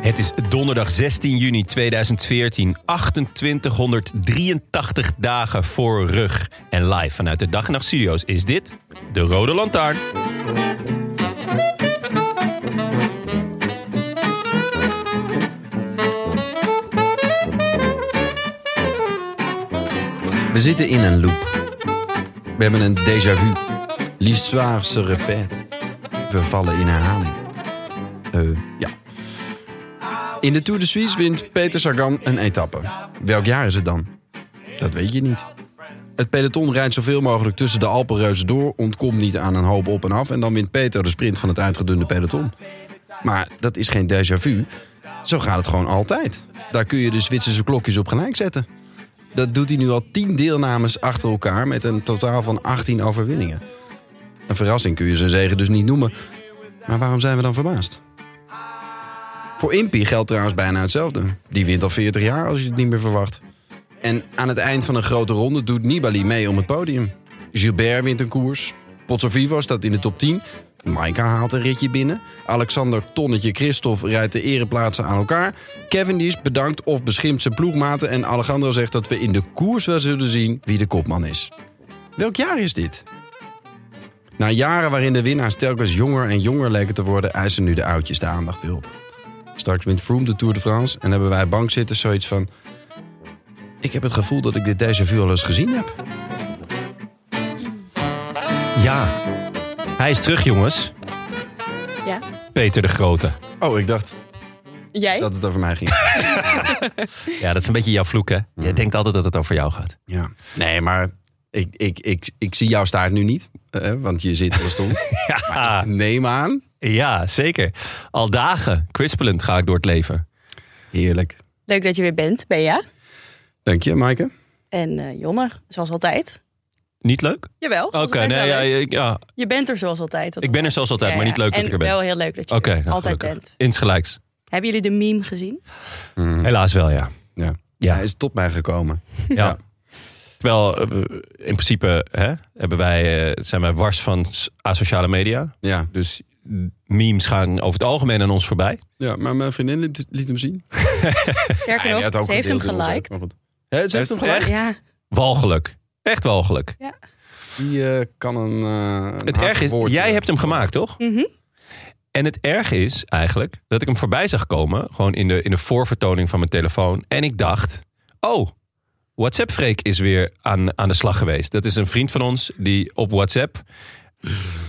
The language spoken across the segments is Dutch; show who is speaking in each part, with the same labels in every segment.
Speaker 1: Het is donderdag 16 juni 2014, 2883 dagen voor rug. En live vanuit de Dag en Nacht Studio's is dit de Rode Lantaarn.
Speaker 2: We zitten in een loop. We hebben een déjà vu. L'histoire se répète. We vallen in herhaling. Eh, ja. In de Tour de Suisse wint Peter Sagan een etappe. Welk jaar is het dan? Dat weet je niet. Het peloton rijdt zoveel mogelijk tussen de Alpenreuzen door, ontkomt niet aan een hoop op en af en dan wint Peter de sprint van het uitgedunde peloton. Maar dat is geen déjà vu. Zo gaat het gewoon altijd. Daar kun je de Zwitserse klokjes op gelijk zetten. Dat doet hij nu al 10 deelnames achter elkaar met een totaal van 18 overwinningen. Een verrassing kun je zijn zegen dus niet noemen. Maar waarom zijn we dan verbaasd? Voor Impy geldt trouwens bijna hetzelfde. Die wint al 40 jaar als je het niet meer verwacht. En aan het eind van een grote ronde doet Nibali mee om het podium. Gilbert wint een koers. Pozzovivo staat in de top 10. Maika haalt een ritje binnen. Alexander Tonnetje Christophe rijdt de ereplaatsen aan elkaar. Cavendish bedankt of beschimpt zijn ploegmaten. En Alejandro zegt dat we in de koers wel zullen zien wie de kopman is. Welk jaar is dit? Na jaren waarin de winnaars telkens jonger en jonger leken te worden, eisen nu de oudjes de aandacht weer op. Straks wint Froome de Tour de France en hebben wij bankzitters zoiets van... Ik heb het gevoel dat ik dit deze vu al eens gezien heb.
Speaker 1: Ja, hij is terug jongens.
Speaker 3: Ja.
Speaker 1: Peter de Grote.
Speaker 2: Oh, ik dacht
Speaker 3: Jij?
Speaker 2: dat het over mij ging.
Speaker 1: Ja, dat is een beetje jouw vloek hè. Jij denkt altijd dat het over jou gaat.
Speaker 2: Ja. Nee, maar ik, ik, ik, ik zie jouw staart nu niet. eh, want je zit al stom.
Speaker 1: Ja,
Speaker 2: Neem aan.
Speaker 1: ja zeker. Al dagen, kwispelend ga ik door het leven.
Speaker 2: Heerlijk.
Speaker 3: Leuk dat je weer bent, Bea.
Speaker 2: Dank je, Maaike.
Speaker 3: En eh, Jonne, zoals altijd.
Speaker 1: Niet leuk?
Speaker 3: Jawel.
Speaker 1: Oké,
Speaker 3: zoals altijd
Speaker 1: nee,
Speaker 3: wel,
Speaker 1: ja,
Speaker 3: hè?
Speaker 1: ik- ja,
Speaker 3: Je bent er zoals altijd. dat
Speaker 1: ik
Speaker 3: is
Speaker 1: ben er zoals altijd,
Speaker 3: wel-
Speaker 1: maar
Speaker 3: Ja,
Speaker 1: niet leuk
Speaker 3: ja.
Speaker 1: dat ik er ben.
Speaker 3: En wel
Speaker 1: Oké,
Speaker 3: heel leuk dat je
Speaker 1: nou,
Speaker 3: er altijd
Speaker 1: gelukkig.
Speaker 3: bent.
Speaker 1: Insgelijks.
Speaker 3: Hebben jullie de meme gezien?
Speaker 2: Mm,
Speaker 1: Helaas wel, ja.
Speaker 2: ja.
Speaker 1: Ja.
Speaker 2: Hij is tot mij gekomen.
Speaker 1: Ja.
Speaker 2: Ja.
Speaker 1: Terwijl eh, we- in principe hè, hebben wij, eh, zijn wij wars van s- asociale media.
Speaker 2: Ja,
Speaker 1: Dus memes gaan over het algemeen aan ons voorbij.
Speaker 2: ja maar mijn vriendin liet, liet hem zien.
Speaker 3: Sterker
Speaker 2: Hij
Speaker 3: nog,
Speaker 2: had ook
Speaker 3: ze heeft hem
Speaker 2: gedeeld in ons, hè.
Speaker 3: geliked.
Speaker 2: Maar goed. Hè, ze heeft hem geliked?
Speaker 1: Oh, Echt?
Speaker 3: Ja,
Speaker 1: Walgelijk. Echt walgelijk.
Speaker 2: Die eh, kan een, eh een
Speaker 1: Het
Speaker 2: hard
Speaker 1: erg is,
Speaker 2: woordje-
Speaker 1: jij hebt hem gemaakt, toch?
Speaker 3: Mhm.
Speaker 1: En het erg is eigenlijk dat ik hem voorbij zag komen. Gewoon in de, in de voorvertoning van mijn telefoon. En ik dacht, oh, WhatsApp-Freek is weer aan, aan de slag geweest. Dat is een vriend van ons die op WhatsApp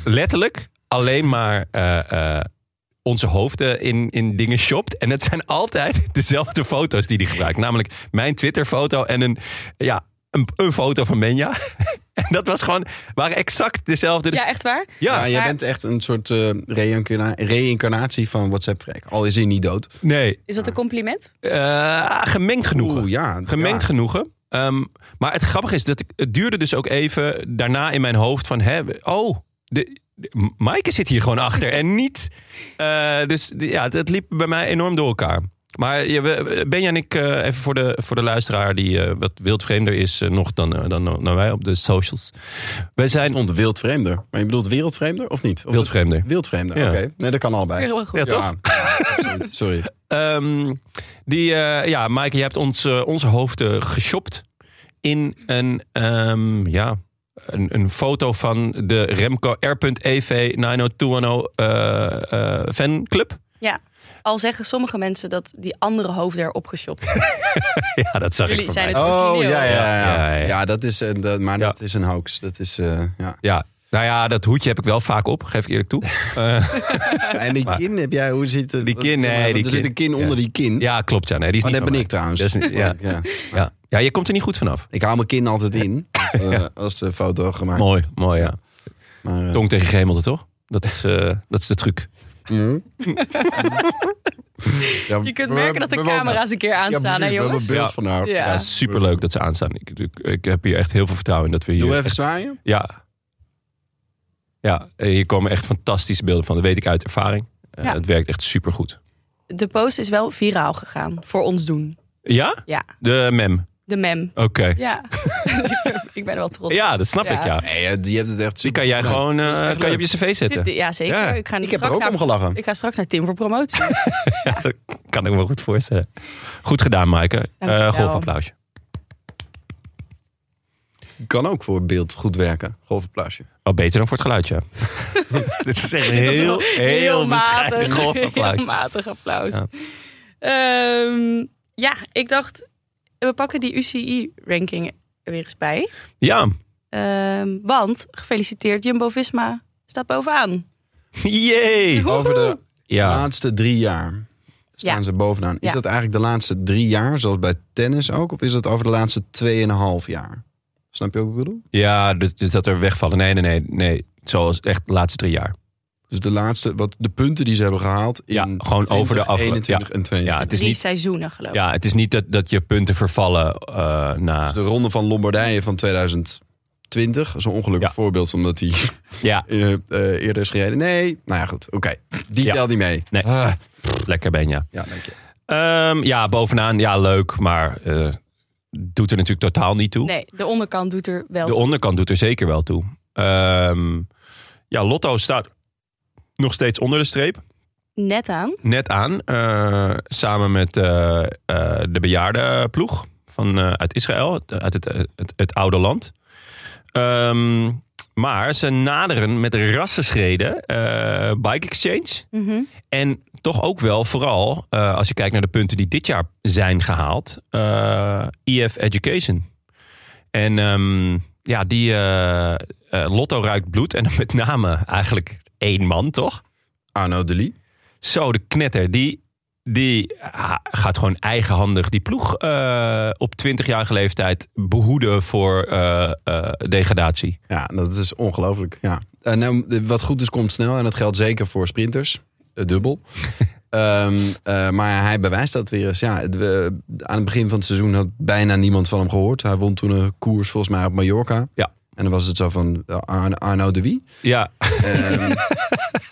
Speaker 1: letterlijk alleen maar eh, eh, onze hoofden in, in dingen shopt. En het zijn altijd dezelfde foto's die hij gebruikt. Namelijk mijn Twitter-foto en een, ja, een, een foto van Menja. En dat was gewoon, waren exact dezelfde.
Speaker 3: ja echt waar.
Speaker 1: Ja.
Speaker 2: Ja, jij
Speaker 3: maar-
Speaker 2: bent echt een soort eh, reïncarna- reïncarnatie van WhatsApp-Freek. Al is hij niet dood.
Speaker 1: nee.
Speaker 3: Is dat een compliment?
Speaker 1: Eh, gemengd genoegen.
Speaker 2: Oeh, ja.
Speaker 1: Gemengd
Speaker 2: ja.
Speaker 1: genoegen. Ehm, maar het grappige is dat ik, het duurde dus ook even daarna in mijn hoofd van... Hè, oh, de, de- Maaike zit hier gewoon achter en niet... eh, dus de- ja, het, het liep bij mij enorm door elkaar. Maar ja, we- we- Benja en ik, eh, even voor de, voor de luisteraar die eh, wat wildvreemder is eh, nog dan, eh, dan, dan wij op de socials. Wij
Speaker 2: Hij
Speaker 1: zijn
Speaker 2: stond wildvreemder. Maar je bedoelt wereldvreemder of niet? Of
Speaker 1: wildvreemder.
Speaker 2: Wildvreemder,
Speaker 1: Ja.
Speaker 2: oké. Nee, dat kan allebei.
Speaker 3: Heel goed.
Speaker 1: Ja, toch?
Speaker 2: Ja, absoluut. Sorry.
Speaker 1: Ehm, die, eh, ja, Maaike, je hebt ons, eh, onze hoofden geshopt in een, ehm, ja, een, een foto van de Remco R.EV 90210 eh eh fanclub.
Speaker 3: Al zeggen sommige mensen dat die andere hoofden erop geshopt.
Speaker 1: Ja, dat zag
Speaker 3: Jullie
Speaker 1: ik Oh,
Speaker 3: zijn
Speaker 1: voorbij.
Speaker 3: het origineel.
Speaker 2: Oh, ja, ja, ja.
Speaker 1: Ja,
Speaker 2: ja,
Speaker 1: ja, ja.
Speaker 2: dat is, een- dat, maar
Speaker 1: Ja.
Speaker 2: dat is een hoax. Dat is, eh, ja.
Speaker 1: Ja, Nou ja, dat hoedje heb ik wel vaak op, geef ik eerlijk toe.
Speaker 2: En die kin heb jij, hoe zit het?
Speaker 1: Die kin, nee,
Speaker 2: Want
Speaker 1: die
Speaker 2: er
Speaker 1: kin.
Speaker 2: zit een kin onder die kin.
Speaker 1: Ja, klopt. Ja, nee, die is
Speaker 2: Maar
Speaker 1: niet
Speaker 2: dat
Speaker 1: van
Speaker 2: Oh, ben
Speaker 1: mij.
Speaker 2: ik trouwens.
Speaker 1: Dat is niet- ja.
Speaker 2: ja.
Speaker 1: Ja. ja, je komt er niet goed vanaf.
Speaker 2: Ik hou mijn kin altijd in als, eh, als de foto gemaakt wordt.
Speaker 1: Mooi, mooi ja.
Speaker 2: Maar, eh,
Speaker 1: Tong tegen gehemelte, toch? Dat is, eh, dat is de truc.
Speaker 2: mm. Ja,
Speaker 3: Je kunt
Speaker 2: we-
Speaker 3: merken dat de
Speaker 2: we wonen-
Speaker 3: camera's een keer
Speaker 2: Ja,
Speaker 3: aanstaan,
Speaker 2: precies,
Speaker 3: hè
Speaker 2: we hebben
Speaker 3: jongens?
Speaker 2: een beeld
Speaker 1: Ja.
Speaker 2: van haar.
Speaker 3: Ja.
Speaker 1: Ja, superleuk dat ze aanstaan. Ik, ik, ik heb hier echt heel veel vertrouwen in dat we hier...
Speaker 2: Doe even zwaaien.
Speaker 1: Ja. Ja, eh, hier komen echt fantastische beelden van. Dat weet ik uit ervaring. Eh,
Speaker 3: Ja.
Speaker 1: Het werkt echt supergoed.
Speaker 3: De post is wel viraal gegaan, voor ons doen.
Speaker 1: Ja?
Speaker 3: Ja,
Speaker 1: De mem.
Speaker 3: de mem.
Speaker 1: Oké.
Speaker 3: Ja, ik ben er wel trots op.
Speaker 1: Ja, dat snap
Speaker 3: Ja.
Speaker 1: ik, ja.
Speaker 2: Nee, eh, die hebt het echt
Speaker 1: Die kan jij
Speaker 2: superleuk.
Speaker 1: gewoon
Speaker 2: Dat
Speaker 1: eh,
Speaker 2: is echt
Speaker 1: kan je op
Speaker 2: leuk.
Speaker 1: je cv zetten.
Speaker 3: Dit- Ja, zeker.
Speaker 1: Ja.
Speaker 3: Ik, ga
Speaker 2: Ik heb er
Speaker 3: straks
Speaker 2: ook om
Speaker 3: naar,
Speaker 2: gelachen.
Speaker 3: ik ga straks naar Tim voor promotie.
Speaker 1: Ja, dat kan ik me wel goed voorstellen. Goed gedaan, Maaike.
Speaker 3: Dankjewel.
Speaker 1: Eh golfapplausje.
Speaker 2: Kan ook voor beeld goed werken. Golfapplausje.
Speaker 1: Wel Oh, beter dan voor het geluidje. Dit is echt een heel, heel bescheiden
Speaker 3: Heel
Speaker 1: golfapplausje.
Speaker 3: matig applaus.
Speaker 1: Ja.
Speaker 3: Ehm, Ja. ik dacht, we pakken die UCI-ranking er weer eens bij.
Speaker 1: Ja,
Speaker 3: Ehm, want, gefeliciteerd, Jumbo-Visma staat bovenaan.
Speaker 1: jee.
Speaker 2: Over de
Speaker 1: Ja,
Speaker 2: laatste drie jaar staan
Speaker 3: Ja.
Speaker 2: ze bovenaan. Is
Speaker 3: Ja.
Speaker 2: dat eigenlijk de laatste drie jaar, zoals bij tennis ook? Of is dat over de laatste tweeënhalf jaar? Snap je ook wat ik bedoel?
Speaker 1: ja dus, dus dat er wegvallen. Nee, nee, nee. nee. Zoals echt de laatste drie jaar.
Speaker 2: Dus de laatste, wat de punten die ze hebben gehaald in
Speaker 1: Ja, gewoon over de
Speaker 2: 20,
Speaker 1: afge-
Speaker 2: 21 en 22.
Speaker 1: Ja, het is
Speaker 3: Drie
Speaker 1: niet,
Speaker 3: seizoenen, geloof ik.
Speaker 1: ja, het is niet dat, dat je punten vervallen eh, na...
Speaker 2: Dus de ronde van Lombardije van 2020. Zo'n ongelukkig
Speaker 1: Ja.
Speaker 2: voorbeeld, omdat die
Speaker 1: Ja,
Speaker 2: eh, eh, eerder is gereden. Nee, nou ja, goed. Oké, die
Speaker 1: Ja.
Speaker 2: telt niet mee.
Speaker 1: Nee.
Speaker 2: Ah.
Speaker 1: lekker ben je.
Speaker 2: Ja, dank je.
Speaker 1: Ehm, ja, bovenaan. Ja, leuk. Maar eh, doet er natuurlijk totaal niet toe.
Speaker 3: Nee, de onderkant doet er wel
Speaker 1: De onderkant doet er zeker wel toe. Ehm, ja, Lotto staat nog steeds onder de streep.
Speaker 3: net aan.
Speaker 1: Net aan. eh, samen met eh, eh, de bejaardenploeg van, eh, uit Israël. het- Uit het, eh, het, het oude land. Ehm, maar ze naderen met rassenschreden eh Bike Exchange.
Speaker 3: Mhm.
Speaker 1: En toch ook wel vooral, eh, als je kijkt naar de punten die dit jaar zijn gehaald, eh EF Education. En ehm, ja, die eh, eh, Lotto ruikt bloed. En dan met name eigenlijk één man, toch?
Speaker 2: Arno Delis.
Speaker 1: Zo, de knetter. Die, die ah, gaat gewoon eigenhandig die ploeg eh, op 20-jarige leeftijd behoeden voor eh, eh, degradatie.
Speaker 2: Ja, dat is ongelooflijk. Ja. En nou, de- wat goed is, komt snel. En dat geldt zeker voor sprinters. Eh, Dubbel. Ehm, eh, maar hij bewijst dat weer eens. Ja, het, we- aan het begin van het seizoen had bijna niemand van hem gehoord. Hij won toen een koers volgens mij op Mallorca.
Speaker 1: Ja.
Speaker 2: En dan was het zo van eh, Arno, Arno de Wie.
Speaker 1: Ja,
Speaker 2: Ehm,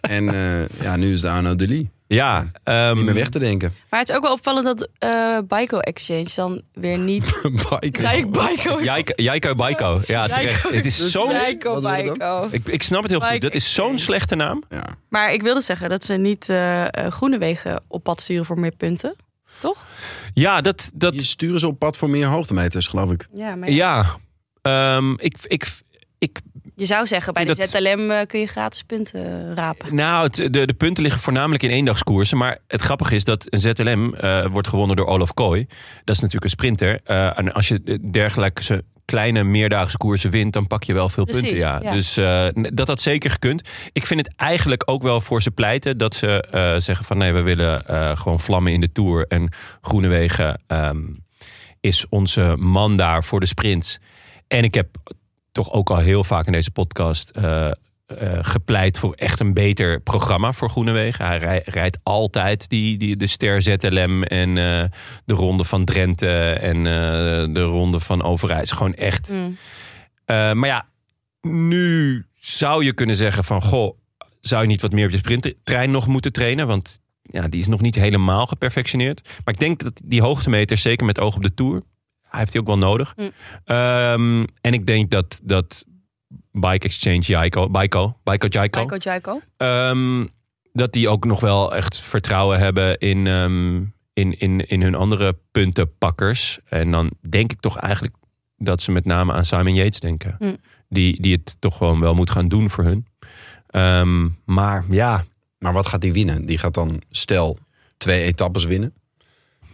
Speaker 2: en eh, ja, nu is de Arno de Lee.
Speaker 1: ja. ehm,
Speaker 2: Niet meer weg te denken.
Speaker 3: Maar het is ook wel opvallend dat eh Bico Exchange dan weer niet...
Speaker 2: Bike.
Speaker 3: Zei ik Bico?
Speaker 1: Jaiko- Jaiko Baiko. Ja, terecht. Het is zo'n
Speaker 3: Bico,
Speaker 2: Wat doen we dan?
Speaker 3: Bico.
Speaker 1: Ik, ik snap het heel goed.
Speaker 3: Like
Speaker 1: Dat is zo'n
Speaker 3: exchange.
Speaker 1: slechte naam.
Speaker 2: Ja.
Speaker 3: Maar ik wilde zeggen dat ze niet eh, eh, Groenewegen op pad sturen voor meer punten. Toch?
Speaker 1: Ja, dat. dat
Speaker 2: Je sturen ze op pad voor meer hoogtemeters, geloof ik.
Speaker 3: Ja, maar
Speaker 1: ja. Ehm, ik, ik, ik,
Speaker 3: je zou zeggen, bij de
Speaker 1: Ik vind dat-
Speaker 3: ZLM eh, kun je gratis punten rapen.
Speaker 1: nou, het, de, de punten liggen voornamelijk in eendagskoersen. Maar het grappige is dat een ZLM eh, wordt gewonnen door Olaf Kooi. Dat is natuurlijk een sprinter. Eh, en als je dergelijke zo- kleine meerdaagse koersen wint, dan pak je wel veel
Speaker 3: Precies,
Speaker 1: punten. Ja.
Speaker 3: ja.
Speaker 1: Dus eh, dat had zeker gekund. Ik vind het eigenlijk ook wel voor ze pleiten dat ze eh, zeggen van nee, we willen eh, gewoon vlammen in de Tour. En Groenewegen ehm, is onze man daar voor de sprints. En ik heb toch ook al heel vaak in deze podcast eh, eh, gepleit voor echt een beter programma voor Groenewegen. Hij rij- rijdt altijd die, die, de Ster ZLM en eh, de Ronde van Drenthe en eh, de Ronde van Overijs. Gewoon echt.
Speaker 3: Mm.
Speaker 1: Eh, maar ja, nu zou je kunnen zeggen van... Goh, zou je niet wat meer op je sprinttrein nog moeten trainen? Want ja, die is nog niet helemaal geperfectioneerd. Maar ik denk dat die hoogtemeters, zeker met oog op de Tour... Hij heeft die ook wel nodig.
Speaker 3: Mm.
Speaker 1: Ehm, en ik denk dat, dat Bike Exchange Jaiko... Biko, Biko Jaiko...
Speaker 3: Bico, Jaiko.
Speaker 1: Ehm, dat die ook nog wel echt vertrouwen hebben in, ehm, in, in, in hun andere puntenpakkers. En dan denk ik toch eigenlijk dat ze met name aan Simon Yates denken.
Speaker 3: Mm.
Speaker 1: Die, die het toch gewoon wel moet gaan doen voor hun. Ehm, maar ja,
Speaker 2: Maar wat gaat die winnen? Die gaat dan, stel, twee etappes winnen.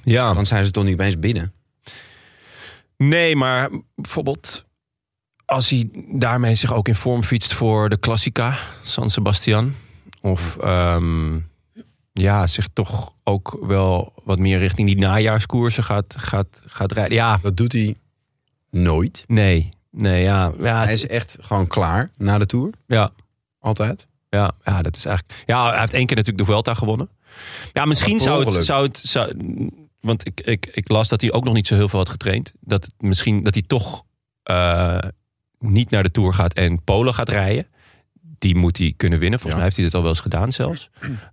Speaker 1: ja. Ah,
Speaker 2: Dan zijn ze toch niet eens binnen.
Speaker 1: Nee, maar bijvoorbeeld als hij daarmee zich ook in vorm fietst voor de Classica, San Sebastian. Of ehm, ja, zich toch ook wel wat meer richting die najaarskoersen gaat, gaat, gaat rijden. Ja,
Speaker 2: Dat doet hij nooit.
Speaker 1: nee. Nee, ja. ja
Speaker 2: Hij
Speaker 1: het-
Speaker 2: is echt gewoon klaar na de Tour.
Speaker 1: Ja,
Speaker 2: Altijd.
Speaker 1: ja, ja, dat is eigenlijk... Ja, hij heeft één keer natuurlijk de Vuelta gewonnen. Ja, misschien
Speaker 2: Dat was per
Speaker 1: zou het,
Speaker 2: ongeluk.
Speaker 1: zou het... Zou Want ik, ik, ik las dat hij ook nog niet zo heel veel had getraind. Dat, het misschien, dat hij toch eh, niet naar de Tour gaat en Polen gaat rijden. Die moet hij kunnen winnen. Volgens
Speaker 2: Ja.
Speaker 1: mij heeft hij dit al wel eens gedaan zelfs.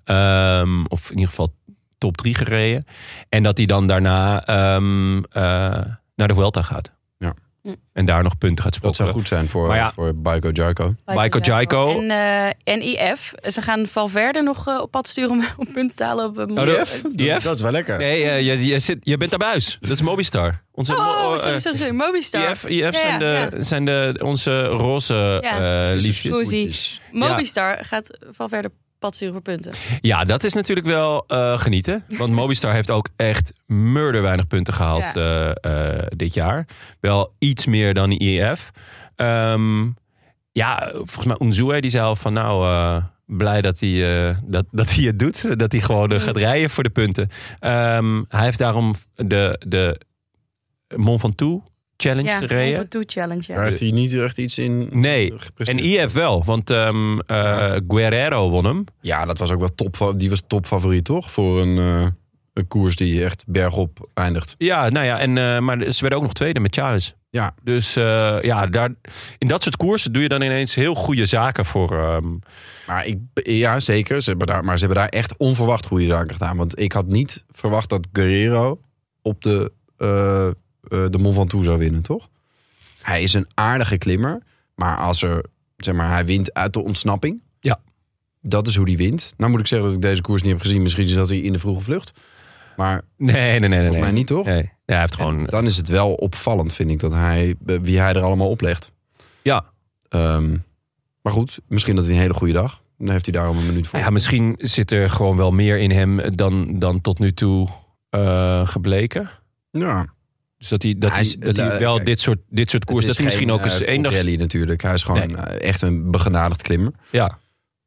Speaker 1: Ehm, of in ieder geval top drie gereden. En dat hij dan daarna ehm, eh, naar de Vuelta gaat.
Speaker 2: Ja.
Speaker 3: Hm.
Speaker 1: En daar nog punten gaat
Speaker 2: Dat
Speaker 1: spotten.
Speaker 2: zou goed zijn voor,
Speaker 1: Maar ja. Oh,
Speaker 2: voor Baiko Jarko.
Speaker 1: Michael Jaiko.
Speaker 3: En eh, NIF. Ze gaan Valverde nog eh, op pad sturen om, om punten te halen op eh,
Speaker 1: Nou,
Speaker 3: Mondial.
Speaker 1: dat-
Speaker 3: Eh,
Speaker 1: die F?
Speaker 2: Dat is wel lekker.
Speaker 1: Nee, eh, je, je, zit, je bent daar buis. Dat is Mobistar. Onze
Speaker 3: Oh,
Speaker 1: eh,
Speaker 3: sorry, sorry, sorry. Mobistar.
Speaker 1: IF, IF
Speaker 3: Ja,
Speaker 1: zijn, de, zijn de, onze roze
Speaker 3: Ja.
Speaker 1: eh, liefjes.
Speaker 3: Vissersvoer. Mobistar gaat Valverde pad sturen voor punten.
Speaker 1: Ja, dat is natuurlijk wel eh, genieten. Want Mobistar heeft ook echt murder weinig punten gehaald eh, eh, dit jaar. Wel iets meer dan de IF. Ehm, ja, volgens mij Unzue die zei al van nou... eh, Blij dat hij, eh, dat, dat hij het doet. Dat hij gewoon eh, gaat rijden voor de punten. Ehm, hij heeft daarom de, de Mont Ventoux Challenge
Speaker 3: Ja,
Speaker 1: gereden.
Speaker 3: over toe challenge.
Speaker 2: Daar
Speaker 3: Ja.
Speaker 2: heeft hij niet echt iets in
Speaker 1: Nee, en
Speaker 2: gepresteerd.
Speaker 1: IF wel, want ehm, eh, Guerrero won hem.
Speaker 2: Ja, dat was ook wel top. Die was topfavoriet, toch? Voor een, eh, een koers die echt bergop eindigt.
Speaker 1: Ja, nou ja, en, eh, maar ze werden ook nog tweede met Charles.
Speaker 2: Ja.
Speaker 1: Dus eh, ja, daar, in dat soort koersen doe je dan ineens heel goede zaken voor. ehm,
Speaker 2: Maar ik, ja, zeker. Ze hebben daar, maar ze hebben daar echt onverwacht goede zaken gedaan. Want ik had niet verwacht dat Guerrero op de, eh eh, de Mont Ventoux zou winnen, toch? Hij is een aardige klimmer. Maar als er, zeg maar, hij wint uit de ontsnapping.
Speaker 1: Ja.
Speaker 2: Dat is hoe hij wint. Nou moet ik zeggen dat ik deze koers niet heb gezien. Misschien zat hij in de vroege vlucht. Maar
Speaker 1: nee, nee, nee, nee.
Speaker 2: volgens mij
Speaker 1: nee.
Speaker 2: niet, toch?
Speaker 1: Nee. Ja, hij heeft gewoon.
Speaker 2: En dan is het wel opvallend, vind ik, dat hij, eh, wie hij er allemaal oplegt.
Speaker 1: Ja.
Speaker 2: Ehm, maar goed, misschien dat hij een hele goede dag. Dan heeft hij daarom een minuut voor.
Speaker 1: ja, misschien zit er gewoon wel meer in hem dan, dan tot nu toe eh, gebleken.
Speaker 2: Ja.
Speaker 1: Dus dat hij, dat
Speaker 2: Hij
Speaker 1: hij,
Speaker 2: is-
Speaker 1: dat hij
Speaker 2: eh,
Speaker 1: wel
Speaker 2: kijk,
Speaker 1: dit soort, dit soort koersen. Dat hij
Speaker 2: Het is
Speaker 1: misschien ook
Speaker 2: geen,
Speaker 1: eens
Speaker 2: eh,
Speaker 1: één dag.
Speaker 2: Pirelli natuurlijk. Hij is gewoon
Speaker 1: Nee.
Speaker 2: eh, echt een begenadigd klimmer.
Speaker 1: Ja.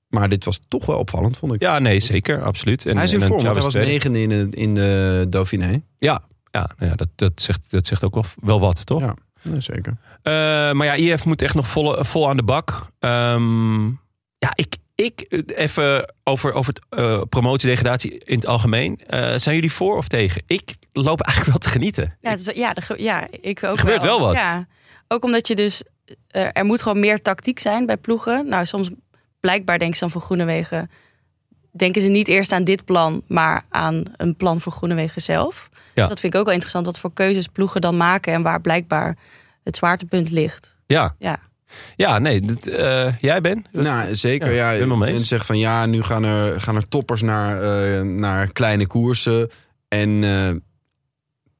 Speaker 2: Maar dit was toch wel opvallend, vond ik.
Speaker 1: ja, nee, zeker, absoluut. En,
Speaker 2: hij is in
Speaker 1: en dan
Speaker 2: vorm, want
Speaker 1: Chavez
Speaker 2: hij was
Speaker 1: tweede.
Speaker 2: negende in de, in de Dauphiné.
Speaker 1: Ja, nou ja dat, dat, zegt, dat zegt ook wel, wel wat, toch?
Speaker 2: Ja. Ja, zeker.
Speaker 1: Eh, maar ja, IF moet echt nog vol, vol aan de bak. Ehm, ja, ik, ik eh, even over, over het, eh, promotiedegradatie in het algemeen. Eh, zijn jullie voor of tegen? Ik loop eigenlijk wel te genieten.
Speaker 3: Ja, het is- ja, er ge- ja, ik ook
Speaker 1: Er gebeurt wel wat.
Speaker 3: Ja. Ook omdat je dus... eh, er moet gewoon meer tactiek zijn bij ploegen. Nou, soms blijkbaar denken ze dan voor Groenewegen... denken ze niet eerst aan dit plan... maar aan een plan voor Groenewegen zelf.
Speaker 1: Ja.
Speaker 3: Dat vind ik ook wel interessant. Wat voor keuzes ploegen dan maken... en waar blijkbaar het zwaartepunt ligt.
Speaker 1: Ja,
Speaker 3: dus- Ja.
Speaker 1: ja nee. dat, eh, jij Ben?
Speaker 2: Nou, zeker.
Speaker 1: Ja,
Speaker 2: Ja,
Speaker 1: helemaal mee eens.
Speaker 2: mensen zeggen van ja, nu gaan er, gaan er toppers naar, eh, naar kleine koersen. En eh,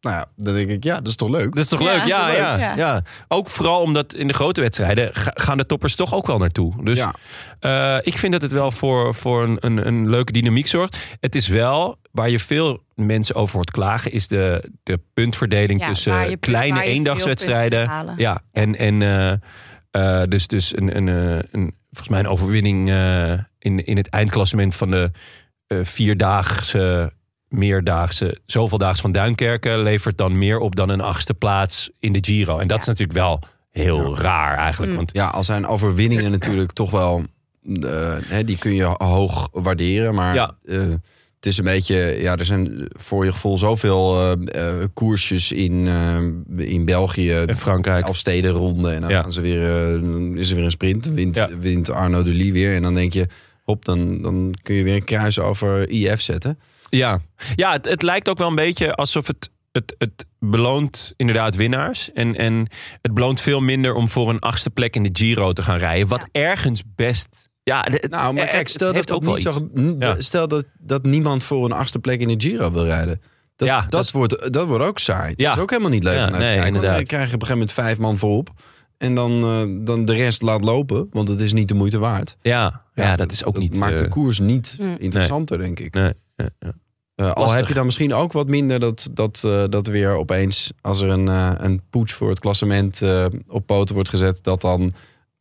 Speaker 2: nou ja, dan denk ik, ja, dat is toch leuk.
Speaker 1: Dat is toch
Speaker 3: Ja,
Speaker 1: leuk?
Speaker 3: is
Speaker 1: Ja,
Speaker 3: toch leuk?
Speaker 1: ja, ja.
Speaker 3: Ja.
Speaker 1: Ook vooral omdat in de grote wedstrijden ga- gaan de toppers toch ook wel naartoe. Dus
Speaker 2: ja,
Speaker 1: Eh, ik vind dat het wel voor, voor een, een, een leuke dynamiek zorgt. Het is wel waar je veel mensen over hoort klagen, is de, de puntverdeling
Speaker 3: Ja,
Speaker 1: tussen
Speaker 3: waar je-
Speaker 1: dus, eh, kleine
Speaker 3: waar je veel
Speaker 1: eendagswedstrijden.
Speaker 3: punten kunt
Speaker 1: Ja,
Speaker 3: halen.
Speaker 1: en, en eh, eh, dus, dus een, een, eh, een, volgens mij een overwinning eh, in, in het eindklassement van de eh, vierdaagse, meerdaagse, zoveeldaags van Duinkerken levert dan meer op dan een achtste plaats in de Giro. En dat is natuurlijk wel heel raar eigenlijk.
Speaker 3: Mm.
Speaker 1: Want
Speaker 2: ja, al zijn overwinningen natuurlijk toch wel... eh, hè, die kun je hoog waarderen, maar
Speaker 1: Ja.
Speaker 2: eh, het is een beetje... Ja, er zijn voor je gevoel zoveel eh, eh, koersjes in, eh, in België.
Speaker 1: in Frankrijk.
Speaker 2: Elf stedenronde en dan
Speaker 1: Ja.
Speaker 2: gaan ze weer, eh, dan is er weer een sprint. Wint,
Speaker 1: Ja.
Speaker 2: wint Arno Dely weer en dan denk je... Hop, dan, dan kun je weer een kruis over IF zetten.
Speaker 1: Ja, ja het, het lijkt ook wel een beetje alsof het, het, het beloont inderdaad winnaars. En, en het beloont veel minder om voor een achtste plek in de Giro te gaan rijden. Wat ergens best... Ja, het-
Speaker 2: Nou, maar
Speaker 1: het-
Speaker 2: kijk,
Speaker 1: Eh, het
Speaker 2: stel dat,
Speaker 1: heeft
Speaker 2: dat,
Speaker 1: ook wel
Speaker 2: niet
Speaker 1: iets.
Speaker 2: zo, n-
Speaker 1: Ja.
Speaker 2: stel dat, dat niemand voor een achtste plek in de Giro wil rijden. Dat,
Speaker 1: Ja,
Speaker 2: dat,
Speaker 1: dat-
Speaker 2: wordt, dat wordt ook saai.
Speaker 1: Ja.
Speaker 2: Dat is ook helemaal niet leuk.
Speaker 1: Ja,
Speaker 2: om naar te
Speaker 1: nee,
Speaker 2: kijken, want
Speaker 1: inderdaad.
Speaker 2: Dan krijg je op een gegeven moment vijf man voorop. En dan, eh, dan de rest laat lopen, want het is niet de moeite waard.
Speaker 1: Ja, ja, dat is ook niet...
Speaker 2: maakt de
Speaker 1: eh,
Speaker 2: koers niet
Speaker 3: Mm.
Speaker 2: interessanter, denk ik.
Speaker 1: nee, ja, ja.
Speaker 2: Eh, al
Speaker 1: Lastig.
Speaker 2: heb je dan misschien ook wat minder dat, dat, eh, dat weer opeens, als er een, eh, een poets voor het klassement eh, op poten wordt gezet, dat dan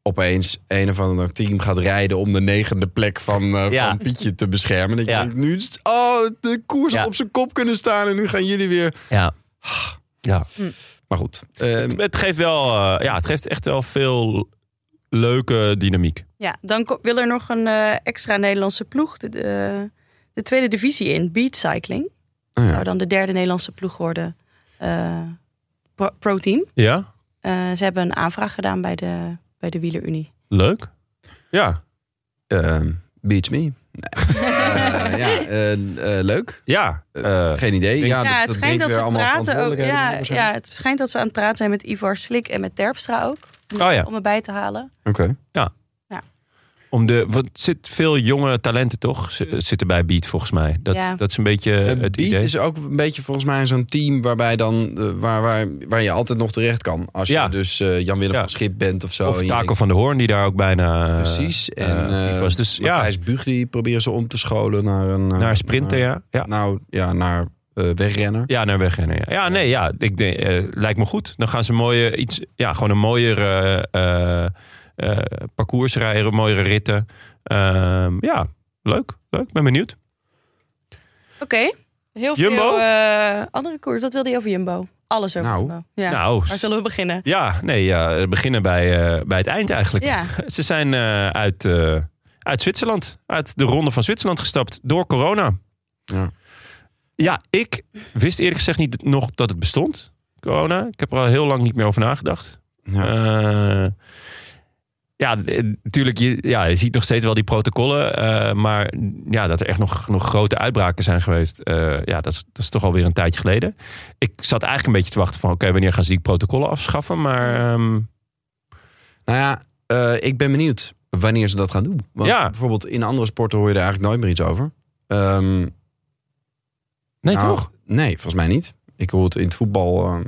Speaker 2: opeens een of ander team gaat rijden om de negende plek van, eh,
Speaker 1: Ja.
Speaker 2: van Pietje te beschermen. Dat je
Speaker 1: Ja.
Speaker 2: denkt, nu is het- oh, de koers had
Speaker 1: Ja.
Speaker 2: op zijn kop kunnen staan en nu gaan jullie weer.
Speaker 1: Ja. ja.
Speaker 3: Hm.
Speaker 2: Maar goed, eh,
Speaker 1: Het geeft wel, eh, ja, het geeft echt wel veel leuke dynamiek.
Speaker 3: Ja, dan ko- wil er nog een eh, extra Nederlandse ploeg de, de, de tweede divisie in, Beat Cycling.
Speaker 2: oh ja.
Speaker 3: Zou dan de derde Nederlandse ploeg worden eh, pro- pro-team.
Speaker 1: Ja,
Speaker 3: Eh, ze hebben een aanvraag gedaan bij de, bij de Wielerunie.
Speaker 1: leuk. Ja,
Speaker 2: Eh, beats me. Nee. Eh, ja, eh, eh, leuk.
Speaker 1: ja. eh,
Speaker 2: Geen idee. Ja, dat, dat brengt weer allemaal verantwoordelijkheden
Speaker 3: Ja,
Speaker 2: mee
Speaker 3: ja,
Speaker 2: waarschijnlijk.
Speaker 3: het schijnt dat ze aan het praten zijn met Ivar Slik en met Terpstra ook. Om,
Speaker 1: Oh ja.
Speaker 3: om erbij te halen.
Speaker 2: Oké.
Speaker 1: om de, wat zit veel jonge talenten toch? Z- Zitten bij Beat volgens mij. Dat,
Speaker 3: Ja.
Speaker 1: dat is een beetje
Speaker 2: Eh,
Speaker 1: het
Speaker 2: Beat
Speaker 1: idee.
Speaker 2: is ook een beetje volgens mij zo'n team waarbij dan, eh, waar, waar, waar je altijd nog terecht kan. Als
Speaker 1: Ja.
Speaker 2: je dus eh, Jan-Willem
Speaker 1: Ja.
Speaker 2: van Schip bent of zo.
Speaker 1: of
Speaker 2: en je
Speaker 1: Taco
Speaker 2: denkt,
Speaker 1: van de Hoorn die daar ook bijna. eh,
Speaker 2: Precies. En
Speaker 1: eh,
Speaker 2: eh
Speaker 1: die was dus, ja,
Speaker 2: Matthijs Buug, die proberen ze om te scholen naar een... eh,
Speaker 1: naar sprinter,
Speaker 2: naar-
Speaker 1: ja. ja.
Speaker 2: Nou, ja, naar eh, wegrenner.
Speaker 1: Ja, naar wegrennen. Ja, ja nee, ja. Ik, denk, eh, lijkt me goed. Dan gaan ze een mooie, iets, ja, gewoon een mooier eh, eh, eh, parcours rijden, mooiere ritten. Ehm, ja, leuk. Leuk, ben benieuwd.
Speaker 3: Oké, heel
Speaker 1: Jumbo?
Speaker 3: veel eh, andere koers. Wat wilde je over Jumbo? Alles over
Speaker 2: Nou.
Speaker 3: Jumbo. Ja.
Speaker 1: Nou,
Speaker 3: Waar zullen we beginnen?
Speaker 1: ja, nee, ja, we beginnen bij, eh, bij het eind eigenlijk.
Speaker 3: Ja,
Speaker 1: Ze zijn eh, uit, eh, uit Zwitserland, uit de ronde van Zwitserland gestapt door corona.
Speaker 2: Ja.
Speaker 1: Ja, ik wist eerlijk gezegd niet nog dat het bestond, corona. Ik heb er al heel lang niet meer over nagedacht.
Speaker 2: Ja.
Speaker 1: Eh, ja, d- natuurlijk, je, ja, je ziet nog steeds wel die protocollen. eh, maar ja, dat er echt nog, nog grote uitbraken zijn geweest, eh, ja, dat is, dat is toch alweer een tijdje geleden. Ik zat eigenlijk een beetje te wachten van, oké, wanneer gaan ze die protocollen afschaffen? Maar ehm,
Speaker 2: Nou ja, eh, ik ben benieuwd wanneer ze dat gaan doen. Want
Speaker 1: Ja.
Speaker 2: bijvoorbeeld in andere sporten hoor je er eigenlijk nooit meer iets over. Ehm,
Speaker 1: nee,
Speaker 2: Nou,
Speaker 1: toch?
Speaker 2: Nee, volgens mij niet. Ik hoor het in het voetbal eh,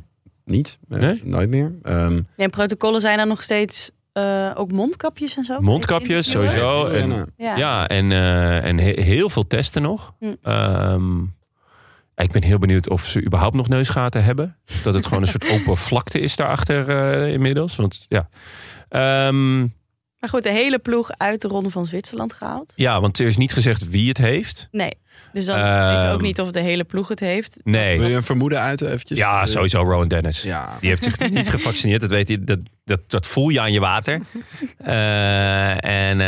Speaker 2: niet. Eh,
Speaker 1: Nee?
Speaker 2: Nooit meer. Ehm,
Speaker 3: nee, en protocollen zijn er nog steeds eh, ook mondkapjes en zo.
Speaker 1: Mondkapjes,
Speaker 3: Interviewen.
Speaker 1: sowieso. Zo, en-
Speaker 2: wielrennen.
Speaker 3: Ja.
Speaker 1: Ja, en, eh, en he- heel veel testen nog.
Speaker 3: Hm.
Speaker 1: Ehm, ik ben heel benieuwd of ze überhaupt nog neusgaten hebben. Dat het gewoon een soort open vlakte is daarachter eh, inmiddels. Want ja. Ehm,
Speaker 3: Maar goed, de hele ploeg uit de Ronde van Zwitserland gehaald.
Speaker 1: ja, want er is niet gezegd wie het heeft.
Speaker 3: Nee. Dus dan
Speaker 1: Ehm.
Speaker 3: weten we ook niet of de hele ploeg het heeft.
Speaker 2: Wil
Speaker 1: Nee.
Speaker 2: je een vermoeden uiten eventjes?
Speaker 1: Ja,
Speaker 2: Eh,
Speaker 1: sowieso Rowan Dennis.
Speaker 2: Ja.
Speaker 1: Die heeft zich niet gevaccineerd. Dat, weet je, dat, dat, dat voel je aan je water. Eh, en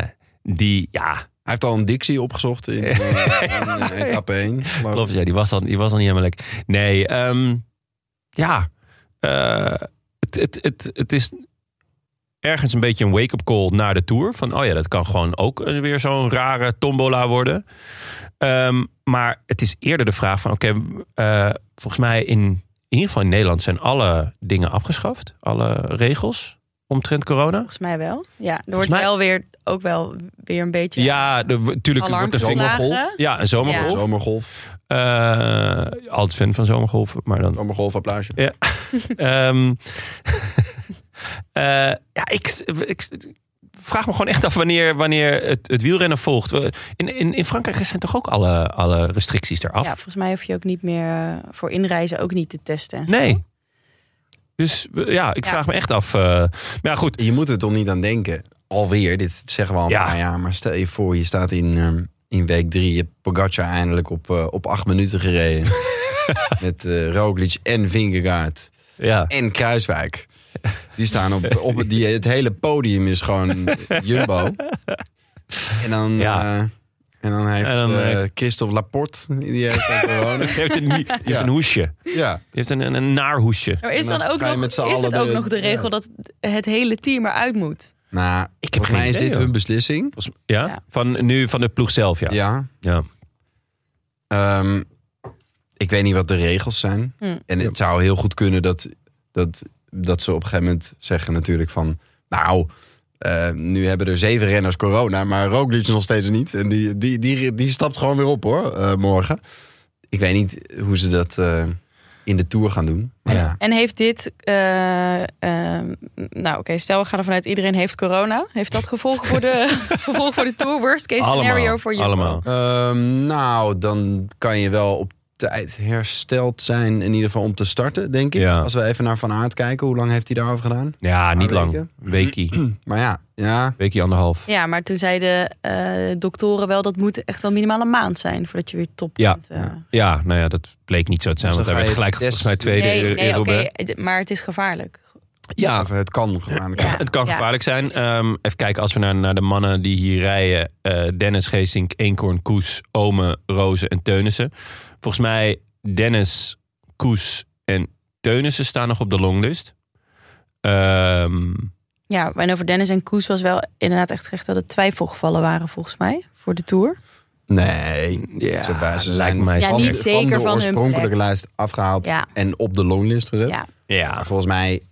Speaker 1: eh, die, ja,
Speaker 2: Hij heeft al een dictie opgezocht in, eh, in, eh, etappe 1.
Speaker 1: Klopt, ja, die was dan, die was dan niet helemaal lekker. Nee, ehm, ja. eh, het, het, het, het is ergens een beetje een wake-up call naar de Tour. Van, oh ja, dat kan gewoon ook een- weer zo'n rare tombola worden. Ehm, maar het is eerder de vraag van, oké, eh, volgens mij in, in ieder geval in Nederland... zijn alle dingen afgeschaft, alle regels omtrent corona.
Speaker 3: Volgens mij wel. Ja, er
Speaker 1: Volgens
Speaker 3: wordt
Speaker 1: mij-
Speaker 3: wel weer, ook wel weer een beetje
Speaker 1: Ja, de- natuurlijk
Speaker 3: alarm
Speaker 1: wordt er
Speaker 2: geslagen.
Speaker 3: geslagen.
Speaker 2: zomergolf.
Speaker 1: Ja, een zomergolf.
Speaker 2: Zomergolf.
Speaker 1: Eh, altijd fan van zomergolven, maar dan
Speaker 2: Zomergolf applausje.
Speaker 1: Ehm, eh, ja, ik, ik vraag me gewoon echt af wanneer, wanneer het, het wielrennen volgt. We- In, in, in Frankrijk zijn toch ook alle, alle restricties eraf?
Speaker 3: Ja, volgens mij hoef je ook niet meer eh, voor inreizen ook niet te testen. en zo.
Speaker 1: nee. Dus we- ja, ik
Speaker 3: Ja.
Speaker 1: vraag me echt af. eh, maar ja, goed.
Speaker 2: Je moet er toch niet aan denken. Alweer, dit zeggen we al een
Speaker 1: Ja.
Speaker 2: paar jaar. Maar stel je voor, je staat in, ehm, in week 3. Je hebt Pogacar eindelijk op, eh, op acht minuten gereden. Met eh Roglic en Vingegaard.
Speaker 1: Ja.
Speaker 2: en Kruiswijk. Die staan op, op die, het hele podium is gewoon Jumbo. En dan,
Speaker 1: Ja.
Speaker 2: eh, en dan heeft
Speaker 1: En dan,
Speaker 2: eh,
Speaker 1: eh,
Speaker 2: Christophe Laporte, die heeft ook corona.
Speaker 1: Die heeft een, nie- die heeft
Speaker 2: Ja.
Speaker 1: een hoesje. Die
Speaker 2: Ja,
Speaker 1: heeft een, een, een naarhoesje.
Speaker 3: Maar is
Speaker 2: En dan
Speaker 3: dan ook
Speaker 2: ga je
Speaker 3: nog,
Speaker 2: met z'n
Speaker 3: is
Speaker 2: allen
Speaker 3: het ook
Speaker 2: de-
Speaker 3: nog de regel
Speaker 2: ja.
Speaker 3: dat het hele team eruit moet?
Speaker 2: nou,
Speaker 1: Ik heb
Speaker 2: volgens
Speaker 1: geen
Speaker 2: mij is
Speaker 1: idee,
Speaker 2: dit
Speaker 1: hoor.
Speaker 2: hun beslissing.
Speaker 1: Volgens- Ja?
Speaker 3: Ja.
Speaker 1: Van, nu van de ploeg zelf, ja.
Speaker 2: Ja.
Speaker 1: Ja.
Speaker 2: Ehm, ik weet niet wat de regels zijn.
Speaker 3: Hm.
Speaker 2: En het zou heel goed kunnen dat, dat, dat ze op een gegeven moment zeggen natuurlijk van... Nou, eh, nu hebben er zeven renners corona, maar Roglic nog steeds niet. En die, die, die, die stapt gewoon weer op hoor, eh, morgen. Ik weet niet hoe ze dat... eh, in de Tour gaan doen. Maar ja.
Speaker 3: En heeft dit, eh, eh, nou oké, stel we gaan ervan uit iedereen heeft corona. Heeft dat gevolgen voor de, gevolgen voor de tour? Worst case scenario
Speaker 1: allemaal,
Speaker 3: voor je.
Speaker 1: allemaal.
Speaker 2: Ehm, nou, dan kan je wel op tijd hersteld zijn. In ieder geval om te starten, denk ik.
Speaker 1: Ja.
Speaker 2: Als we even naar Van Aert kijken. Hoe lang heeft hij daarover gedaan?
Speaker 1: Ja, niet
Speaker 2: Paar
Speaker 1: lang.
Speaker 2: weken.
Speaker 1: Weekie.
Speaker 2: Maar ja, ja.
Speaker 1: Weekie anderhalf.
Speaker 3: Ja, maar toen zeiden eh, doktoren wel dat moet echt wel minimaal een maand zijn voordat je weer top
Speaker 1: Ja.
Speaker 3: bent. eh.
Speaker 1: Ja, nou ja, dat bleek niet zo te zijn.
Speaker 2: Dus
Speaker 1: Want hij
Speaker 2: dan
Speaker 1: werd
Speaker 2: ga je
Speaker 1: gelijk
Speaker 2: test-
Speaker 1: volgens mij tweede
Speaker 3: nee,
Speaker 1: in- in
Speaker 3: nee, oké,
Speaker 1: Roubaix.
Speaker 3: d- maar het is gevaarlijk.
Speaker 1: Ja,
Speaker 2: Of het kan gevaarlijk zijn.
Speaker 1: het kan
Speaker 3: Ja,
Speaker 1: gevaarlijk zijn.
Speaker 3: precies.
Speaker 1: Ehm, even kijken, als we naar, naar de mannen die hier rijden. eh, Dennis Geesink, Eenkorn, Koes, Ome, Rozen en Teunissen. Volgens mij Dennis, Koes en Teunissen staan nog op de longlist. Ehm,
Speaker 3: Ja, en over Dennis en Koes was wel inderdaad echt gezegd dat het twijfelgevallen waren volgens mij voor de tour.
Speaker 2: Nee.
Speaker 1: ja,
Speaker 2: Ze- wij- ze
Speaker 1: lijkt
Speaker 2: zijn
Speaker 1: mij
Speaker 3: Ja,
Speaker 2: van,
Speaker 3: niet zeker
Speaker 2: van de
Speaker 3: van hun
Speaker 2: oorspronkelijke
Speaker 3: plek.
Speaker 2: lijst afgehaald
Speaker 3: Ja.
Speaker 2: en op de longlist gezet.
Speaker 3: Ja.
Speaker 1: Ja,
Speaker 2: Maar volgens mij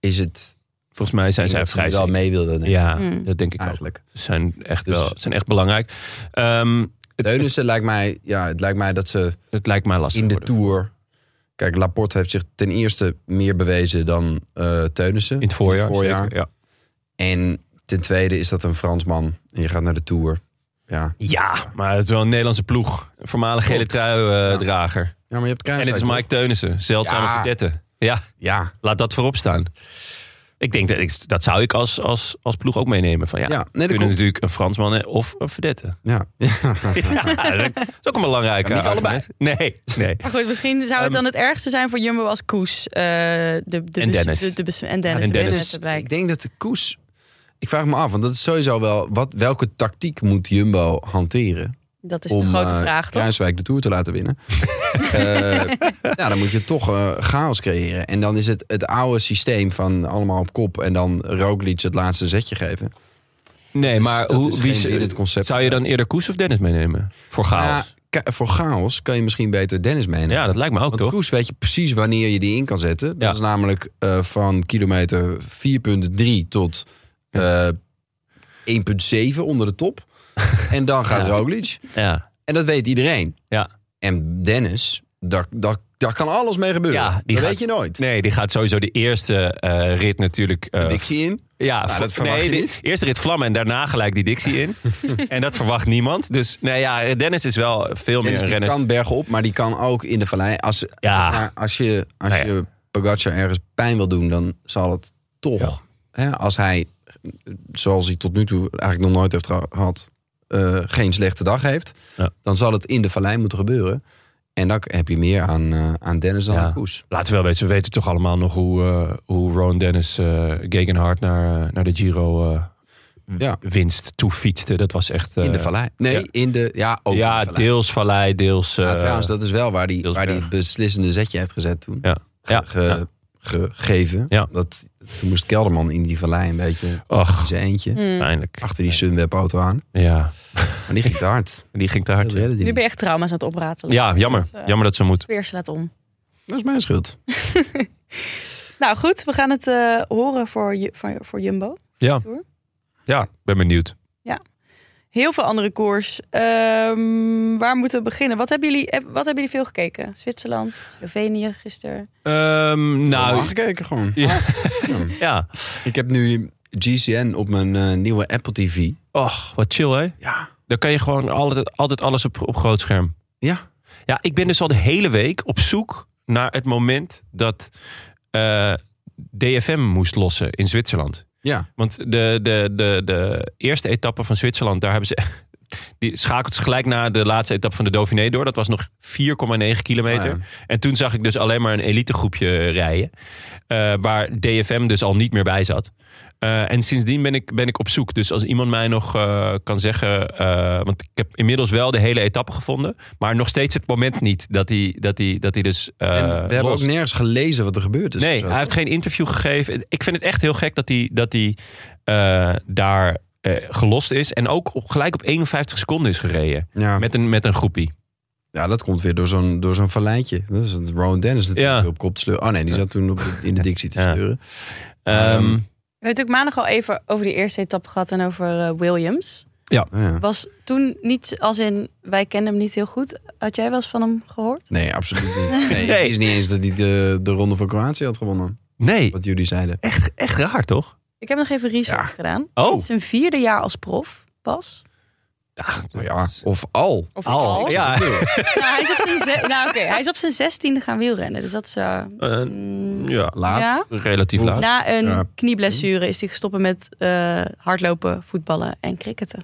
Speaker 2: is het
Speaker 1: volgens mij zijn zij
Speaker 2: dat ze er
Speaker 1: vrij
Speaker 2: wel
Speaker 1: zeker.
Speaker 2: mee wilden. denk ik,
Speaker 1: Ja,
Speaker 3: Mm.
Speaker 1: dat denk ik ook.
Speaker 2: Eigenlijk.
Speaker 1: Ze zijn echt,
Speaker 2: Dus-
Speaker 1: wel, ze zijn echt belangrijk. Ehm, het, het,
Speaker 2: Teunissen lijkt mij, ja, het lijkt mij dat ze
Speaker 1: het lijkt mij lastig
Speaker 2: in de
Speaker 1: worden.
Speaker 2: Tour... Kijk, Laporte heeft zich ten eerste meer bewezen dan eh Teunissen.
Speaker 1: in het voorjaar.
Speaker 2: voorjaar.
Speaker 1: zeker, ja.
Speaker 2: En ten tweede is dat een Fransman. En je gaat naar de Tour. Ja,
Speaker 1: Ja, maar het is wel een Nederlandse ploeg. Een voormalig gele
Speaker 2: Klopt. Ja.
Speaker 1: trui-drager.
Speaker 2: ja maar je hebt
Speaker 1: En het
Speaker 2: Kruiswijk.
Speaker 1: is Mike
Speaker 2: toch?
Speaker 1: Teunissen. Zeldzame
Speaker 2: Ja.
Speaker 1: verdette. Ja,
Speaker 2: Ja,
Speaker 1: laat dat voorop staan. Ik denk dat ik, dat zou ik als, als, als ploeg ook meenemen. Van, ja,
Speaker 2: ja. nee, dat
Speaker 1: kunnen
Speaker 2: klopt.
Speaker 1: natuurlijk een Fransman hè, of een verdette.
Speaker 2: Ja. Ja.
Speaker 1: Ja, dat is ook een belangrijke.
Speaker 2: Kan niet
Speaker 1: argument. Nee, nee.
Speaker 3: Maar goed, misschien zou het dan het ergste zijn voor Jumbo als Koes. eh, de, de
Speaker 1: En
Speaker 3: bes-
Speaker 1: Dennis.
Speaker 3: De, de bes- en Dennis.
Speaker 1: En
Speaker 3: de
Speaker 1: Dennis.
Speaker 3: besmette blijkt.
Speaker 2: Ik denk dat de koers... Ik vraag me af, want dat is sowieso wel... Wat, welke tactiek moet Jumbo hanteren...
Speaker 3: Dat is
Speaker 2: om
Speaker 3: de grote
Speaker 2: eh,
Speaker 3: vraag, toch?
Speaker 2: Kruiswijk de Tour te laten winnen? Eh, ja, dan moet je toch eh, chaos creëren. En dan is het het oude systeem van allemaal op kop... en dan Roglic het laatste zetje geven.
Speaker 1: Nee,
Speaker 2: Dus
Speaker 1: maar
Speaker 2: dat
Speaker 1: hoe,
Speaker 2: is
Speaker 1: wie
Speaker 2: geen
Speaker 1: z-
Speaker 2: binnen het concept.
Speaker 1: zou je dan eerder Koes of Dennis meenemen? Voor chaos.
Speaker 2: Ja, ka- voor chaos kan je misschien beter Dennis meenemen.
Speaker 1: Ja, dat lijkt me ook,
Speaker 2: Want
Speaker 1: toch?
Speaker 2: Koes weet je precies wanneer je die in kan zetten. Dat
Speaker 1: Ja.
Speaker 2: is namelijk eh, van kilometer 4.3 tot eh, 1.7 onder de top. en dan gaat
Speaker 1: Ja.
Speaker 2: Roglic.
Speaker 1: Ja.
Speaker 2: En dat weet iedereen.
Speaker 1: Ja.
Speaker 2: En Dennis, daar, daar, daar kan alles mee gebeuren.
Speaker 1: Ja, die
Speaker 2: dat
Speaker 1: gaat-
Speaker 2: weet je nooit.
Speaker 1: Nee, die gaat sowieso de eerste eh, rit natuurlijk eh,
Speaker 2: Dixie in.
Speaker 1: Ja,
Speaker 2: Nou,
Speaker 1: v-
Speaker 2: dat verwacht
Speaker 1: nee,
Speaker 2: je
Speaker 1: de-
Speaker 2: niet.
Speaker 1: Eerst rit vlammen en daarna gelijk die Dixie in. en dat verwacht niemand. Dus nou ja, Dennis is wel veel meer
Speaker 2: Dennis
Speaker 1: een
Speaker 2: dus die
Speaker 1: renner.
Speaker 2: kan bergen op, maar die kan ook in de vallei. Als,
Speaker 1: Ja.
Speaker 2: maar als je, als
Speaker 1: Nou ja.
Speaker 2: je Pogacar ergens pijn wil doen, dan zal het toch. Hè, als hij, zoals hij tot nu toe eigenlijk nog nooit heeft geha- gehad, eh, geen slechte dag heeft.
Speaker 1: Ja.
Speaker 2: Dan zal het in de vallei moeten gebeuren. En dan heb je meer aan, eh, aan Dennis dan
Speaker 1: Ja.
Speaker 2: aan Koes.
Speaker 1: Laten we wel weten, we weten toch allemaal nog hoe, eh, hoe Ron Dennis eh Gegenhard naar, eh, naar de Giro eh,
Speaker 2: Ja.
Speaker 1: winst toe fietste. Dat was echt... eh,
Speaker 2: In de vallei. Nee,
Speaker 1: ja.
Speaker 2: in de. Ja, ook in
Speaker 1: Ja,
Speaker 2: de vallei.
Speaker 1: deels vallei, deels... eh,
Speaker 2: Ja, trouwens, dat is wel waar die,
Speaker 1: Deels
Speaker 2: waar die
Speaker 1: berg.
Speaker 2: het beslissende zetje heeft gezet toen.
Speaker 1: ja. Ja,
Speaker 2: Ge-
Speaker 1: ja.
Speaker 2: ge- gegeven.
Speaker 1: Ja.
Speaker 2: Dat, toen moest Kelderman in die vallei een beetje in
Speaker 1: Och,
Speaker 2: zijn eentje.
Speaker 3: Hmm.
Speaker 1: pijnlijk.
Speaker 2: Achter die Sunweb-auto aan.
Speaker 1: Ja,
Speaker 2: Maar die ging te hard.
Speaker 1: die ging te
Speaker 2: Dat
Speaker 1: hard. ja.
Speaker 2: redde die
Speaker 3: Nu
Speaker 2: niet.
Speaker 3: ben je echt trauma's aan het opratelen.
Speaker 1: Ja, jammer.
Speaker 3: Dat, eh,
Speaker 1: Jammer dat ze moet.
Speaker 3: Weer slaat om.
Speaker 2: Dat is mijn schuld.
Speaker 3: Nou goed, we gaan het eh, horen voor, Ju- voor, voor Jumbo.
Speaker 1: Ja.
Speaker 3: Tour.
Speaker 1: Ja, ik ben benieuwd.
Speaker 3: Heel veel andere koers. Ehm, waar moeten we beginnen? Wat hebben jullie, eh, wat hebben jullie veel gekeken? Zwitserland, Slovenië gisteren.
Speaker 1: Ehm,
Speaker 2: Nou,
Speaker 1: nou,
Speaker 2: gekeken gewoon.
Speaker 1: ja.
Speaker 2: Ja.
Speaker 1: ja.
Speaker 2: Ik heb nu GCN op mijn eh, nieuwe Apple TV.
Speaker 1: Och, wat chill hè?
Speaker 2: Ja.
Speaker 1: Dan kan je gewoon altijd, altijd alles op, op groot scherm.
Speaker 2: Ja.
Speaker 1: Ja, ik ben dus al de hele week op zoek naar het moment dat eh, DFM moest lossen in Zwitserland.
Speaker 2: Ja.
Speaker 1: Want de, de, de, de eerste etappe van Zwitserland, daar hebben ze. Die schakelt ze gelijk na de laatste etappe van de Dauphiné door. Dat was nog 4,9 kilometer.
Speaker 2: Ah, ja.
Speaker 1: En toen zag ik dus alleen maar een elitegroepje rijden. eh, waar DFM dus al niet meer bij zat. Eh, en sindsdien ben ik, ben ik op zoek. Dus als iemand mij nog eh, kan zeggen. eh, want ik heb inmiddels wel de hele etappe gevonden. Maar nog steeds het moment niet dat hij, dat hij, dat hij dus. eh,
Speaker 2: en we hebben
Speaker 1: lost.
Speaker 2: ook nergens gelezen wat er gebeurd is. of
Speaker 1: Nee,
Speaker 2: Dus zo.
Speaker 1: hij heeft geen interview gegeven. Ik vind het echt heel gek dat hij, dat hij eh, daar eh, gelost is. En ook op, gelijk op 51 seconden is gereden.
Speaker 2: ja.
Speaker 1: Met een, met een groepie.
Speaker 2: ja, dat komt weer door zo'n, door zo'n valleitje. Dat is het Rowan Dennis natuurlijk
Speaker 1: Ja.
Speaker 2: op kop te sleuren. Oh nee, die zat toen op, de- in de Dixie te
Speaker 1: Ja.
Speaker 2: sleuren.
Speaker 1: Ehm,
Speaker 3: We hebben natuurlijk maandag al even over die eerste etappe gehad en over eh, Williams.
Speaker 2: Oh ja.
Speaker 3: Was toen niet, als in, wij kennen hem niet heel goed. Had jij wel eens van hem gehoord?
Speaker 2: Nee, absoluut niet. Nee,
Speaker 1: Nee.
Speaker 2: Het is niet eens dat hij de, de ronde van Kroatië had gewonnen.
Speaker 1: Nee,
Speaker 2: Wat jullie zeiden.
Speaker 1: echt, echt raar toch?
Speaker 3: Ik heb nog even research
Speaker 2: Ja.
Speaker 3: gedaan.
Speaker 1: Oh.
Speaker 3: Het is een vierde jaar als prof, pas.
Speaker 2: Nou ja, of al.
Speaker 3: Of
Speaker 1: Al,
Speaker 3: al.
Speaker 1: ja.
Speaker 3: Nou, hij, is op zijn ze- nou, oké, hij is op zijn zestiende gaan wielrennen. Dus dat is... eh,
Speaker 1: Eh,
Speaker 3: mm,
Speaker 1: ja,
Speaker 2: Laat.
Speaker 3: ja.
Speaker 1: relatief laat.
Speaker 3: Na een
Speaker 2: Ja. Mm.
Speaker 3: knieblessure is hij gestopt met eh, hardlopen, voetballen en cricketen.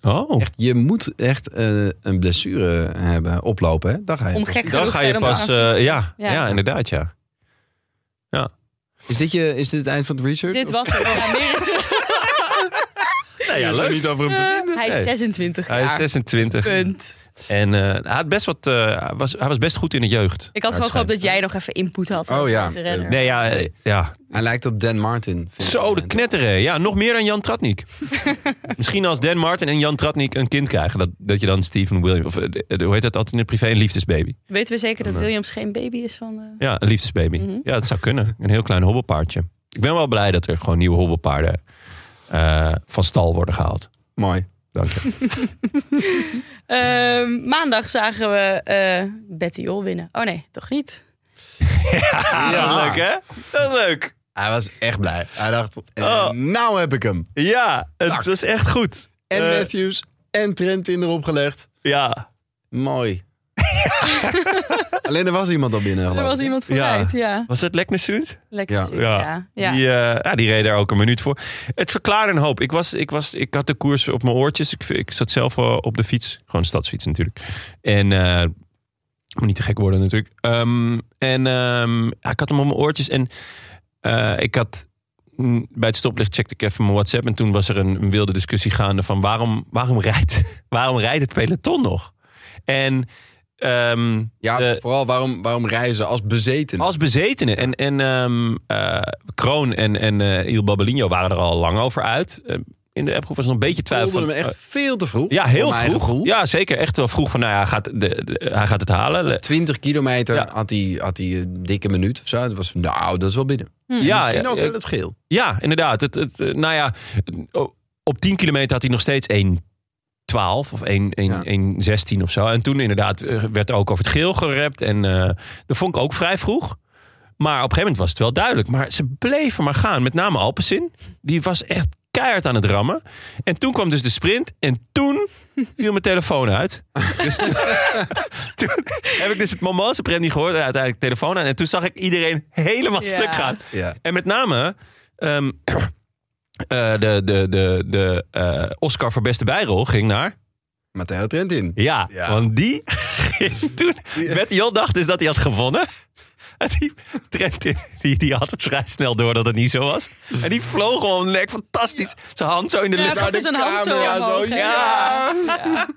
Speaker 3: Nou,
Speaker 1: Oh,
Speaker 2: Echt, je moet echt eh, een blessure hebben, oplopen. Hè? Dan ga je.
Speaker 3: Om gek
Speaker 1: dan
Speaker 3: genoeg
Speaker 1: ga
Speaker 3: zijn
Speaker 1: je
Speaker 3: om
Speaker 1: pas...
Speaker 3: te aanvoelen.
Speaker 1: eh, ja, ja.
Speaker 3: Ja.
Speaker 1: inderdaad ja.
Speaker 2: Is dit, je, is dit het eind van het research?
Speaker 3: Dit was het.
Speaker 1: Oh.
Speaker 3: Ja, meer is er-
Speaker 1: ja,
Speaker 2: Is er niet over hem te vinden.
Speaker 3: Hij
Speaker 1: Nee.
Speaker 3: is 26 jaar.
Speaker 1: Hij is 26.
Speaker 3: Punt.
Speaker 1: En eh, hij, had best wat, eh, hij was, hij was best goed in de jeugd.
Speaker 3: Ik had
Speaker 1: Ja,
Speaker 3: gewoon
Speaker 1: het
Speaker 3: gehoopt dat jij nog even input had.
Speaker 2: Oh
Speaker 3: over
Speaker 2: ja.
Speaker 3: deze renner.
Speaker 1: Nee, ja, eh, ja.
Speaker 2: Hij lijkt op Dan Martin. vind ik.
Speaker 1: Zo, de
Speaker 2: Ja.
Speaker 1: knetteren. Ja, nog meer dan Jan Tratnik. Misschien als Dan Martin en Jan Tratnik een kind krijgen. Dat, dat je dan Steven Williams... Of, eh, de- hoe heet dat altijd in het privé? Een liefdesbaby.
Speaker 3: Weten we zeker dat Williams geen baby is van... eh,
Speaker 1: Ja, een liefdesbaby.
Speaker 2: Mhm.
Speaker 1: Ja, dat zou kunnen. Een heel klein hobbelpaardje. Ik ben wel blij dat er gewoon nieuwe hobbelpaarden eh, van stal worden gehaald.
Speaker 2: Mooi.
Speaker 1: Dank je.
Speaker 3: Ehm, maandag zagen we eh, Betty Ol winnen. Oh nee, toch niet?
Speaker 1: Ah, dat is leuk, hè? Dat is leuk.
Speaker 2: Hij was echt blij. Hij dacht, eh,
Speaker 1: Oh.
Speaker 2: nou heb ik hem.
Speaker 1: Ja,
Speaker 2: Nou.
Speaker 1: het was echt goed.
Speaker 2: En
Speaker 1: Eh.
Speaker 2: Matthews en Trentin erop gelegd.
Speaker 1: Ja.
Speaker 2: Mooi. Alleen er was iemand al binnen,
Speaker 3: Er
Speaker 2: geloof
Speaker 3: was
Speaker 2: ik.
Speaker 3: iemand
Speaker 1: Ja.
Speaker 3: vooruit, ja.
Speaker 1: Was het Leknesund?
Speaker 3: Lekker
Speaker 2: Ja.
Speaker 3: ja. ja. ja.
Speaker 1: Die, eh, ja, die reed daar ook een minuut voor. Het verklaarde een hoop. Ik, was, ik, was, ik had de koers op mijn oortjes. Ik, ik zat zelf eh, op de fiets. Gewoon stadsfiets natuurlijk. En eh, moet niet te gek worden natuurlijk. Ehm, en ehm, ja, ik had hem op mijn oortjes. En eh, ik had mm, bij het stoplicht checkte ik even mijn WhatsApp. En toen was er een, een wilde discussie gaande van waarom, waarom, rijdt, waarom rijdt het peloton nog? En... ehm,
Speaker 2: Ja,
Speaker 1: de-
Speaker 2: vooral waarom, waarom reizen als bezeten?
Speaker 1: als bezetenen. En, en ehm, eh, Kroon en, en eh, Il Babelino waren er al lang over uit. Eh, in de appgroep was nog een beetje
Speaker 2: Ik
Speaker 1: twijfel.
Speaker 2: voelde
Speaker 1: van,
Speaker 2: hem echt
Speaker 1: eh,
Speaker 2: veel te vroeg.
Speaker 1: ja, heel
Speaker 2: voor mijn
Speaker 1: vroeg.
Speaker 2: gevoel.
Speaker 1: Ja, zeker. Echt wel vroeg van, nou ja, hij gaat, de, de- hij gaat het halen. Le-
Speaker 2: 20 kilometer
Speaker 1: Ja.
Speaker 2: had hij, had hij een dikke minuut of zo. Het was, nou, dat is wel binnen.
Speaker 1: Ja,
Speaker 2: Misschien
Speaker 1: ja,
Speaker 2: ook
Speaker 1: ja.
Speaker 2: wel het geel.
Speaker 1: Ja, inderdaad. Het, het, eh, nou ja, het- op 10 kilometer had hij nog steeds 1,12 of 1, 1,
Speaker 2: Ja.
Speaker 1: 1,16 of zo. En toen inderdaad eh, werd ook over het geel gerept. En eh, dat vond ik ook vrij vroeg. Maar op een gegeven moment was het wel duidelijk. Maar ze bleven maar gaan. Met name Alpecin. Die was echt keihard aan het rammen. En toen kwam dus de sprint. En toen viel mijn telefoon uit. Dus toen, toen heb ik dus het Momoze prem niet gehoord. En uiteindelijk de telefoon aan. En toen zag ik iedereen helemaal
Speaker 3: Ja.
Speaker 1: stuk gaan.
Speaker 2: Ja.
Speaker 1: En met name ehm, eh, de, de, de, de eh, Oscar voor beste bijrol ging naar.
Speaker 2: Matteo Trentin.
Speaker 1: Ja,
Speaker 2: Ja.
Speaker 1: want die ging toen. Betty Jol dacht dus dat hij had gewonnen. En die, Trentin, die, die had het vrij snel door dat het niet zo was. En die vloog gewoon lek fantastisch. Zijn hand zo in de
Speaker 3: Ja,
Speaker 1: lucht.
Speaker 3: dat is een hand zo
Speaker 2: camera
Speaker 3: omhoog.
Speaker 2: zo,
Speaker 3: hè?
Speaker 1: ja.
Speaker 3: Ja.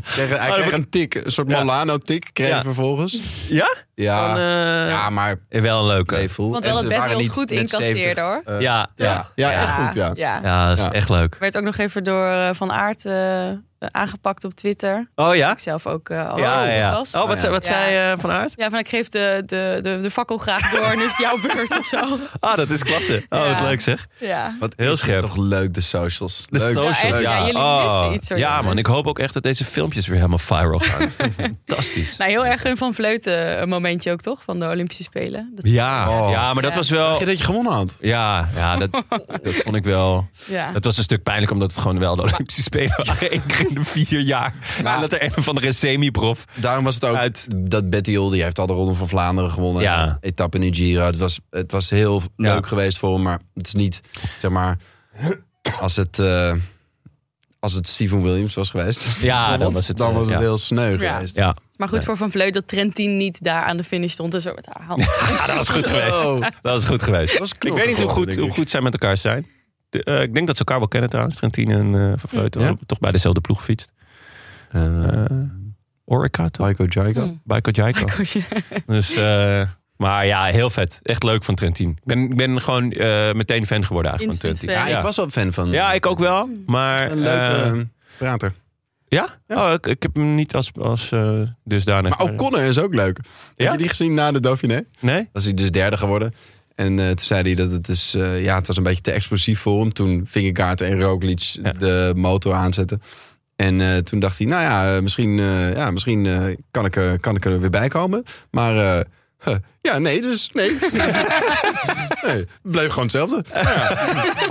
Speaker 2: Kreeg- hij
Speaker 1: Oh, dat
Speaker 2: kreeg
Speaker 1: wordt-
Speaker 2: een tik, een soort
Speaker 1: Ja.
Speaker 2: Molano-tik kreeg
Speaker 1: Ja.
Speaker 2: hij vervolgens.
Speaker 1: Ja?
Speaker 2: Ja,
Speaker 1: Van, eh,
Speaker 2: ja maar
Speaker 1: Wel een leuke.
Speaker 2: bleef vol.
Speaker 3: Vond
Speaker 2: En
Speaker 3: wel
Speaker 2: ze
Speaker 3: het best
Speaker 2: waren
Speaker 3: wel
Speaker 2: niet
Speaker 3: goed
Speaker 2: met
Speaker 3: incasseerd
Speaker 2: 70.
Speaker 3: hoor.
Speaker 2: Eh,
Speaker 1: Ja, ja.
Speaker 2: ja. Ja, echt goed, ja.
Speaker 1: Ja, dat is
Speaker 2: Ja.
Speaker 1: echt leuk.
Speaker 3: Werd ook nog even door eh, Van Aard eh, aangepakt op Twitter.
Speaker 1: Oh ja?
Speaker 3: Ik zelf ook eh, al
Speaker 1: Ja,
Speaker 3: over
Speaker 1: ja.
Speaker 3: was.
Speaker 1: Oh, wat,
Speaker 2: Ja.
Speaker 1: zei- wat
Speaker 3: Ja.
Speaker 1: zei eh Van Aert?
Speaker 3: Ja, van ik geef de, de, de, de fakkel graag door en is het jouw beurt of zo.
Speaker 1: Ah, dat is klasse. Oh,
Speaker 3: Ja.
Speaker 1: wat leuk zeg.
Speaker 3: Ja.
Speaker 2: Wat
Speaker 1: Heel
Speaker 2: is het
Speaker 1: scherp.
Speaker 2: toch leuk, de socials.
Speaker 1: De
Speaker 2: leuk.
Speaker 1: socials,
Speaker 3: Ja, echt, ja, jullie missen iets, hoor,
Speaker 1: Ah. Ja,
Speaker 3: jongens.
Speaker 1: man, ik hoop ook echt dat deze filmpjes weer helemaal viral gaan. Fantastisch.
Speaker 3: Nou, heel erg een Van Vleuten eh, momentje ook toch, van de Olympische Spelen. Dat-
Speaker 1: Ja,
Speaker 2: Oh.
Speaker 1: ja, maar dat
Speaker 3: Ja.
Speaker 1: was
Speaker 2: Dacht
Speaker 1: wel...
Speaker 2: je dat je gewonnen had?
Speaker 1: Ja, ja dat, dat vond ik wel...
Speaker 3: ja.
Speaker 1: Het was een stuk pijnlijk omdat het gewoon wel de Olympische Spelen waren. Eén keer in de vier jaar. En dat er een of andere semi-prof...
Speaker 2: Daarom was het ook
Speaker 1: Uit.
Speaker 2: dat Betty Hill, die heeft al de Ronde van Vlaanderen gewonnen.
Speaker 1: Ja.
Speaker 2: Etappe in de Giro. Het was, het was heel leuk geweest voor hem, maar het is niet, zeg maar, als het, eh, als het Steven Williams was geweest.
Speaker 1: Ja, dan was het...
Speaker 2: Dan
Speaker 1: eh,
Speaker 2: was het
Speaker 1: ja.
Speaker 2: heel sneu
Speaker 3: Ja.
Speaker 2: geweest.
Speaker 1: Ja.
Speaker 3: Maar goed voor Van Vleut dat Trentin niet daar aan de finish stond en zo met haar hand.
Speaker 1: Ja, Ah, dat was goed geweest.
Speaker 2: Oh.
Speaker 1: Dat was goed geweest.
Speaker 2: was
Speaker 1: ik weet niet hoe
Speaker 2: knokkengoed,
Speaker 1: goed,
Speaker 2: denk
Speaker 1: hoe
Speaker 2: ik.
Speaker 1: goed zij met elkaar zijn. De, eh, ik denk dat ze elkaar wel kennen trouwens. Trentine en eh Van Vleuten.
Speaker 2: Ja.
Speaker 1: Ook Toch bij dezelfde ploeg gefietst.
Speaker 2: Eh,
Speaker 1: Eh Orica, toch?
Speaker 2: Michael Jaiko.
Speaker 3: Mm.
Speaker 1: Baiko Jaiko.
Speaker 3: Koosje.
Speaker 1: Dus, eh, maar ja, heel vet. Echt leuk van Trentin. Ik ben, ik ben gewoon eh, meteen fan geworden eigenlijk van
Speaker 3: Instant
Speaker 1: Trentin.
Speaker 3: fan. Mm.
Speaker 2: Ja, ik was al fan van.
Speaker 1: ja, ik ook wel. Maar
Speaker 2: Een leuke
Speaker 1: eh,
Speaker 2: eh, prater.
Speaker 1: ja,
Speaker 2: ja.
Speaker 1: Oh, ik, ik heb hem niet als, als eh, dusdanig.
Speaker 2: Maar O'Connor is ook leuk.
Speaker 1: Ja?
Speaker 2: Heb je die gezien na de Dauphiné?
Speaker 1: Nee?
Speaker 2: Was hij dus derde geworden. En eh, toen zei hij dat het, is, eh, ja, het was een beetje te explosief voor hem. Toen Vingegaard en Roglic de motor aanzetten. En eh, toen dacht hij, nou ja, eh, misschien, eh, ja, misschien eh, kan, ik er, kan ik er weer bij komen. Maar eh, huh, ja, nee, dus nee. nee het bleef gewoon hetzelfde. Maar ja.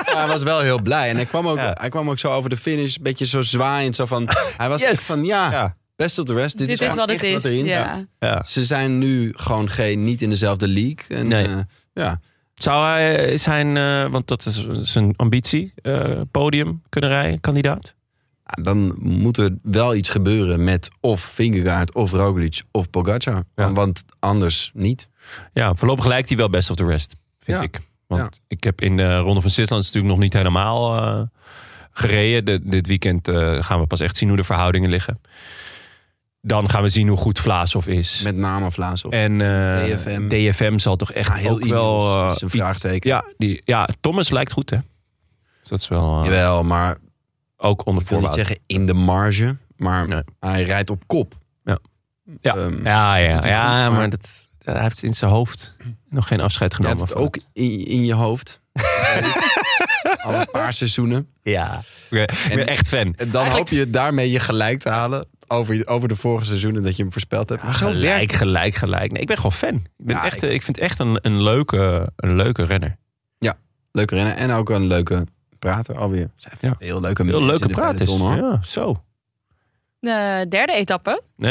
Speaker 2: Maar hij was wel heel blij. En hij kwam ook,
Speaker 1: Ja.
Speaker 2: hij kwam ook zo over de finish, een beetje zo zwaaiend. Zo van, hij was
Speaker 1: Yes.
Speaker 2: echt van, ja,
Speaker 1: Ja.
Speaker 2: best of the rest. Dit,
Speaker 3: Dit
Speaker 2: is,
Speaker 3: is
Speaker 2: gewoon
Speaker 3: wat het
Speaker 2: echt
Speaker 3: is.
Speaker 2: Wat erin
Speaker 3: ja.
Speaker 2: zat.
Speaker 1: Ja.
Speaker 2: Ze zijn nu gewoon geen, niet in dezelfde league. En,
Speaker 1: Nee.
Speaker 2: eh, ja.
Speaker 1: Zou hij eh, zijn, eh, want dat is zijn ambitie, eh, podium kunnen rijden, kandidaat?
Speaker 2: Ja, Dan moet er wel iets gebeuren met of Vingegaard, of Roglic, of Pogacar.
Speaker 1: Ja.
Speaker 2: Want anders niet.
Speaker 1: Ja, voorlopig lijkt hij wel best of the rest, vind
Speaker 2: Ja.
Speaker 1: ik. Want ik heb in de Ronde van Zwitserland is het natuurlijk nog niet helemaal eh, gereden. De- dit weekend eh, gaan we pas echt zien hoe de verhoudingen liggen. Dan gaan we zien hoe goed Vlaashoff is.
Speaker 2: Met name Vlaasov.
Speaker 1: en eh,
Speaker 2: DFM.
Speaker 1: DFM zal toch echt
Speaker 2: Ja, heel
Speaker 1: ook wel...
Speaker 2: Ineos
Speaker 1: eh,
Speaker 2: is een
Speaker 1: iets-
Speaker 2: vraagteken.
Speaker 1: Ja, die, ja, Thomas lijkt goed, hè? Dus dat is wel eh,
Speaker 2: Jawel, maar
Speaker 1: ook onder
Speaker 2: ik wil niet
Speaker 1: voorwaarde.
Speaker 2: zeggen in de marge. Maar
Speaker 1: Nee.
Speaker 2: hij rijdt op kop.
Speaker 1: Ja. Ja.
Speaker 2: Ehm,
Speaker 1: Ja, ja,
Speaker 2: doet hij
Speaker 1: ja
Speaker 2: goed,
Speaker 1: maar,
Speaker 2: maar-
Speaker 1: dat, hij heeft in zijn hoofd nog geen afscheid
Speaker 2: je
Speaker 1: genomen.
Speaker 2: hebt het
Speaker 1: van-
Speaker 2: ook in, in je hoofd. Al een paar seizoenen.
Speaker 1: Ja. Ik ben, ik ben
Speaker 2: En-
Speaker 1: echt fan.
Speaker 2: En dan hoop je daarmee je gelijk te halen over, je- over de vorige seizoenen dat je hem voorspeld hebt. Maar zo
Speaker 1: Ah, gelijk,
Speaker 2: werkt het.
Speaker 1: gelijk, gelijk. Nee, ik ben gewoon fan. Ik, ben
Speaker 2: Ja,
Speaker 1: echt,
Speaker 2: ik-
Speaker 1: eh, ik... vind het echt een, een, leuke, een leuke renner.
Speaker 2: Leuke rennen en ook een leuke prater alweer. Er zijn
Speaker 1: Ja.
Speaker 2: Heel leuke
Speaker 1: Veel
Speaker 2: mensen
Speaker 1: leuke
Speaker 2: in de
Speaker 1: praters.
Speaker 2: peloton, hoor.
Speaker 1: Ja, zo.
Speaker 3: De derde etappe.
Speaker 1: Eh,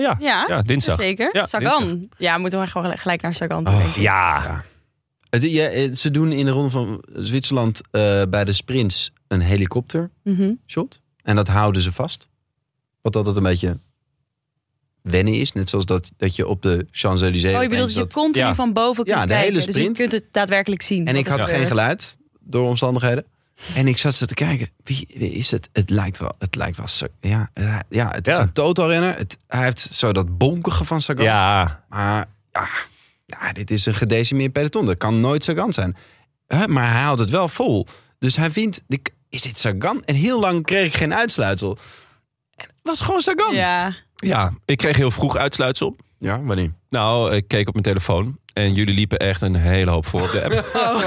Speaker 1: ja.
Speaker 3: Ja,
Speaker 1: ja, dinsdag.
Speaker 3: zeker.
Speaker 1: Ja,
Speaker 3: Sagan. Ja, moeten we gewoon gelijk naar Sagan toe
Speaker 2: Oh.
Speaker 3: denken.
Speaker 1: Ja.
Speaker 2: Het, ja, eh, ze doen in de Ronde van Zwitserland eh, bij de sprints een helikoptershot.
Speaker 3: Mhm.
Speaker 2: En dat houden ze vast. Wat altijd een beetje wennen is. Net zoals dat, dat je op de Champs-Élysées...
Speaker 3: Oh, je bedoelt
Speaker 2: opeens
Speaker 3: dat je
Speaker 2: dat-
Speaker 3: continu
Speaker 1: Ja.
Speaker 3: van boven
Speaker 2: Ja,
Speaker 3: kunt
Speaker 2: de
Speaker 3: kijken.
Speaker 2: hele
Speaker 3: Dus je
Speaker 2: sprint.
Speaker 3: kunt het daadwerkelijk zien.
Speaker 2: En
Speaker 3: wat
Speaker 2: ik
Speaker 3: er
Speaker 2: had
Speaker 3: gebeurt.
Speaker 2: geen geluid door omstandigheden. En ik zat zo te kijken, wie, wie is het? Het lijkt wel, het lijkt wel, Sa- ja, eh, ja het is
Speaker 1: Ja.
Speaker 2: een totalrenner. Het, hij heeft zo dat bonkige van Sagan.
Speaker 1: Ja.
Speaker 2: Maar ja, ja, dit is een gedecimeerd peloton. Dat kan nooit Sagan zijn. Hè, maar hij houdt het wel vol. Dus hij vindt, dik- is dit Sagan? En heel lang kreeg ik geen uitsluitsel. En het was gewoon Sagan.
Speaker 3: Ja,
Speaker 1: ja, ik kreeg heel vroeg uitsluitsel.
Speaker 2: Ja, wanneer?
Speaker 1: Nou, ik keek op mijn telefoon. En jullie liepen echt een hele hoop voor op de app.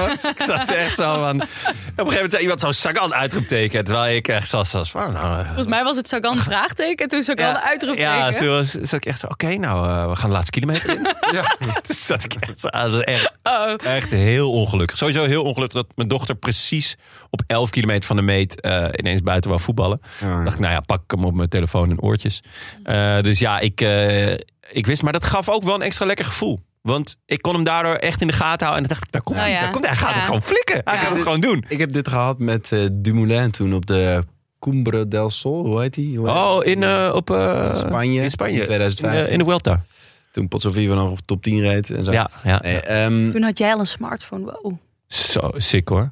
Speaker 1: Dus ik zat echt zo van... Op een gegeven moment zei iemand zo Sagan uitroepteken. Terwijl ik echt zo was van... Nou, eh,
Speaker 3: volgens mij was het Sagan vraagteken toen Sagan
Speaker 1: Ja,
Speaker 3: uitroepteken.
Speaker 1: Ja, toen was, zat ik echt zo, oké, nou, eh, we gaan de laatste kilometer in.
Speaker 2: Ja.
Speaker 1: toen zat ik echt zo, ah, dat was echt,
Speaker 3: Oh.
Speaker 1: echt heel ongelukkig. Sowieso heel ongelukkig dat mijn dochter precies op 11 kilometer van de meet eh, ineens buiten wou voetballen.
Speaker 2: Ja.
Speaker 1: dacht ik, nou ja, pak hem op mijn telefoon en oortjes. Eh, dus ja, ik, eh, ik wist, maar dat gaf ook wel een extra lekker gevoel. Want ik kon hem daardoor echt in de gaten houden. En dan dacht ik, daar komt
Speaker 3: Nou
Speaker 1: hij.
Speaker 3: ja.
Speaker 1: daar komt hij. Hij gaat
Speaker 3: Ja.
Speaker 1: het gewoon flikken. Hij
Speaker 3: Ja.
Speaker 1: gaat het gewoon doen.
Speaker 2: Ik heb dit gehad met eh, Dumoulin toen op de Cumbre del Sol. Hoe heet die? Hoe heet
Speaker 1: Oh, in, eh, op, eh,
Speaker 2: In Spanje,
Speaker 1: In Spanje.
Speaker 2: in 2015.
Speaker 1: In, eh, in de Vuelta.
Speaker 2: Toen Potsovivo nog op top 10 reed. En zo.
Speaker 1: Ja, ja.
Speaker 2: Nee, ehm,
Speaker 3: Toen had jij al een smartphone. Wow.
Speaker 1: Zo sick hoor.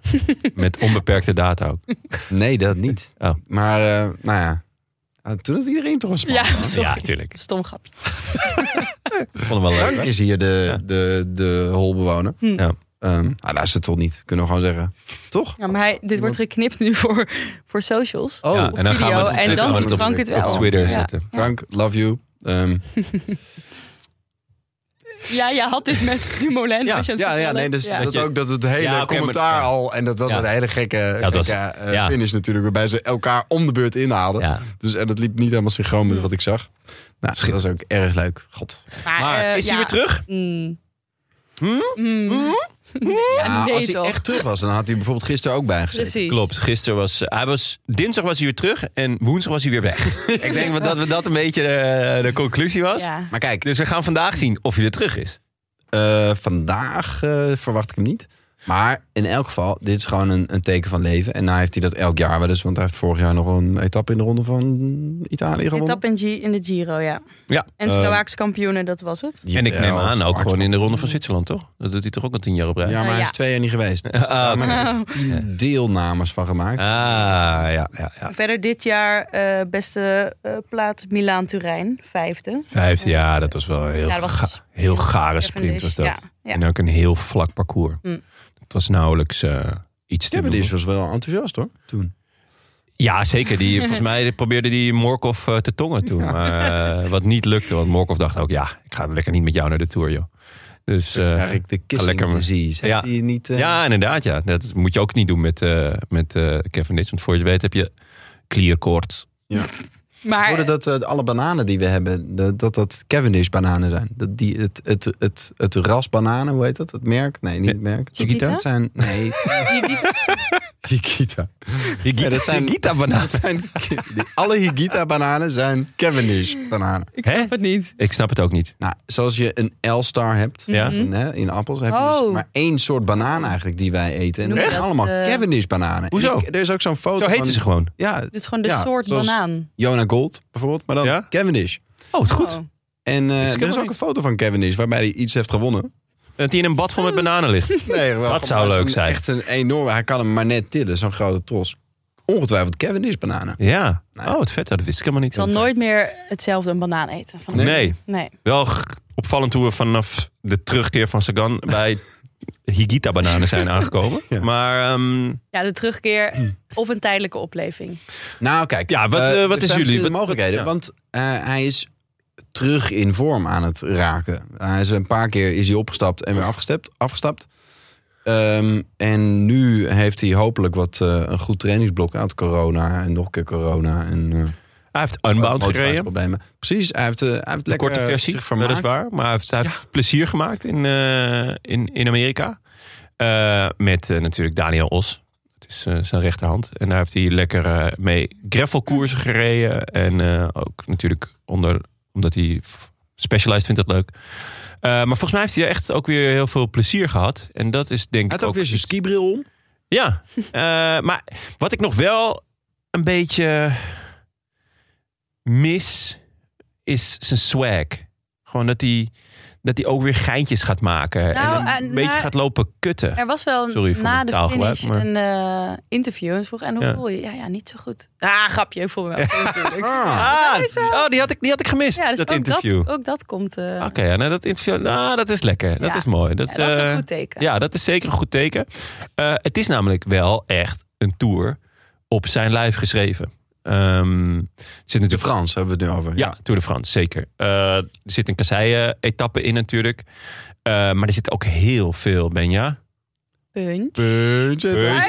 Speaker 1: Met onbeperkte data ook.
Speaker 2: nee, dat niet.
Speaker 1: Oh.
Speaker 2: Maar eh, nou ja, Ah, toen had iedereen toch een
Speaker 3: Oh, Ja,
Speaker 2: smartphone.
Speaker 3: sorry.
Speaker 1: Ja, tuurlijk.
Speaker 3: Stom grapje.
Speaker 1: Ik vond hem wel leuk.
Speaker 2: Frank is hier de,
Speaker 1: Ja.
Speaker 2: de, de holbewoner.
Speaker 3: Hm.
Speaker 1: Ja.
Speaker 2: Ehm, hij luistert toch niet, kunnen we gewoon zeggen. Toch?
Speaker 3: Ja, maar hij, dit wordt geknipt nu voor, voor socials.
Speaker 2: Oh,
Speaker 1: Ja, en dan gaan we
Speaker 3: video.
Speaker 1: het op
Speaker 3: en
Speaker 1: Twitter-
Speaker 3: dan
Speaker 2: gaan we
Speaker 3: ziet
Speaker 2: het op-
Speaker 3: Frank het wel.
Speaker 1: op Twitter
Speaker 3: ja.
Speaker 1: zetten.
Speaker 2: Frank, love you. Ehm,
Speaker 3: Ja, je had dit met Dumoulin.
Speaker 1: Ja.
Speaker 3: was je aan het
Speaker 2: ja, ja,
Speaker 3: vertellen.
Speaker 2: nee, dus
Speaker 3: Ja.
Speaker 2: dat
Speaker 1: je-
Speaker 2: ook dat het hele
Speaker 1: Ja, oké, maar-
Speaker 2: commentaar
Speaker 1: ja.
Speaker 2: al... En dat was
Speaker 1: Ja.
Speaker 2: een hele gekke,
Speaker 1: dat was-
Speaker 2: gekke, eh,
Speaker 1: ja.
Speaker 2: finish natuurlijk, waarbij ze elkaar om de beurt inhaalden.
Speaker 1: Ja.
Speaker 2: Dus, en dat liep niet helemaal synchroon met wat ik zag. Nou, dat was ook erg leuk. God.
Speaker 3: Maar,
Speaker 1: Maar
Speaker 3: eh,
Speaker 1: is hij
Speaker 3: ja.
Speaker 1: weer terug? Hm?
Speaker 3: Mm. Mm.
Speaker 2: Ja,
Speaker 3: nee,
Speaker 2: als hij
Speaker 3: toch? Dus-
Speaker 2: echt terug was, dan had hij bijvoorbeeld gisteren ook bijgezet.
Speaker 3: Precies.
Speaker 1: Klopt. Gisteren was eh, hij was dinsdag was hij weer terug en woensdag was hij weer weg. Ik denk dat- dat we dat een beetje eh, de conclusie was.
Speaker 3: Ja.
Speaker 2: Maar kijk,
Speaker 1: Dus we gaan vandaag zien of hij weer terug is.
Speaker 2: Eh, vandaag eh, verwacht ik hem niet. Maar in elk geval, dit is gewoon een, een teken van leven. En nou heeft hij dat elk jaar wel eens. Want hij heeft vorig jaar nog een etappe in de ronde van Italië gewonnen.
Speaker 3: Etap in, G in de Giro, ja.
Speaker 1: Ja.
Speaker 3: En Slovaaks kampioenen, dat was het.
Speaker 2: Jawel,
Speaker 1: En ik neem aan ook
Speaker 2: Sparta.
Speaker 1: gewoon in de ronde van Zwitserland, toch? Dat doet hij toch ook al tien jaar op rij.
Speaker 2: Ja, maar hij
Speaker 3: Ja.
Speaker 2: is twee jaar niet geweest. Dus
Speaker 1: Ah,
Speaker 2: daar
Speaker 1: oké.
Speaker 2: hebben we tien deelnames van gemaakt.
Speaker 1: Ah, ja, ja, ja.
Speaker 3: Verder dit jaar eh, beste eh, plaats Milaan-Turijn, vijfde.
Speaker 1: Vijfde, ja, dat was wel een heel,
Speaker 3: Ja, dat was
Speaker 1: ga-
Speaker 3: een sprint.
Speaker 1: heel gare
Speaker 3: Even
Speaker 1: sprint
Speaker 3: dus,
Speaker 1: was dat.
Speaker 3: Ja, ja.
Speaker 1: En ook een heel vlak parcours.
Speaker 3: Mm.
Speaker 1: Het was nauwelijks eh, iets te
Speaker 2: Stebben
Speaker 1: doen.
Speaker 2: is was wel enthousiast hoor. Toen.
Speaker 1: Ja, zeker. Die, volgens mij probeerde die Morkov eh, te tongen toen. Maar, eh, wat niet lukte, want Morkov dacht ook... ja, ik ga lekker niet met jou naar de Tour, joh. Dus, eh,
Speaker 2: Eigenlijk de
Speaker 1: ga
Speaker 2: kissing
Speaker 1: lekker maar.
Speaker 2: disease. Heeft
Speaker 1: Ja.
Speaker 2: hij niet... eh,
Speaker 1: ja, inderdaad. Ja. Dat moet je ook niet doen met, eh met eh Cavendish. Want voor je het weet heb je klierkoorts.
Speaker 3: Maar
Speaker 2: Hoorde dat eh, alle bananen die we hebben, de- dat dat Cavendish bananen zijn. Dat die, het, het, het, het, ras bananen, hoe heet dat? Het merk? Nee, niet het merk.
Speaker 3: Chiquita?
Speaker 2: Dat zijn, nee. Higita.
Speaker 1: Higita,
Speaker 2: Ja, dat zijn-
Speaker 1: Higita
Speaker 3: Nou.
Speaker 1: banaan.
Speaker 2: Dat zijn, die- alle Higita bananen zijn Cavendish bananen.
Speaker 3: ik
Speaker 1: Hè?
Speaker 3: snap het niet.
Speaker 1: Ik snap het ook niet.
Speaker 2: Nou, zoals je een L-star hebt
Speaker 1: Ja.
Speaker 2: in, hè, in appels, heb je dus
Speaker 3: Oh.
Speaker 2: maar één soort banaan eigenlijk die wij eten. En dat
Speaker 3: Noem je
Speaker 2: zijn
Speaker 3: dat,
Speaker 2: allemaal
Speaker 3: eh,
Speaker 2: Cavendish bananen.
Speaker 1: Hoezo?
Speaker 2: Ik- er is ook zo'n foto
Speaker 1: Zo heten
Speaker 2: van-
Speaker 1: ze gewoon.
Speaker 2: Ja,
Speaker 3: Dit is gewoon de
Speaker 2: Ja,
Speaker 3: soort
Speaker 2: zoals-
Speaker 3: banaan.
Speaker 2: Jonah Gold bijvoorbeeld, maar dan
Speaker 1: Ja?
Speaker 2: Cavendish.
Speaker 1: Oh, het goed.
Speaker 3: Oh.
Speaker 2: En eh,
Speaker 1: ik
Speaker 2: er
Speaker 1: helemaal
Speaker 2: is ook
Speaker 1: niet.
Speaker 2: een foto van Cavendish waarbij hij iets heeft gewonnen.
Speaker 1: Dat hij in een bad vol met bananen ligt.
Speaker 2: Nee, wel
Speaker 1: Dat zou
Speaker 2: gewoon
Speaker 1: leuk
Speaker 2: zo'n-
Speaker 1: zijn.
Speaker 2: Echt een enorme. Hij kan hem maar net tillen, zo'n grote tros. Ongetwijfeld Cavendish bananen.
Speaker 1: Ja. Oh, wat vet. Dat wist ik helemaal niet.
Speaker 3: Ik Nou. zal nooit meer hetzelfde een banaan eten. Van-
Speaker 1: Nee.
Speaker 3: nee.
Speaker 1: Wel g- opvallend hoe we vanaf de terugkeer van Sagan bij Higita-bananen zijn aangekomen.
Speaker 2: Ja.
Speaker 1: Maar ehm,
Speaker 3: Ja, de
Speaker 1: Hm.
Speaker 3: terugkeer of een tijdelijke opleving.
Speaker 2: Nou, kijk.
Speaker 1: Ja, wat,
Speaker 2: eh,
Speaker 1: eh, wat
Speaker 2: er
Speaker 1: is
Speaker 2: zijn
Speaker 1: jullie?
Speaker 2: verschillende
Speaker 1: Wat- wat-
Speaker 2: mogelijkheden.
Speaker 1: ja.
Speaker 2: Want eh, hij is terug in vorm aan het raken. Hij is een paar keer is hij opgestapt en weer afgestapt. afgestapt. Ehm, en nu heeft hij hopelijk wat, eh, een goed trainingsblok uit corona. En nog een keer corona. En, eh,
Speaker 1: hij heeft Unbound gereden.
Speaker 2: motivatieproblemen. Precies, hij heeft, eh, hij heeft
Speaker 1: De
Speaker 2: lekker
Speaker 1: korte
Speaker 2: eh,
Speaker 1: versie,
Speaker 2: zich vermaakt.
Speaker 1: weliswaar. Maar hij heeft, hij heeft plezier gemaakt in, eh, in, in Amerika. Eh, met eh, natuurlijk Daniel Os. Het is eh, zijn rechterhand. En daar heeft hij lekker eh, mee
Speaker 2: Mm.
Speaker 1: gravelkoersen gereden. En eh, ook natuurlijk onder, omdat hij f- Specialized vindt dat leuk. Eh, maar volgens mij heeft hij echt ook weer heel veel plezier gehad. En dat is denk
Speaker 2: Hij
Speaker 1: ik
Speaker 2: had ook weer zijn skibril om.
Speaker 1: Ja, eh, maar wat ik nog wel een beetje mis, is zijn swag. Gewoon dat hij, dat hij ook weer geintjes gaat maken. en
Speaker 3: Nou,
Speaker 1: een
Speaker 3: eh,
Speaker 1: beetje
Speaker 3: maar-
Speaker 1: gaat lopen kutten.
Speaker 3: Er was wel
Speaker 1: Sorry voor
Speaker 3: na
Speaker 1: mijn
Speaker 3: de
Speaker 1: taalgebruik,
Speaker 3: finish een eh, interview. En ze vroeg, en hoe
Speaker 1: Ja.
Speaker 3: voel je? Ja, ja, niet zo goed. Ah, grapje, ik voel me wel goed natuurlijk.
Speaker 2: Ah.
Speaker 1: ah,
Speaker 3: is wel-
Speaker 1: oh, die had ik, die had ik gemist,
Speaker 3: Ja, dus
Speaker 1: dat
Speaker 3: ook,
Speaker 1: interview.
Speaker 3: Dat, ook dat komt... eh,
Speaker 1: Oké, ja, nou, dat interview, nou, dat is lekker. Dat
Speaker 3: Ja.
Speaker 1: is mooi. Dat,
Speaker 3: ja, dat is
Speaker 1: eh,
Speaker 3: een goed teken.
Speaker 1: Ja, dat is zeker een goed teken. Eh, het is namelijk wel echt een tour op zijn lijf geschreven. Ehm, er zit
Speaker 2: De
Speaker 1: natuurlijk
Speaker 2: Frans hebben we het nu over.
Speaker 1: Ja, Tour de France, zeker. Eh, er zit een kasseien-etappe in natuurlijk. Eh, maar er zit ook heel veel, Benja.
Speaker 3: Punch.
Speaker 1: Punch,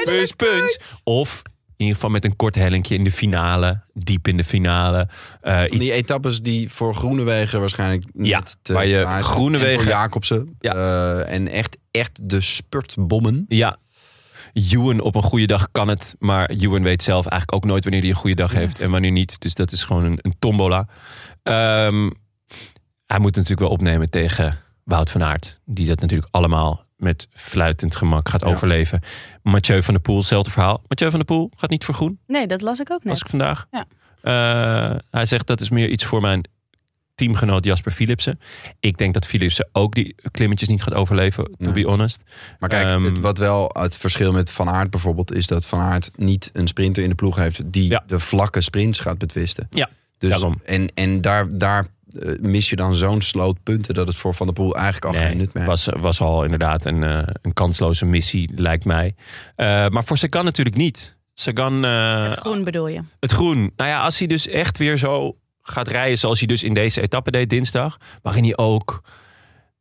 Speaker 1: punch, punch. Of in ieder geval met een kort hellinkje in de finale. Diep in de finale. Eh,
Speaker 2: Van
Speaker 1: iets,
Speaker 2: Die etappes die voor Groenewegen waarschijnlijk
Speaker 1: Ja,
Speaker 2: niet te
Speaker 1: waar je
Speaker 2: klaar zijn.
Speaker 1: Groenewegen-
Speaker 2: En voor Jacobsen.
Speaker 1: Ja.
Speaker 2: Eh, en echt, echt de spurtbommen.
Speaker 1: ja. Ewan op een goede dag kan het. Maar Ewan weet zelf eigenlijk ook nooit wanneer hij een goede dag heeft. En wanneer niet. Dus dat is gewoon een, een tombola. Ehm, hij moet natuurlijk wel opnemen tegen Wout van Aert. Die dat natuurlijk allemaal met fluitend gemak gaat
Speaker 2: Ja.
Speaker 1: overleven. Mathieu van der Poel, hetzelfde verhaal. Mathieu van der Poel gaat niet voor groen.
Speaker 3: Nee, dat las ik ook
Speaker 1: was
Speaker 3: net.
Speaker 1: ik vandaag.
Speaker 3: Ja.
Speaker 1: Eh, hij zegt dat is meer iets voor mijn teamgenoot Jasper Philipsen. Ik denk dat Philipsen ook die klimmetjes niet gaat overleven, to
Speaker 2: Nee.
Speaker 1: be honest.
Speaker 2: Maar kijk,
Speaker 1: Ehm.
Speaker 2: het, wat wel het verschil met Van Aert bijvoorbeeld... is dat Van Aert niet een sprinter in de ploeg heeft... die
Speaker 1: Ja.
Speaker 2: de vlakke sprints gaat betwisten.
Speaker 1: Ja,
Speaker 2: dus,
Speaker 1: daarom.
Speaker 2: En, en daar, daar eh, mis je dan zo'n sloot punten... dat het voor Van der Poel eigenlijk al geen nut meer heeft.
Speaker 1: was, was al inderdaad een, eh, een kansloze missie, lijkt mij. Eh, maar voor Sagan natuurlijk niet. Sagan, eh,
Speaker 3: Het groen bedoel je.
Speaker 1: het groen. Nou ja, als hij dus echt weer zo gaat rijden zoals hij dus in deze etappe deed dinsdag. Waarin hij ook,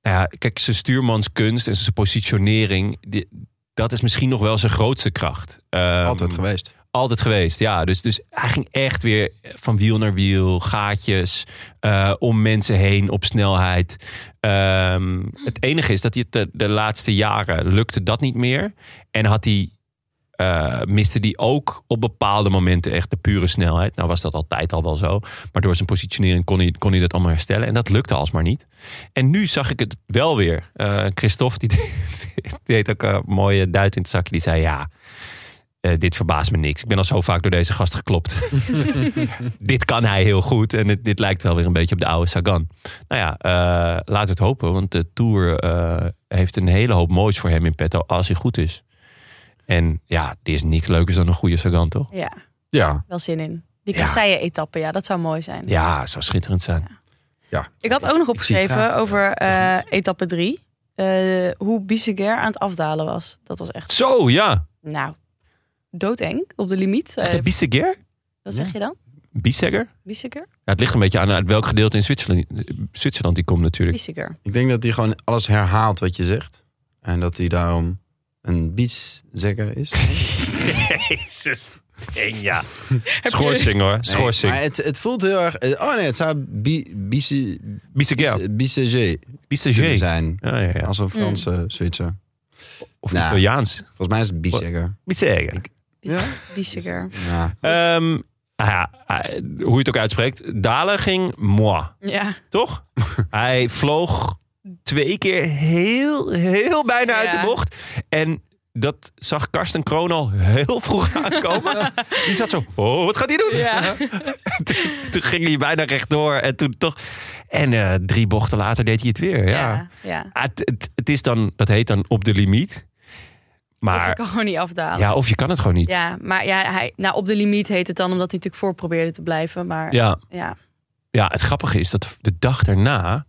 Speaker 1: nou ja, kijk, zijn stuurmanskunst en zijn positionering. Die, dat is misschien nog wel zijn grootste kracht. Ehm,
Speaker 2: Altijd geweest.
Speaker 1: Altijd geweest, ja. Dus, dus hij ging echt weer van wiel naar wiel, gaatjes, eh, om mensen heen op snelheid. Ehm, het enige is dat hij het de, de laatste jaren lukte dat niet meer. En had hij, eh, miste hij ook op bepaalde momenten echt de pure snelheid. Nou was dat altijd al wel zo. Maar door zijn positionering kon hij, kon hij dat allemaal herstellen. En dat lukte alsmaar niet. En nu zag ik het wel weer. Eh, Christophe, die deed, deed ook een mooie duit in het zakje. Die zei, ja... Eh, dit verbaast me niks. Ik ben al zo vaak door deze gast geklopt. dit kan hij heel goed. En het, dit lijkt wel weer een beetje op de oude Sagan. Nou ja, eh, laten we het hopen. Want de Tour eh, heeft een hele hoop moois voor hem in petto. Als hij goed is. En ja, er is niks leukers dan een goede Sagan, toch?
Speaker 3: Ja,
Speaker 2: Ja,
Speaker 3: wel zin in. Die
Speaker 1: Ja.
Speaker 3: kasseien-etappe, ja, dat zou mooi zijn.
Speaker 1: Ja, het zou schitterend zijn.
Speaker 3: Ik had ook nog
Speaker 2: zie het
Speaker 3: opgeschreven
Speaker 2: graag.
Speaker 3: over eh, etappe 3. hoe Biseguer aan het afdalen was. Dat was echt,
Speaker 1: Zo, ja.
Speaker 3: nou, doodeng op de limiet. Eh,
Speaker 1: Zeg je Bisseguer?
Speaker 3: wat zeg je dan?
Speaker 1: Biesegger?
Speaker 3: Biesiger?
Speaker 1: Ja, het ligt een beetje aan uit welk gedeelte in Zwitserland, Zwitserland die komt natuurlijk.
Speaker 3: Biesiger.
Speaker 2: Ik denk dat hij gewoon alles herhaalt wat je zegt. En dat hij daarom een beachzekker is.
Speaker 1: Jezus. ja. Schorsing hoor, schorsing.
Speaker 2: Nee, maar het, het voelt heel erg... eh, Oh nee, het zou bi- bici-
Speaker 1: Biesegger.
Speaker 2: bici- biceger kunnen
Speaker 1: Biesegger.
Speaker 2: zijn.
Speaker 1: Ja, ja, ja.
Speaker 2: Als een Franse Zwitser.
Speaker 1: Of
Speaker 2: Nou.
Speaker 1: Italiaans.
Speaker 2: Volgens mij is het bicekker.
Speaker 1: Biesegger.
Speaker 2: Ja.
Speaker 3: Biesiger.
Speaker 2: Ja.
Speaker 1: Ehm, ah ja, ah, hoe je het ook uitspreekt. Dalen ging moi.
Speaker 3: Ja.
Speaker 1: Toch? Hij vloog twee keer heel, heel bijna uit de
Speaker 3: Ja.
Speaker 1: bocht. En dat zag Karsten Kroon al heel vroeg aankomen. Die zat zo, oh, wat gaat hij doen?
Speaker 3: Ja.
Speaker 1: toen, toen ging hij bijna rechtdoor. En toen toch... En eh, drie bochten later deed hij het weer. Ja.
Speaker 3: Ja. ja.
Speaker 1: Ah, het, het, het is dan, dat heet dan op de limiet.
Speaker 3: Of ik
Speaker 1: Maar
Speaker 3: kan gewoon niet afdalen.
Speaker 1: ja, of je kan het gewoon niet. Ja.
Speaker 3: Ja, maar ja, hij, nou, op de limiet heet het dan, omdat hij natuurlijk voor probeerde te blijven. Maar ja,
Speaker 1: Ja,
Speaker 3: ja,
Speaker 1: het grappige is dat de dag daarna,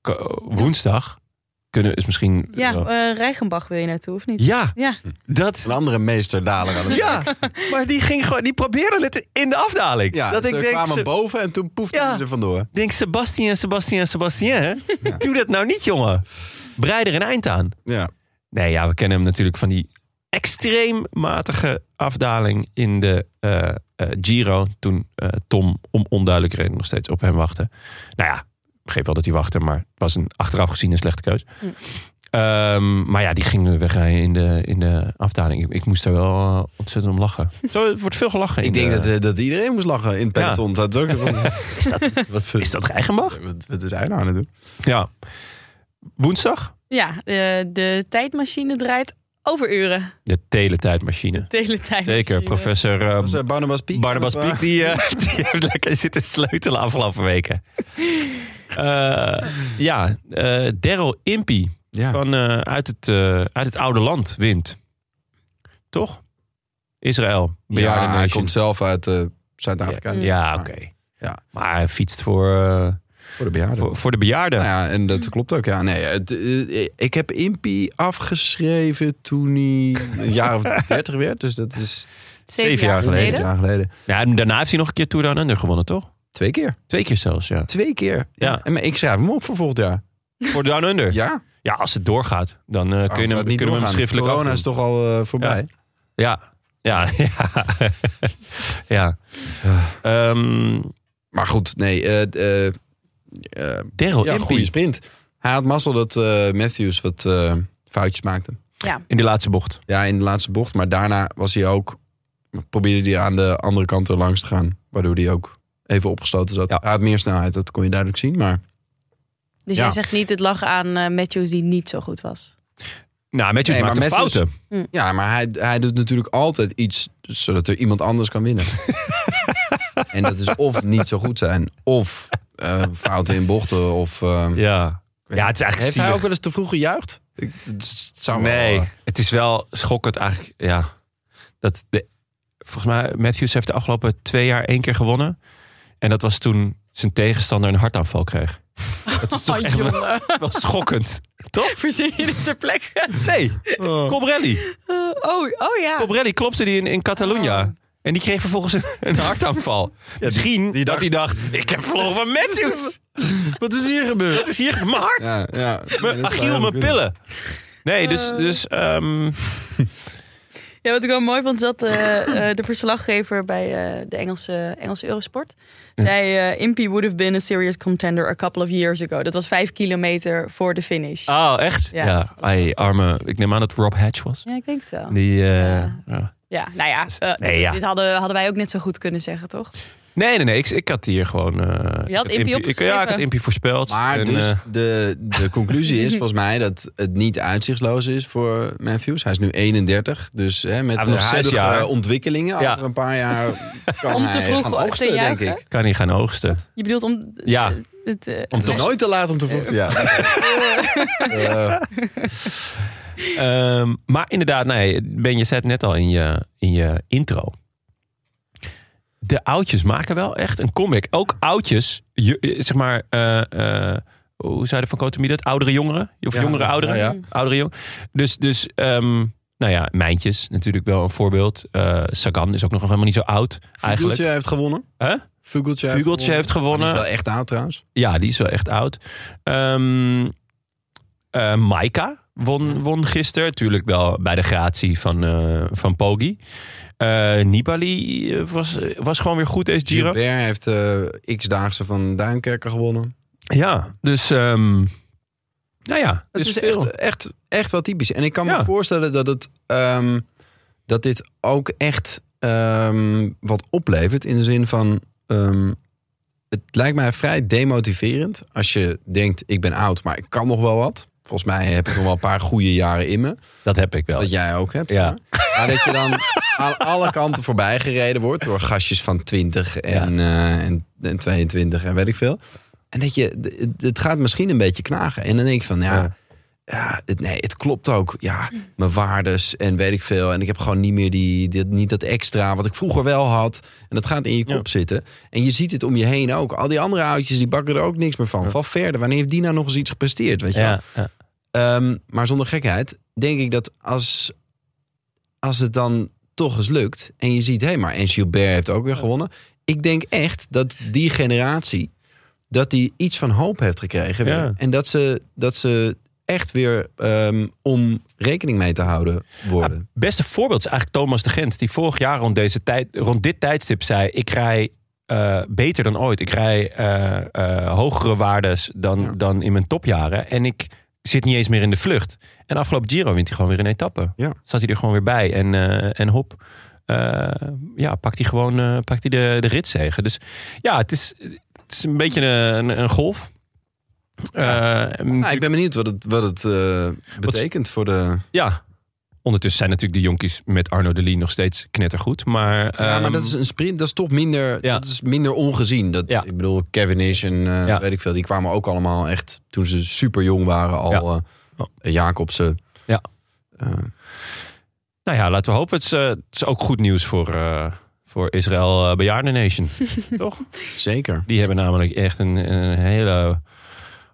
Speaker 1: ko- woensdag, kunnen is misschien...
Speaker 3: eh, Reichenbach wil je naartoe, of niet?
Speaker 1: ja,
Speaker 3: Ja,
Speaker 1: dat...
Speaker 2: Een andere meester daler aan het
Speaker 1: Ja, maar die, ging gewoon, die probeerde het in de afdaling.
Speaker 2: Ja,
Speaker 1: dat
Speaker 2: ze
Speaker 1: ik denk,
Speaker 2: kwamen
Speaker 1: se,
Speaker 2: boven en toen poefde
Speaker 1: Ja.
Speaker 2: hij er vandoor.
Speaker 1: denk Sebastien, Sebastien, Sebastien. Doe dat nou niet, jongen. Breid er een eind aan.
Speaker 2: Ja.
Speaker 1: Nee, ja, we kennen hem natuurlijk van die extreem matige afdaling in de eh, eh, Giro. Toen eh, Tom om onduidelijke reden nog steeds op hem wachtte. Nou ja, ik begreep wel dat hij wachtte, maar het was een achteraf gezien een slechte keus.
Speaker 3: Hm.
Speaker 1: Ehm, maar ja, die ging wegrijden in de, in de afdaling. Ik, ik moest daar wel eh, ontzettend om lachen. Zo, er wordt veel gelachen. in
Speaker 2: Ik denk
Speaker 1: de-
Speaker 2: dat, eh, dat iedereen moest lachen in het
Speaker 1: Ja.
Speaker 2: peloton. Dat is ook van, eh,
Speaker 1: Is dat,
Speaker 2: wat,
Speaker 1: is dat Reichenbach?
Speaker 2: wat, wat is hij nou aan het doen?
Speaker 1: Ja. Woensdag?
Speaker 3: ja eh, de tijdmachine draait over uren.
Speaker 1: De teletijdmachine.
Speaker 3: De hele tijd.
Speaker 1: Zeker, professor eh,
Speaker 2: Was eh, Barnabas Piek?
Speaker 1: Barnabas
Speaker 2: Of, eh,
Speaker 1: Piek, die, eh, die heeft lekker zitten sleutelen afgelopen weken. Eh, ja, eh Daryl Impy
Speaker 2: Ja.
Speaker 1: van, eh, uit, het, eh, uit het oude land wint. Toch? Israël. Bejaarde
Speaker 2: ja, hij
Speaker 1: nation.
Speaker 2: komt zelf uit eh, Zuid-Afrika.
Speaker 1: Ja, oké.
Speaker 2: Ja.
Speaker 1: Maar hij fietst voor, eh,
Speaker 2: Voor de bejaarden.
Speaker 1: voor, voor de bejaarden.
Speaker 2: Nou ja, en dat klopt ook. Ja, nee, het, eh, ik heb Impie afgeschreven toen hij een jaar of dertig werd. Dus dat is
Speaker 1: Zeven jaar
Speaker 2: een
Speaker 1: geleden?
Speaker 2: jaar geleden.
Speaker 1: Ja, en daarna heeft hij nog een keer Tour Down Under gewonnen, toch?
Speaker 2: Twee keer.
Speaker 1: Twee keer zelfs, ja.
Speaker 2: Twee keer.
Speaker 1: Ja.
Speaker 2: En, maar ik schrijf hem op voor volgend jaar.
Speaker 1: Voor Down Under. Ja,
Speaker 2: Ja.
Speaker 1: als het doorgaat, dan eh, kun je
Speaker 2: Waarom zou
Speaker 1: hem, kunnen
Speaker 2: het
Speaker 1: we hem
Speaker 2: doorgaan?
Speaker 1: schriftelijk
Speaker 2: Corona
Speaker 1: afdoen.
Speaker 2: is toch al eh, voorbij.
Speaker 1: Ja, ja, ja. ja. Ehm
Speaker 2: Maar goed, nee. eh, eh, eh,
Speaker 1: Daryl
Speaker 2: ja,
Speaker 1: Impey
Speaker 2: goede sprint. Hij had mazzel dat eh, Matthews wat eh, foutjes maakte.
Speaker 1: in de laatste bocht.
Speaker 2: Ja, in de laatste bocht. Maar daarna was hij ook... Probeerde hij aan de andere kant er langs te gaan. Waardoor hij ook even opgesloten zat.
Speaker 1: Ja.
Speaker 2: Hij had meer snelheid, dat kon je duidelijk zien. Maar
Speaker 3: Dus
Speaker 2: Ja.
Speaker 3: jij zegt niet het lachen aan eh, Matthews die niet zo goed was.
Speaker 1: Nou, Matthews
Speaker 2: Nee, maar
Speaker 1: maakte
Speaker 2: Matthews-
Speaker 1: fouten.
Speaker 2: ja, maar hij, hij doet natuurlijk altijd iets... zodat er iemand anders kan winnen. en dat is of niet zo goed zijn... of eh, fouten in bochten. Of, eh,
Speaker 1: Ja. ja, het is eigenlijk
Speaker 2: heeft hij ook
Speaker 1: zielig.
Speaker 2: wel eens te vroeg gejuicht? Ik, het zou wel,
Speaker 1: Nee,
Speaker 2: eh,
Speaker 1: het is wel schokkend eigenlijk. Ja. Dat de, volgens mij, Matthews heeft de afgelopen twee jaar één keer gewonnen. En dat was toen zijn tegenstander een hartaanval kreeg. Dat is toch echt wel, wel schokkend. Toch?
Speaker 3: Verzin je dit ter plekke?
Speaker 1: Nee, Cobrelli.
Speaker 3: Eh, oh, oh ja.
Speaker 1: Cobrelli klopte die in, in Catalunya. En die kreeg vervolgens een, een hartaanval. Misschien dat hij dacht, ik heb verloren van Matthews.
Speaker 2: Wat is hier gebeurd?
Speaker 1: Dat is hier mijn hart.
Speaker 2: Ja, ja.
Speaker 1: Mijn Achiel, mijn pillen. Nee, dus, dus ehm,
Speaker 3: Ja, wat ik wel mooi vond, zat eh, eh, de verslaggever bij eh, de Engelse, Engelse Eurosport. Zij, eh, Impy would have been a serious contender a couple of years ago. Dat was vijf kilometer voor de finish.
Speaker 1: oh, echt? Ja,
Speaker 3: Ja, dat was-
Speaker 1: Ai, arme, ik neem aan dat Rob Hatch was.
Speaker 3: Ja, ik denk het wel.
Speaker 1: Die, eh,
Speaker 3: Ja.
Speaker 1: ja.
Speaker 3: Ja, nou ja, eh,
Speaker 1: Dus- Nee, ja.
Speaker 3: dit hadden, hadden wij ook net zo goed kunnen zeggen, toch?
Speaker 1: Nee, nee, nee, ik, ik had hier gewoon... eh, ik had
Speaker 3: Impie
Speaker 1: ik,
Speaker 3: opgeschreven.
Speaker 1: Ja, ik had Impie voorspeld.
Speaker 2: Maar
Speaker 1: En,
Speaker 2: dus
Speaker 1: eh,
Speaker 2: de, de conclusie is volgens mij dat het niet uitzichtloos is voor Matthews. Hij is nu 31, dus hè, met
Speaker 1: Hij heeft
Speaker 2: de
Speaker 1: nog zes
Speaker 2: huidige
Speaker 1: jaar.
Speaker 2: ontwikkelingen
Speaker 1: Ja.
Speaker 2: over een paar jaar kan
Speaker 3: Om te
Speaker 2: hij
Speaker 3: vroeg
Speaker 2: gaan
Speaker 3: te
Speaker 2: oogsten, denk
Speaker 3: juichen?
Speaker 2: ik.
Speaker 1: kan niet gaan oogsten.
Speaker 3: Je bedoelt om...
Speaker 1: Ja,
Speaker 3: Het, eh,
Speaker 2: Het is
Speaker 1: Toch?
Speaker 2: nooit te laat om te vroeg te juichen. Eh,
Speaker 1: Ehm, maar inderdaad, nee, Ben, je zei het net al in je, in je intro. De oudjes maken wel echt een comic. Ook oudjes, je- eh, zeg maar, eh, eh, hoe zei de Van Kotemie dat? Oudere jongeren? Of
Speaker 2: Ja,
Speaker 1: jongere
Speaker 2: ja,
Speaker 1: ouderen?
Speaker 2: ja.
Speaker 1: Oudere jong. Dus, dus ehm, nou ja, Mijntjes natuurlijk wel een voorbeeld. Eh Sagan is ook nog helemaal niet zo oud eigenlijk.
Speaker 2: Vioeltje heeft gewonnen.
Speaker 1: Hè?
Speaker 2: Vugeltje, heeft
Speaker 1: Vugeltje heeft
Speaker 2: gewonnen. Die is
Speaker 1: gewonnen.
Speaker 2: wel echt oud trouwens.
Speaker 1: Ja, die is wel echt oud. Ehm eh, Maika won, won gisteren. Natuurlijk wel bij de gratie van, eh van Poggi. Eh, Nibali eh, was, was gewoon weer goed deze Giro.
Speaker 2: Gilbert heeft eh x-daagse van Duinkerker gewonnen.
Speaker 1: Ja, dus... ehm, nou ja,
Speaker 2: Het
Speaker 1: dus
Speaker 2: is
Speaker 1: veel.
Speaker 2: echt, echt, echt wel typisch. En ik kan
Speaker 1: Ja.
Speaker 2: me voorstellen dat, het, ehm, dat dit ook echt ehm, wat oplevert. In de zin van, ehm, het lijkt mij vrij demotiverend. Als je denkt, ik ben oud, maar ik kan nog wel wat. Volgens mij heb ik nog wel een paar goede jaren in me.
Speaker 1: Dat heb ik wel.
Speaker 2: Dat jij ook hebt.
Speaker 1: Ja.
Speaker 2: zeg Maar Maar dat je dan aan alle kanten voorbij gereden wordt door gastjes van 20 en, eh, en, en 22 en weet ik veel. En dat je, d- het gaat misschien een beetje knagen. En dan denk je van, ja, ja. het, nee, het klopt ook. Ja, mijn waardes en weet ik veel. En ik heb gewoon niet meer die, dit, niet dat extra wat ik vroeger wel had. En dat gaat in je kop
Speaker 1: Ja.
Speaker 2: zitten. En je ziet het om je heen ook. Al die andere oudjes, die bakken er ook niks meer van. Van verder, wanneer heeft die nou nog eens iets gepresteerd? Weet je wel?
Speaker 1: ja, ja.
Speaker 2: Ehm, maar zonder gekheid denk ik dat als, als het dan toch eens lukt... en je ziet, hé, maar en Gilbert heeft ook weer gewonnen. Ik denk echt dat die generatie, dat die iets van hoop heeft gekregen. weer.
Speaker 1: Ja.
Speaker 2: En dat ze, dat ze echt weer ehm, om rekening mee te houden worden.
Speaker 1: Het beste voorbeeld is eigenlijk Thomas de Gent. Die vorig jaar rond, deze tijd, rond dit tijdstip zei... ik rij eh, beter dan ooit. Ik rij eh, eh, hogere waardes dan, dan in mijn topjaren. En ik zit niet eens meer in de vlucht. En afgelopen Giro wint hij gewoon weer een etappe.
Speaker 2: Ja.
Speaker 1: Zat hij er gewoon weer bij. En, eh, en hop, eh, ja, pakt hij gewoon eh, pakt hij de, de ritzegen. Dus ja, het is, het is een beetje een, een golf. Eh,
Speaker 2: Nou, ik ben benieuwd wat het, wat het eh, betekent voor de...
Speaker 1: ja. Ondertussen zijn natuurlijk de jonkies met Arno de Lee nog steeds knettergoed. Maar,
Speaker 2: Ja, maar
Speaker 1: ehm,
Speaker 2: dat is een sprint, dat is toch minder,
Speaker 1: Ja.
Speaker 2: dat is minder ongezien. Dat,
Speaker 1: Ja.
Speaker 2: Ik bedoel, Cavendish en eh,
Speaker 1: Ja.
Speaker 2: weet ik veel, die kwamen ook allemaal echt toen ze super jong waren al.
Speaker 1: Ja. Oh.
Speaker 2: eh, eh, Jacobsen.
Speaker 1: Ja.
Speaker 2: Eh,
Speaker 1: Nou ja, laten we hopen. Het is, eh, het is ook goed nieuws voor, eh, voor Israël eh, Bejaarden Nation. Toch?
Speaker 2: zeker.
Speaker 1: Die hebben namelijk echt een, een hele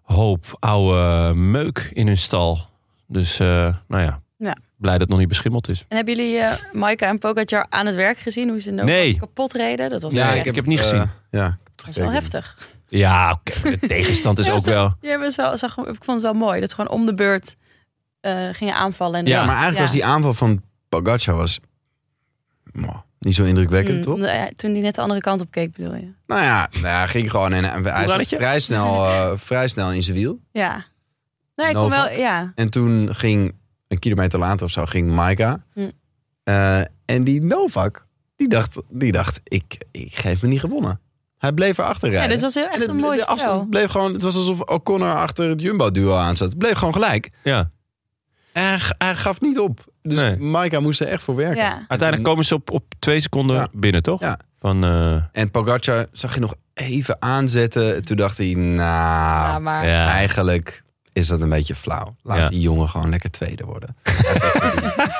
Speaker 1: hoop oude meuk in hun stal. Dus eh, nou ja,
Speaker 3: Ja.
Speaker 1: blij dat het nog niet beschimmeld is.
Speaker 3: En hebben jullie eh, Maika en Pogacar aan het werk gezien? Hoe ze nou
Speaker 1: Nee.
Speaker 3: kapot reden? Dat was
Speaker 1: Ja,
Speaker 3: wel
Speaker 1: ik
Speaker 3: echt-
Speaker 1: heb het niet
Speaker 2: eh,
Speaker 1: gezien.
Speaker 2: ja, ik heb het
Speaker 3: dat is wel
Speaker 2: gekeken.
Speaker 3: heftig.
Speaker 1: Ja, oké, maar de tegenstand is
Speaker 3: Ja,
Speaker 1: ook
Speaker 3: zo-
Speaker 1: wel...
Speaker 3: Ja, maar het is wel, zag, ik vond het wel mooi. Dat ze gewoon om de beurt eh, gingen aanvallen. En
Speaker 1: Ja,
Speaker 2: Ja, maar eigenlijk was die aanval van Pogacar was mwah, niet zo indrukwekkend,
Speaker 3: Mm,
Speaker 2: toch?
Speaker 3: omdat hij- toen die net de andere kant op keek, bedoel je?
Speaker 2: Nou ja, nou ja, ging gewoon en, en hij zat
Speaker 1: Hoedanigje?
Speaker 2: vrij snel, eh, vrij snel in zijn wiel.
Speaker 3: Ja.
Speaker 1: Nou,
Speaker 3: Nee, ik kon
Speaker 2: Nova.
Speaker 3: wel... Ja.
Speaker 2: En toen ging, een kilometer later of zo, ging Maika.
Speaker 3: Hm.
Speaker 2: Eh, en die Novak, die dacht, die dacht ik, ik geef me niet gewonnen. Hij bleef erachter rijden.
Speaker 3: ja, dit was heel,
Speaker 2: En
Speaker 3: echt
Speaker 2: het-
Speaker 3: een mooi
Speaker 2: de afstand
Speaker 3: spel.
Speaker 2: bleef gewoon, het was alsof O'Connor achter het Jumbo-duo aan zat. Het bleef gewoon gelijk.
Speaker 1: Ja.
Speaker 2: Hij, g- hij gaf niet op. Dus
Speaker 1: Nee.
Speaker 2: Maika moest er echt voor werken.
Speaker 3: Ja.
Speaker 1: Uiteindelijk komen ze op, op twee seconden
Speaker 2: Ja.
Speaker 1: binnen, toch?
Speaker 2: Ja.
Speaker 1: Van, eh,
Speaker 2: En Pogacar zag je nog even aanzetten. Toen dacht hij, nou,
Speaker 3: Ja, maar...
Speaker 1: ja.
Speaker 2: eigenlijk is dat een beetje flauw. Laat
Speaker 1: Ja.
Speaker 2: die jongen gewoon lekker tweede worden. Hij heeft het verdiend.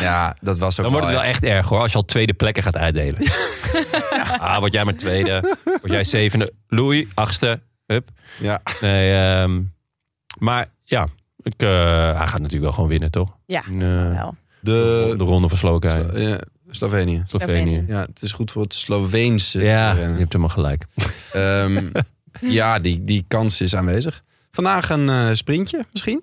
Speaker 2: ja, dat was ook
Speaker 1: Dan wordt het
Speaker 2: wel
Speaker 1: wel echt erg hoor, als je al tweede plekken gaat uitdelen. Ah, word jij maar tweede. Word jij zevende. Louis, achtste. Hup.
Speaker 2: Ja.
Speaker 1: Nee, ehm, maar ja, ik, eh, hij gaat natuurlijk wel gewoon winnen, toch?
Speaker 3: Ja,
Speaker 1: In, eh,
Speaker 3: wel.
Speaker 1: de,
Speaker 2: De,
Speaker 1: ronde van Slowakije.
Speaker 2: Slo- ja, Slovenië. eh,
Speaker 1: Slovenië.
Speaker 2: Ja, het is goed voor het Sloveense.
Speaker 1: Ja, je
Speaker 2: rennen.
Speaker 1: hebt helemaal gelijk.
Speaker 2: Ehm, ja, die, die kans is aanwezig. Vandaag een eh, sprintje misschien.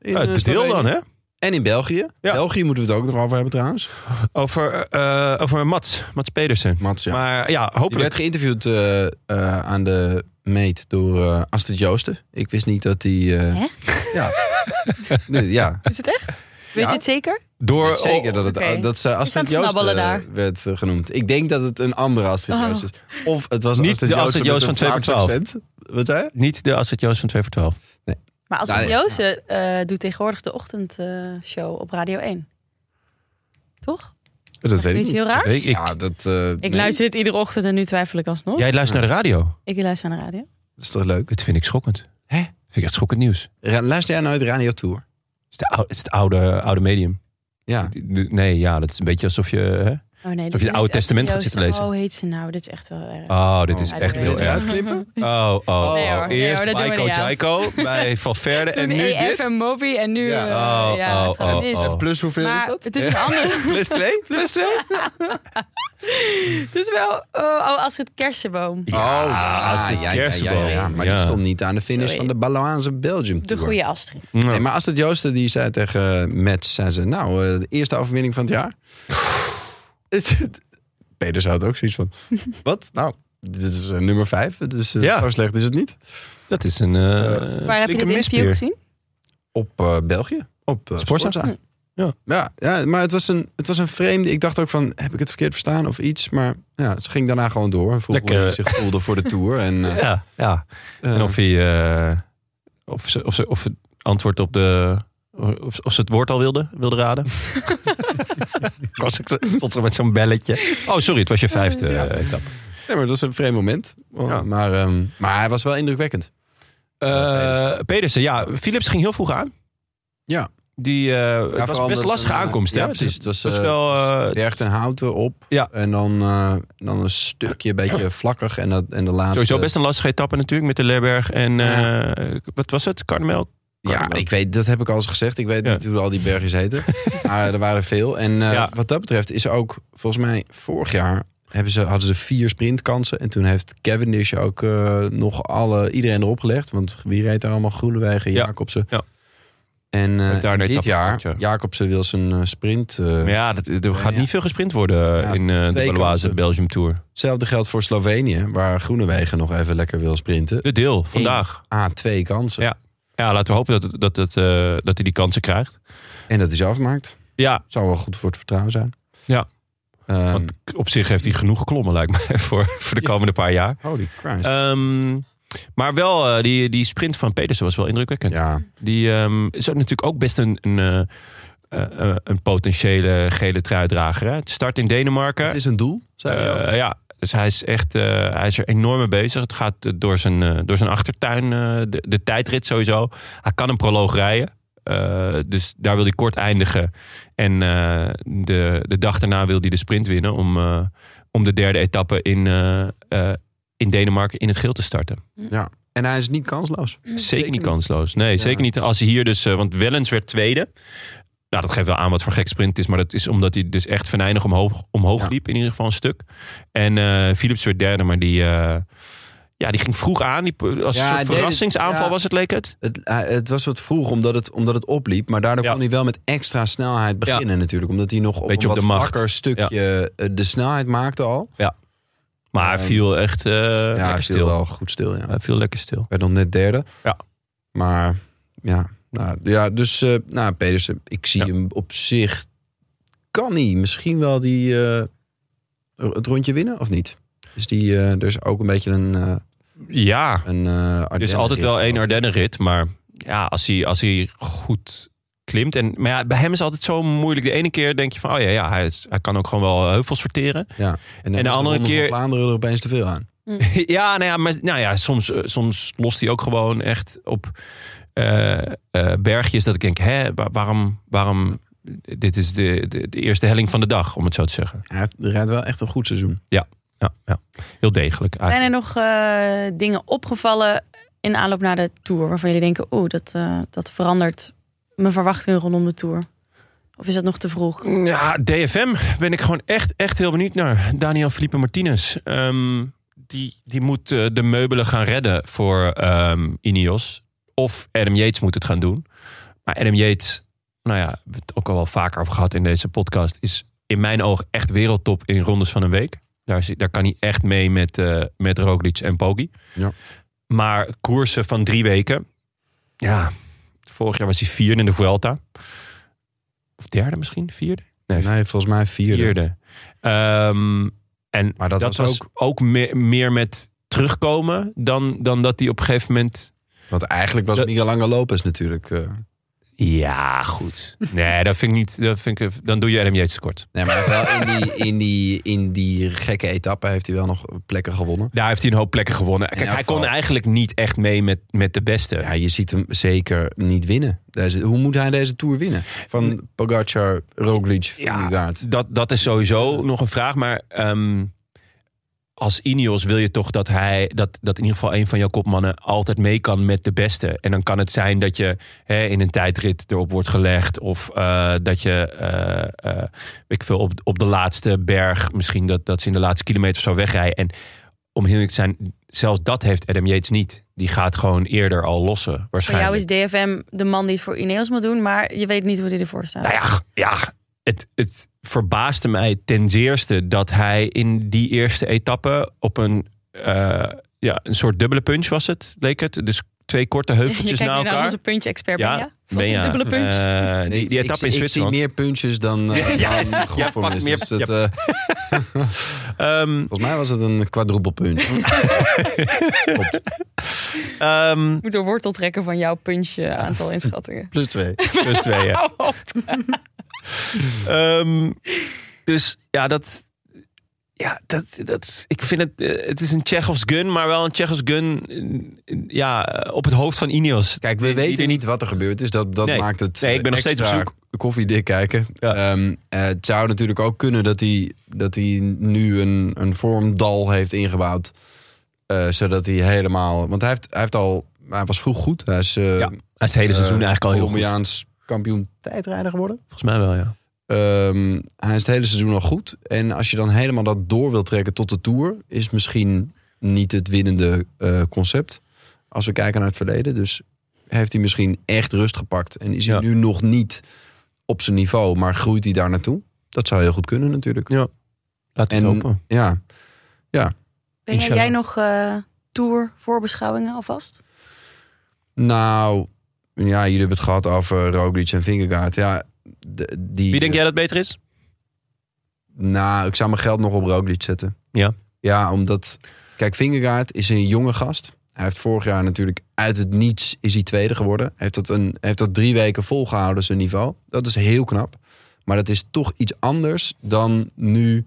Speaker 2: In,
Speaker 1: Ja,
Speaker 2: eh,
Speaker 1: de deel
Speaker 2: Slovenië.
Speaker 1: dan, hè?
Speaker 2: En in België.
Speaker 1: Ja.
Speaker 2: België moeten we het ook nog over hebben trouwens.
Speaker 1: Over, eh, over Mats, Mats Pedersen.
Speaker 2: Mats, ja.
Speaker 1: Maar ja,
Speaker 2: Die
Speaker 1: hopelijk.
Speaker 2: werd geïnterviewd eh, eh, aan de meet door eh, Astrid Joosten. Ik wist niet dat die... eh,
Speaker 3: Hè?
Speaker 2: Ja. Nee, ja. oh,
Speaker 3: Is het echt? Weet je het zeker?
Speaker 1: Door,
Speaker 2: Zeker dat, het,
Speaker 3: oké.
Speaker 2: dat ze Astrid
Speaker 3: aan het
Speaker 2: Joosten
Speaker 3: snabbelen
Speaker 2: eh, werd eh, genoemd. Ik denk dat het een andere Astrid
Speaker 3: Oh.
Speaker 2: Joosten is. Of het was
Speaker 1: Niet
Speaker 2: Astrid
Speaker 1: de
Speaker 2: Joosten
Speaker 1: Astrid
Speaker 2: met
Speaker 1: Joost
Speaker 2: een
Speaker 1: van 2 voor
Speaker 2: Vlaams
Speaker 1: 12.
Speaker 2: accent. Wat zei je?
Speaker 1: Niet de Astrid Joost van 2 voor 12.
Speaker 3: Maar als
Speaker 2: Nou,
Speaker 3: het
Speaker 2: ja.
Speaker 3: Joosten eh, doet tegenwoordig de ochtendshow op Radio 1. Toch?
Speaker 2: Dat weet ik
Speaker 3: Iets
Speaker 2: niet.
Speaker 3: heel raars?
Speaker 1: weet ik.
Speaker 2: Ja, dat, eh,
Speaker 3: Ik
Speaker 2: nee,
Speaker 3: luister dit iedere ochtend en nu twijfel ik alsnog.
Speaker 1: Jij luistert naar de radio.
Speaker 3: Ik luister naar de radio.
Speaker 2: Dat is toch leuk?
Speaker 1: Dit vind ik schokkend. Hè? Vind ik echt schokkend nieuws.
Speaker 2: Ra- Luister jij nooit Radio Tour?
Speaker 1: Het is, de oude, het, is het oude, oude medium.
Speaker 2: Ja.
Speaker 1: Die- die- Nee, ja, dat is een beetje alsof je. hè?
Speaker 3: Oh, nee,
Speaker 1: Of je het Oude Testament gaat zitten lezen.
Speaker 3: Hoe heet ze nou? Dit is echt wel erg.
Speaker 1: Oh, dit is
Speaker 3: Oh.
Speaker 1: echt heel erg.
Speaker 2: Uitknippen?
Speaker 1: Oh, oh, oh.
Speaker 3: Nee hoor, nee
Speaker 1: Eerst
Speaker 3: hoor, dat doen we
Speaker 1: Baiko
Speaker 3: niet aan.
Speaker 1: Jaiko bij Valverde en
Speaker 3: Toen
Speaker 1: nu
Speaker 3: EF
Speaker 1: dit.
Speaker 3: en Moby en nu...
Speaker 2: Ja.
Speaker 3: eh,
Speaker 1: Oh,
Speaker 3: ja, het
Speaker 1: oh,
Speaker 3: gaat
Speaker 1: oh,
Speaker 3: mis.
Speaker 1: oh.
Speaker 2: Plus hoeveel is
Speaker 3: Maar
Speaker 2: dat?
Speaker 3: het is een andere...
Speaker 1: Plus twee?
Speaker 2: Oh,
Speaker 1: Plus twee?
Speaker 3: Het is wel... Oh, oh Astrid Kersenboom.
Speaker 1: Ja, Astrid Kersenboom.
Speaker 2: Maar
Speaker 1: Ja.
Speaker 2: die stond niet aan de finish
Speaker 3: Sorry.
Speaker 2: van de Baloaanse Belgium
Speaker 3: De
Speaker 2: Tour.
Speaker 3: goede Astrid.
Speaker 2: Nee, maar Astrid Joosten die zei tegen eh, Mets, zei ze, nou, eh, de eerste overwinning van het jaar. Het- het- Peter zou het ook zoiets van, wat? Nou, dit is eh, nummer vijf, dus eh,
Speaker 1: Ja.
Speaker 2: zo slecht is het niet.
Speaker 1: Dat is een. eh
Speaker 3: Waar heb je
Speaker 1: flinke
Speaker 3: dit interview
Speaker 1: mispeer.
Speaker 3: gezien?
Speaker 2: Op eh, België, op eh
Speaker 1: Sporza?
Speaker 2: Sporza.
Speaker 1: Ja.
Speaker 2: Ja, ja, maar het was, een, het was een vreemde. Ik dacht ook van, heb ik het verkeerd verstaan of iets? Maar ja, ze ging daarna gewoon door en vroeg
Speaker 1: Lekker.
Speaker 2: hoe hij zich voelde voor de Tour. En, eh,
Speaker 1: Ja, ja. En
Speaker 2: eh,
Speaker 1: of hij. eh, of, ze, of, ze, of het antwoord op de. Of, ze- of ze het woord al wilde, wilde raden. Was ik tot zo met zo'n belletje. Oh, sorry, het was je vijfde
Speaker 2: Ja.
Speaker 1: eh, etappe.
Speaker 2: Nee, maar dat is een vreemd moment. Oh,
Speaker 1: Ja.
Speaker 2: Maar, ehm, maar hij was wel indrukwekkend.
Speaker 1: Eh, Pedersen, ja. Philips ging heel vroeg aan.
Speaker 2: Ja.
Speaker 1: Die, eh
Speaker 2: Ja,
Speaker 1: het was
Speaker 2: vooral
Speaker 1: best
Speaker 2: dat-
Speaker 1: lastige
Speaker 2: eh,
Speaker 1: aankomst, hè?
Speaker 2: Ja, precies. Het was,
Speaker 1: Dat is
Speaker 2: eh,
Speaker 1: wel... eh,
Speaker 2: berg ten houten op.
Speaker 1: Ja.
Speaker 2: En dan, eh, dan een stukje een beetje vlakkig. En, dat, en de laatste...
Speaker 1: Sowieso best een lastige etappe natuurlijk met de Leerberg en
Speaker 2: Ja.
Speaker 1: eh, wat was het? Carmel?
Speaker 2: Ja, ik weet, dat heb ik al eens gezegd. Ik weet
Speaker 1: Ja.
Speaker 2: niet hoe al die bergjes heten. maar er waren veel. En eh,
Speaker 1: Ja.
Speaker 2: wat dat betreft is er ook, volgens mij, vorig jaar hebben ze, hadden ze vier sprintkansen. En toen heeft Cavendish ook eh, nog alle, iedereen erop gelegd. Want wie reed daar allemaal? Groenewegen,
Speaker 1: Ja.
Speaker 2: Jacobsen.
Speaker 1: Ja.
Speaker 2: En eh,
Speaker 1: Heeft daar een
Speaker 2: dit
Speaker 1: etappe
Speaker 2: jaar,
Speaker 1: gepakt, ja.
Speaker 2: Jacobsen wil zijn eh, sprint. eh,
Speaker 1: Maar ja, dat, er gaat
Speaker 2: ja.
Speaker 1: niet veel gesprint worden eh,
Speaker 2: Ja,
Speaker 1: in eh, de
Speaker 2: twee
Speaker 1: Baloise
Speaker 2: kansen.
Speaker 1: Belgium Tour.
Speaker 2: Hetzelfde geldt voor Slovenië, waar Groenewegen nog even lekker wil sprinten.
Speaker 1: De deel, vandaag.
Speaker 2: A, twee kansen.
Speaker 1: Ja. Ja, laten we hopen dat, dat, dat, eh, dat hij die kansen krijgt.
Speaker 2: En dat hij ze afmaakt.
Speaker 1: Ja,
Speaker 2: Zou wel goed voor het vertrouwen zijn.
Speaker 1: Ja.
Speaker 2: Ehm,
Speaker 1: want op zich heeft hij genoeg geklommen, lijkt me, voor, voor de komende paar jaar.
Speaker 2: holy Christ.
Speaker 1: Ehm, maar wel, eh, die, die sprint van Pedersen was wel indrukwekkend.
Speaker 2: ja.
Speaker 1: Die ehm, is ook natuurlijk ook best een, een, eh, eh, eh, een potentiële gele truidrager. Hè? Het start in Denemarken.
Speaker 2: Het is een doel, zei hij ook.
Speaker 1: Eh, ja, dus hij is echt eh, hij is er enorm mee bezig. Het gaat eh, door zijn, eh, door zijn achtertuin, eh, de, de tijdrit sowieso. Hij kan een proloog rijden. Eh, dus daar wil hij kort eindigen. En eh, de, de dag daarna wil hij de sprint winnen om, eh, om de derde etappe in, eh, eh, in Denemarken in het geel te starten.
Speaker 2: Eh, En hij is niet kansloos.
Speaker 1: Zeker niet kansloos. Nee, zeker niet als hij hier dus. eh, want Wellens werd tweede. Nou, dat geeft wel aan wat voor gek sprint het is. Maar dat is omdat hij dus echt venijnig omhoog, omhoog
Speaker 2: Ja.
Speaker 1: liep. In ieder geval een stuk. En eh, Philips werd derde. Maar die, eh, ja, die ging vroeg aan. Die, als een
Speaker 2: Ja, hij
Speaker 1: soort
Speaker 2: deed het-
Speaker 1: verrassingsaanval
Speaker 2: ja.
Speaker 1: was het, leek het.
Speaker 2: Het, hij- het was wat vroeg omdat het, omdat het opliep. Maar daardoor
Speaker 1: Ja.
Speaker 2: kon hij wel met extra snelheid beginnen natuurlijk. Omdat hij nog op
Speaker 1: Beetje
Speaker 2: een
Speaker 1: op
Speaker 2: wat
Speaker 1: de macht.
Speaker 2: vlakker stukje eh, de snelheid maakte al.
Speaker 1: Maar hij
Speaker 2: Ja.
Speaker 1: viel echt eh,
Speaker 2: ja,
Speaker 1: lekker
Speaker 2: hij viel
Speaker 1: stil. Eh,
Speaker 2: wel goed stil. Ja.
Speaker 1: Hij viel lekker stil.
Speaker 2: Werd nog net derde.
Speaker 1: Ja.
Speaker 2: Maar ja, nou, ja dus eh nou, Pedersen, ik zie
Speaker 1: Ja.
Speaker 2: hem op zich. Kan hij misschien wel die, eh, het rondje winnen of niet? Dus die, eh, er is ook een beetje een, eh
Speaker 1: Ja,
Speaker 2: een eh,
Speaker 1: er is altijd
Speaker 2: Ardennenrit.
Speaker 1: wel één Ardennenrit. Maar ja, als hij, als hij goed klimt. En, maar ja, bij hem is het altijd zo moeilijk. De ene keer denk je van, oh ja, ja hij, is- hij kan ook gewoon wel heuvels sorteren.
Speaker 2: Ja. En, dan
Speaker 1: de
Speaker 2: is
Speaker 1: andere
Speaker 2: Ronde van
Speaker 1: keer-
Speaker 2: Vlaanderen er opeens te veel aan.
Speaker 1: Ja, nou ja, maar, nou ja soms, eh, soms lost hij ook gewoon echt op eh, eh, bergjes. Dat ik denk, hè, wa- waarom, waarom, dit is de, de, de eerste helling van de dag, om het zo te zeggen.
Speaker 2: Hij heeft- hij rijdt wel echt een goed seizoen.
Speaker 1: Ja, ja. heel degelijk.
Speaker 3: Zijn er
Speaker 1: eigenlijk.
Speaker 3: nog eh, dingen opgevallen in aanloop naar de Tour... waarvan jullie denken, oeh, dat, eh, dat verandert mijn verwachtingen rondom de Tour? Of is dat nog te vroeg?
Speaker 1: Mm, Ja, DFM ben ik gewoon echt, echt heel benieuwd naar. Daniel Felipe Martinez. Ehm, die, die moet eh, de meubelen gaan redden voor ehm Ineos. Of Adam Yates moet het gaan doen. Maar Adam Yates, nou ja, we hebben het ook al wel vaker over gehad in deze podcast, is in mijn oog echt wereldtop in rondes van een week. Daar, zit- daar kan hij echt mee met, eh met Roglic en Poggi.
Speaker 2: Ja.
Speaker 1: Maar koersen van drie weken, ja, vorig jaar was hij vierde in de Vuelta. Of derde misschien, vierde? Nee,
Speaker 2: Nee, volgens mij vierde.
Speaker 1: vierde. Ehm, en
Speaker 2: Maar
Speaker 1: dat, was, ook, ook me- meer met terugkomen dan, dan dat hij op een gegeven moment...
Speaker 2: Want eigenlijk was
Speaker 1: Dat-
Speaker 2: Miguel Lange Lopez natuurlijk. eh,
Speaker 1: Ja, goed. Nee, dat vind ik niet. Dat vind ik, dan doe je LMJ tekort.
Speaker 2: Nee, maar hij heeft wel in die, in, die, in die gekke etappe heeft hij wel nog plekken gewonnen.
Speaker 1: Daar heeft hij een hoop plekken gewonnen. Kijk,
Speaker 2: elk
Speaker 1: hij kon
Speaker 2: geval.
Speaker 1: eigenlijk niet echt mee met, met de beste.
Speaker 2: Ja, je ziet hem zeker niet winnen. Deze, hoe moet hij deze Tour winnen? Van Pogacar, Roglic, Vingegaard.
Speaker 1: dat, dat is sowieso nog een vraag. Maar ehm, als Ineos wil je toch dat hij, dat, dat in ieder geval een van jouw kopmannen altijd mee kan met de beste. En dan kan het zijn dat je hè, in een tijdrit erop wordt gelegd. Of eh, dat je, eh, eh, ik veel, op, op de laatste berg, misschien dat, dat ze in de laatste kilometer zou wegrijden. En om heel eerlijk te zijn, zelfs dat heeft Adam Yates niet. Die gaat gewoon eerder al lossen,
Speaker 3: Voor
Speaker 1: waarschijnlijk.
Speaker 3: jou is DFM de man die het voor Ineos moet doen, maar je weet niet hoe die ervoor staat.
Speaker 1: Nou ja, g- ja het, het verbaasde mij ten zeerste dat hij in die eerste etappe op een, eh, ja, een soort dubbele punch was het, leek het. Dus twee korte
Speaker 3: je
Speaker 1: heuveltjes
Speaker 3: kijkt nu
Speaker 1: na
Speaker 3: naar
Speaker 1: elkaar.
Speaker 3: onze punch-expert, ben je?
Speaker 1: ben
Speaker 3: een
Speaker 1: ja.
Speaker 3: dubbele punch.
Speaker 1: Eh,
Speaker 2: Nee,
Speaker 1: die, die
Speaker 2: ik-
Speaker 1: etappe
Speaker 2: ik,
Speaker 1: in
Speaker 2: ik zie
Speaker 1: Zwitserland.
Speaker 2: meer punches dan, eh
Speaker 1: Ja,
Speaker 2: dan
Speaker 1: ja,
Speaker 2: goed
Speaker 1: ja,
Speaker 2: voor
Speaker 1: pak
Speaker 2: me is.
Speaker 1: meer-
Speaker 2: Dus dat,
Speaker 1: ja.
Speaker 2: eh,
Speaker 1: Ehm,
Speaker 2: volgens mij was het een quadruple punch.
Speaker 1: ehm,
Speaker 3: Moet door wortel trekken van jouw punch-aantal inschattingen.
Speaker 2: Plus twee.
Speaker 1: plus twee, ja.
Speaker 3: Hou op.
Speaker 1: Ehm, dus ja, dat. Ja, dat, dat, ik vind het. eh, Het is een Tsjechos gun, maar wel een Tsjechos gun. eh, Ja, eh, op het hoofd van Ineos.
Speaker 2: Kijk, we
Speaker 1: Die- die
Speaker 2: weten
Speaker 1: er
Speaker 2: niet wat er gebeurd is. Dat, dat
Speaker 1: Nee.
Speaker 2: maakt het eh,
Speaker 1: Nee, ik ben nog steeds op
Speaker 2: extra koffiedik kijken.
Speaker 1: Ja.
Speaker 2: Ehm, eh, het zou natuurlijk ook kunnen dat hij, dat hij nu een, een vormdal heeft ingebouwd. eh, zodat hij helemaal... Want hij, heeft, hij, heeft al, hij was vroeg goed. Hij is eh,
Speaker 1: Ja, Hij is het hele seizoen
Speaker 2: eh,
Speaker 1: eigenlijk al heel goed.
Speaker 2: Colombiaans kampioen tijdrijder geworden.
Speaker 1: Volgens mij wel, ja.
Speaker 2: Ehm, hij is het hele seizoen al goed. En als je dan helemaal dat door wil trekken tot de Tour... is misschien niet het winnende eh, concept. Als we kijken naar het verleden. Dus heeft hij misschien echt rust gepakt. En is hij
Speaker 1: Ja.
Speaker 2: nu nog niet op zijn niveau. Maar groeit hij daar naartoe? Dat zou heel goed kunnen natuurlijk.
Speaker 1: Ja. Laten we
Speaker 2: En-
Speaker 1: het hopen.
Speaker 2: Ja,
Speaker 3: Ben jij,
Speaker 1: Inshallah.
Speaker 3: jij nog eh tour voorbeschouwingen alvast?
Speaker 2: nou... Ja, jullie hebben het gehad over Roglic en Vingegaard. Ja, de- die, eh,
Speaker 1: Wie denk jij dat beter is?
Speaker 2: Nou, ik zou mijn geld nog op Roglic zetten.
Speaker 1: Ja.
Speaker 2: Ja, omdat... Kijk, Vingegaard is een jonge gast. Hij heeft vorig jaar natuurlijk uit het niets is hij tweede geworden. Heeft dat, een, heeft dat drie weken volgehouden, zijn niveau. Dat is heel knap. Maar dat is toch iets anders dan nu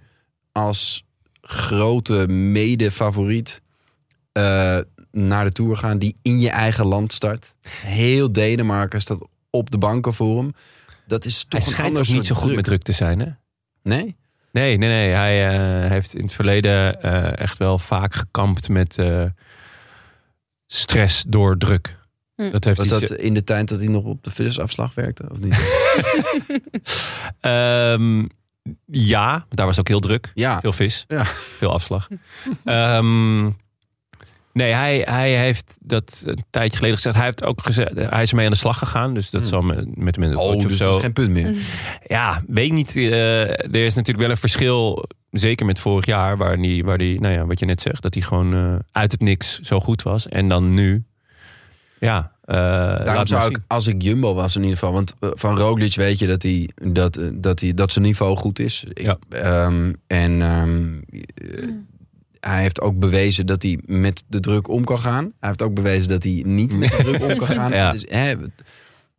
Speaker 2: als grote mede-favoriet eh, naar de Tour gaan. Die in je eigen land start. Heel Denemarken staat op de banken voor hem. Dat is toch
Speaker 1: Hij
Speaker 2: een
Speaker 1: schijnt
Speaker 2: ander
Speaker 1: ook niet
Speaker 2: soort
Speaker 1: zo goed
Speaker 2: druk.
Speaker 1: met druk te zijn, hè?
Speaker 2: Nee?
Speaker 1: Nee, nee, nee. Hij eh, heeft in het verleden eh, echt wel vaak gekampt met eh, stress door druk.
Speaker 3: Hm.
Speaker 1: Dat heeft
Speaker 2: Was
Speaker 1: hij
Speaker 2: dat in de tijd dat hij nog op de visafslag werkte, of niet?
Speaker 1: Ehm, ja, want daar was ook heel druk.
Speaker 2: Ja,
Speaker 1: Veel vis.
Speaker 2: Ja. Hm.
Speaker 1: Veel afslag. Ehm, nee, hij, hij heeft dat een tijdje geleden gezegd. Hij, heeft ook gezegd, hij is mee aan de slag gegaan. Dus dat
Speaker 2: Hmm.
Speaker 1: zal me- met hem in de
Speaker 2: oh,
Speaker 1: coach
Speaker 2: dus
Speaker 1: of zo.
Speaker 2: dat is geen punt meer.
Speaker 1: Ja, weet ik niet. eh, er is natuurlijk wel een verschil. Zeker met vorig jaar, waar die, waar die nou ja, wat je net zegt, dat hij gewoon eh, uit het niks zo goed was. En dan nu. Ja, eh
Speaker 2: Daarom
Speaker 1: laat maar
Speaker 2: zou ik,
Speaker 1: zien.
Speaker 2: als ik Jumbo was in ieder geval, want eh, van Roglic weet je dat, hij, dat, eh, dat, hij, dat zijn niveau goed is. Ik-
Speaker 1: Ja.
Speaker 2: ehm, en ehm, eh, hij heeft ook bewezen dat hij met de druk om kan gaan. Hij heeft ook bewezen dat hij niet met de druk om kan gaan.
Speaker 1: Ja.
Speaker 2: Dus, hè,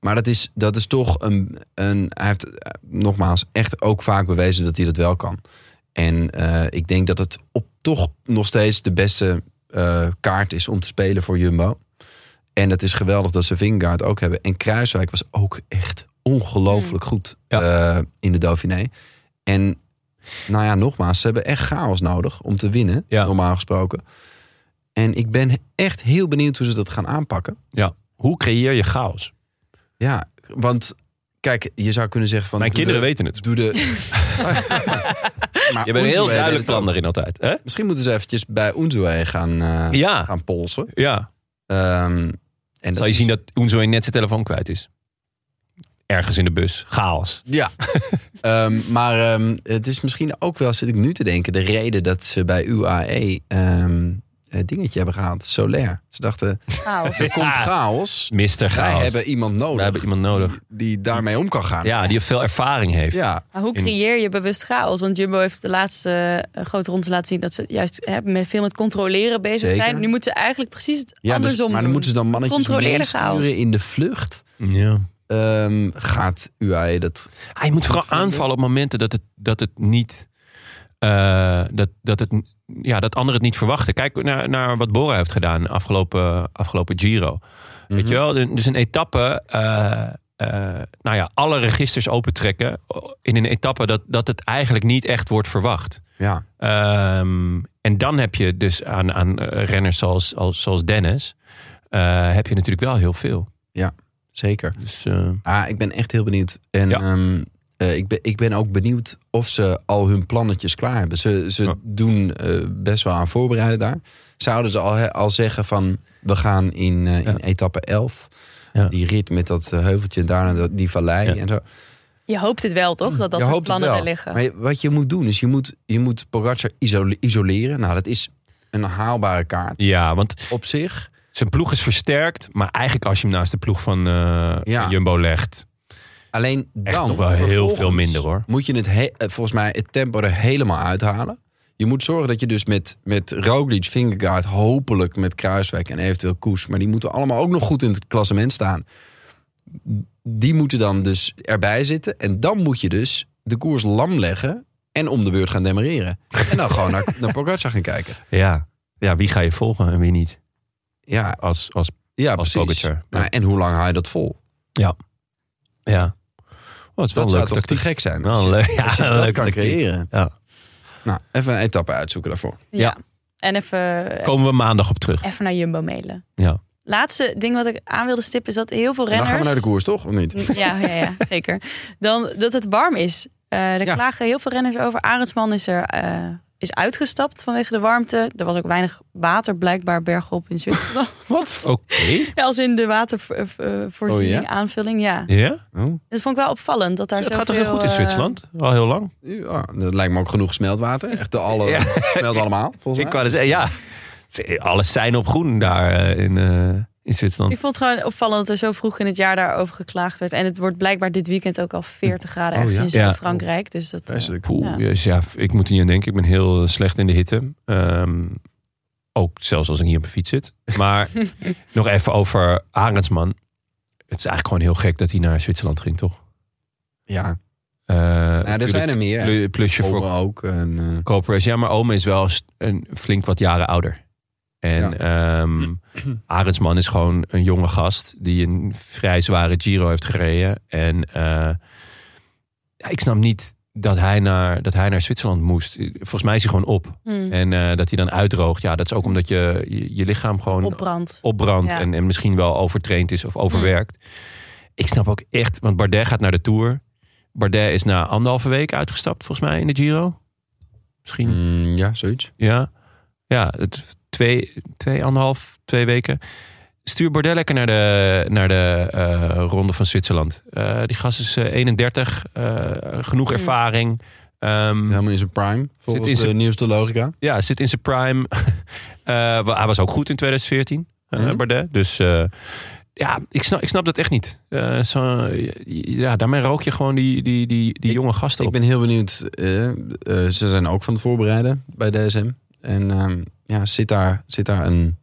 Speaker 2: maar dat is, dat is toch een, een... Hij heeft eh, nogmaals echt ook vaak bewezen dat hij dat wel kan. En eh, ik denk dat het op, toch nog steeds de beste eh, kaart is om te spelen voor Jumbo. En het is geweldig dat ze Vingaard ook hebben. En Kruiswijk was ook echt ongelooflijk
Speaker 1: Hmm.
Speaker 2: goed eh, in de Dauphiné. En nou ja, nogmaals, ze hebben echt chaos nodig om te winnen,
Speaker 1: Ja.
Speaker 2: normaal gesproken. En ik ben echt heel benieuwd hoe ze dat gaan aanpakken.
Speaker 1: Hoe creëer je chaos?
Speaker 2: Ja, want kijk, je zou kunnen zeggen van...
Speaker 1: Mijn
Speaker 2: doe
Speaker 1: kinderen
Speaker 2: de-
Speaker 1: weten het.
Speaker 2: Doe de... maar
Speaker 1: Je bent een
Speaker 2: Unzué
Speaker 1: heel
Speaker 2: deed
Speaker 1: duidelijk
Speaker 2: het
Speaker 1: plan
Speaker 2: ook.
Speaker 1: daarin altijd. Hè?
Speaker 2: Misschien moeten ze eventjes bij Unzué gaan, eh,
Speaker 1: Ja,
Speaker 2: gaan polsen.
Speaker 1: ja.
Speaker 2: Ehm, en
Speaker 1: Zal je
Speaker 2: is-
Speaker 1: zien dat Oenzooi net zijn telefoon kwijt is? Ergens in de bus. Chaos.
Speaker 2: Ja. Ehm, maar ehm, het is misschien ook wel, zit ik nu te denken, de reden dat ze bij UAE ehm het dingetje hebben gehaald. Solair. Ze dachten,
Speaker 3: Chaos.
Speaker 2: er komt chaos.
Speaker 1: Mister
Speaker 2: Wij
Speaker 1: Chaos.
Speaker 2: hebben iemand nodig
Speaker 1: We hebben iemand nodig.
Speaker 2: die daarmee om kan gaan.
Speaker 1: Ja, die veel ervaring heeft.
Speaker 2: Ja.
Speaker 3: Maar hoe
Speaker 1: In-
Speaker 3: creëer je bewust chaos? Want Jumbo heeft de laatste eh, grote ronde laten zien dat ze juist hè, met veel met controleren bezig
Speaker 2: Zeker.
Speaker 3: zijn. Nu moeten ze eigenlijk precies het
Speaker 2: Ja, dus-
Speaker 3: andersom
Speaker 2: maar dan
Speaker 3: doen.
Speaker 2: moeten ze dan mannetjes
Speaker 3: Controleerde chaos.
Speaker 2: meesturen in de vlucht.
Speaker 1: Ja.
Speaker 2: Eh, ehm, gaat UAE dat...
Speaker 1: Hij moet vooral aanvallen op momenten dat het, dat het niet. eh, dat, dat, het, ja, dat anderen het niet verwachten. Kijk naar, naar wat Bora heeft gedaan afgelopen, afgelopen Giro. Weet je wel? Dus een etappe. eh, eh, nou ja, alle registers opentrekken. In een etappe dat, dat het eigenlijk niet echt wordt verwacht.
Speaker 2: Ja,
Speaker 1: Ehm, en dan heb je dus aan, aan eh, renners zoals, als, zoals Dennis. eh, heb je natuurlijk wel heel veel.
Speaker 2: zeker.
Speaker 1: Dus, eh,
Speaker 2: Ah, ik ben echt heel benieuwd. En
Speaker 1: Ja.
Speaker 2: ehm, eh, ik, ben, ik ben ook benieuwd of ze al hun plannetjes klaar hebben. Ze, ze
Speaker 1: Ja.
Speaker 2: doen eh, best wel aan voorbereiden daar. Zouden ze al, he- al zeggen van we gaan in, eh,
Speaker 1: Ja.
Speaker 2: in etappe 11.
Speaker 1: Ja.
Speaker 2: Die rit met dat eh, heuveltje en daarna dat- die vallei
Speaker 1: Ja.
Speaker 2: en zo.
Speaker 3: Je hoopt het wel, toch? Dat dat
Speaker 2: Mm. je
Speaker 3: soort
Speaker 2: hoopt het
Speaker 3: plannen
Speaker 2: wel.
Speaker 3: er liggen.
Speaker 2: Maar je- wat je moet doen is je moet, je moet Pogacar isole- isoleren. Nou, dat is een haalbare kaart
Speaker 1: ja, want
Speaker 2: op zich.
Speaker 1: Zijn ploeg is versterkt, maar eigenlijk als je hem naast de ploeg van eh,
Speaker 2: Ja.
Speaker 1: Jumbo legt.
Speaker 2: Alleen
Speaker 1: Echt
Speaker 2: dan
Speaker 1: nog wel heel
Speaker 2: vervolgens
Speaker 1: veel minder, hoor.
Speaker 2: Moet je het he- eh, volgens mij het tempo er helemaal uithalen. Je moet zorgen dat je dus met, met Roglic, Vingegaard, hopelijk met Kruiswijk en eventueel Koes. Maar die moeten allemaal ook nog goed in het klassement staan. Die moeten dan dus erbij zitten. En dan moet je dus de koers lam leggen en om de beurt gaan demareren. En dan gewoon naar, naar Pogacar gaan kijken.
Speaker 1: Ja. ja, wie ga je volgen en wie niet?
Speaker 2: Ja,
Speaker 1: Als, als,
Speaker 2: ja
Speaker 1: Als
Speaker 2: precies.
Speaker 1: Pogacar, ja.
Speaker 2: Nou, en hoe lang hou je dat vol?
Speaker 1: ja. Oh, het is wel
Speaker 2: Dat
Speaker 1: een
Speaker 2: zou
Speaker 1: leuke
Speaker 2: toch te
Speaker 1: tactiek.
Speaker 2: gek zijn?
Speaker 1: Wel
Speaker 2: Als
Speaker 1: een
Speaker 2: je,
Speaker 1: leuk- ja,
Speaker 2: als je
Speaker 1: een
Speaker 2: dat
Speaker 1: leuke
Speaker 2: kan
Speaker 1: tactiek.
Speaker 2: creëren.
Speaker 1: Ja.
Speaker 2: Nou, even een etappe uitzoeken daarvoor.
Speaker 3: Ja. En even, eh,
Speaker 1: Komen we maandag op terug.
Speaker 3: even naar Jumbo mailen.
Speaker 1: Ja.
Speaker 3: Laatste ding wat ik aan wilde stippen is dat heel veel
Speaker 2: En
Speaker 3: renners... Mm,
Speaker 2: dan gaan we naar de koers, toch? Of niet?
Speaker 3: Ja, ja, ja zeker. Dan dat het warm is. Eh daar
Speaker 2: Ja.
Speaker 3: klagen heel veel renners over. Arendsman is er eh, is uitgestapt vanwege de warmte. Er was ook weinig water blijkbaar bergop in Zwitserland.
Speaker 2: Wat?
Speaker 1: Oké.
Speaker 3: Ja, als in de watervoorziening,
Speaker 2: Oh, ja?
Speaker 3: aanvulling, ja.
Speaker 1: Ja?
Speaker 2: Oh?
Speaker 3: Dat vond ik wel opvallend. Dat daar
Speaker 1: Het
Speaker 3: zoveel,
Speaker 1: gaat toch heel goed in
Speaker 3: eh,
Speaker 1: Zwitserland? Al heel lang.
Speaker 2: Ja, dat lijkt me ook genoeg smeltwater. Echt de alle,
Speaker 1: Ja.
Speaker 2: smelt allemaal, volgens
Speaker 1: Ik
Speaker 2: mij.
Speaker 1: wou zeggen, ja. Alles zijn op groen daar eh, in, eh, in Zwitserland.
Speaker 3: Ik vond het gewoon opvallend dat er zo vroeg in het jaar daarover geklaagd werd. En het wordt blijkbaar dit weekend ook al 40 graden
Speaker 2: Oh,
Speaker 3: ergens
Speaker 2: ja?
Speaker 3: in
Speaker 1: Ja.
Speaker 3: Zuid-Frankrijk. Dus dat, eh,
Speaker 2: Vreselijk.
Speaker 1: Poeh,
Speaker 3: Ja.
Speaker 1: jezus, ja. ik moet er niet aan denken. Ik ben heel eh, slecht in de hitte. Ehm, ook zelfs als ik hier op mijn fiets zit. Maar nog even over Arendsman. Het is eigenlijk gewoon heel gek dat hij naar Zwitserland ging, toch?
Speaker 2: Ja,
Speaker 1: Eh,
Speaker 2: nou, er
Speaker 1: natuurlijk
Speaker 2: zijn er meer.
Speaker 1: plu- Plusje voor
Speaker 2: Omen ook. En, eh,
Speaker 1: Cooper. Ja, maar Ome is wel st- een flink wat jaren ouder. En
Speaker 2: Ja.
Speaker 1: ehm Arendsman is gewoon een jonge gast die een vrij zware Giro heeft gereden. En eh, ja, ik snap niet dat hij, naar, dat hij naar Zwitserland moest. Volgens mij is hij gewoon op.
Speaker 3: hmm,
Speaker 1: En eh, dat hij dan uitdoogt. Ja, dat is ook omdat je je, je lichaam gewoon
Speaker 3: opbrand.
Speaker 1: opbrandt
Speaker 3: Ja.
Speaker 1: en, en misschien wel overtraind is of overwerkt. Ik snap ook echt, want Bardet gaat naar de Tour. Bardet is na anderhalve week uitgestapt, volgens mij, in de Giro. Misschien,
Speaker 2: mm, ja, zoiets.
Speaker 1: ja. Ja, het, twee, twee, anderhalf, twee weken. Stuur Bardet lekker naar de, naar de eh, Ronde van Zwitserland. Eh, die gast is eh, 31, eh, genoeg
Speaker 3: Mm.
Speaker 1: ervaring. Ehm,
Speaker 2: Helemaal in zijn prime, volgens
Speaker 1: in zijn-
Speaker 2: de nieuwste logica.
Speaker 1: ja, zit in zijn prime. Eh, wa- hij was ook goed in 2014, eh,
Speaker 2: Mhm.
Speaker 1: Bardet. Dus eh, ja, ik snap, ik snap dat echt niet. Eh, zo, ja, daarmee rook je gewoon die, die, die, die
Speaker 2: Ik-
Speaker 1: jonge gasten
Speaker 2: Ik
Speaker 1: op.
Speaker 2: ben heel benieuwd. eh, eh, ze zijn ook van het voorbereiden bij DSM. En ehm, ja, zit daar, zit daar een,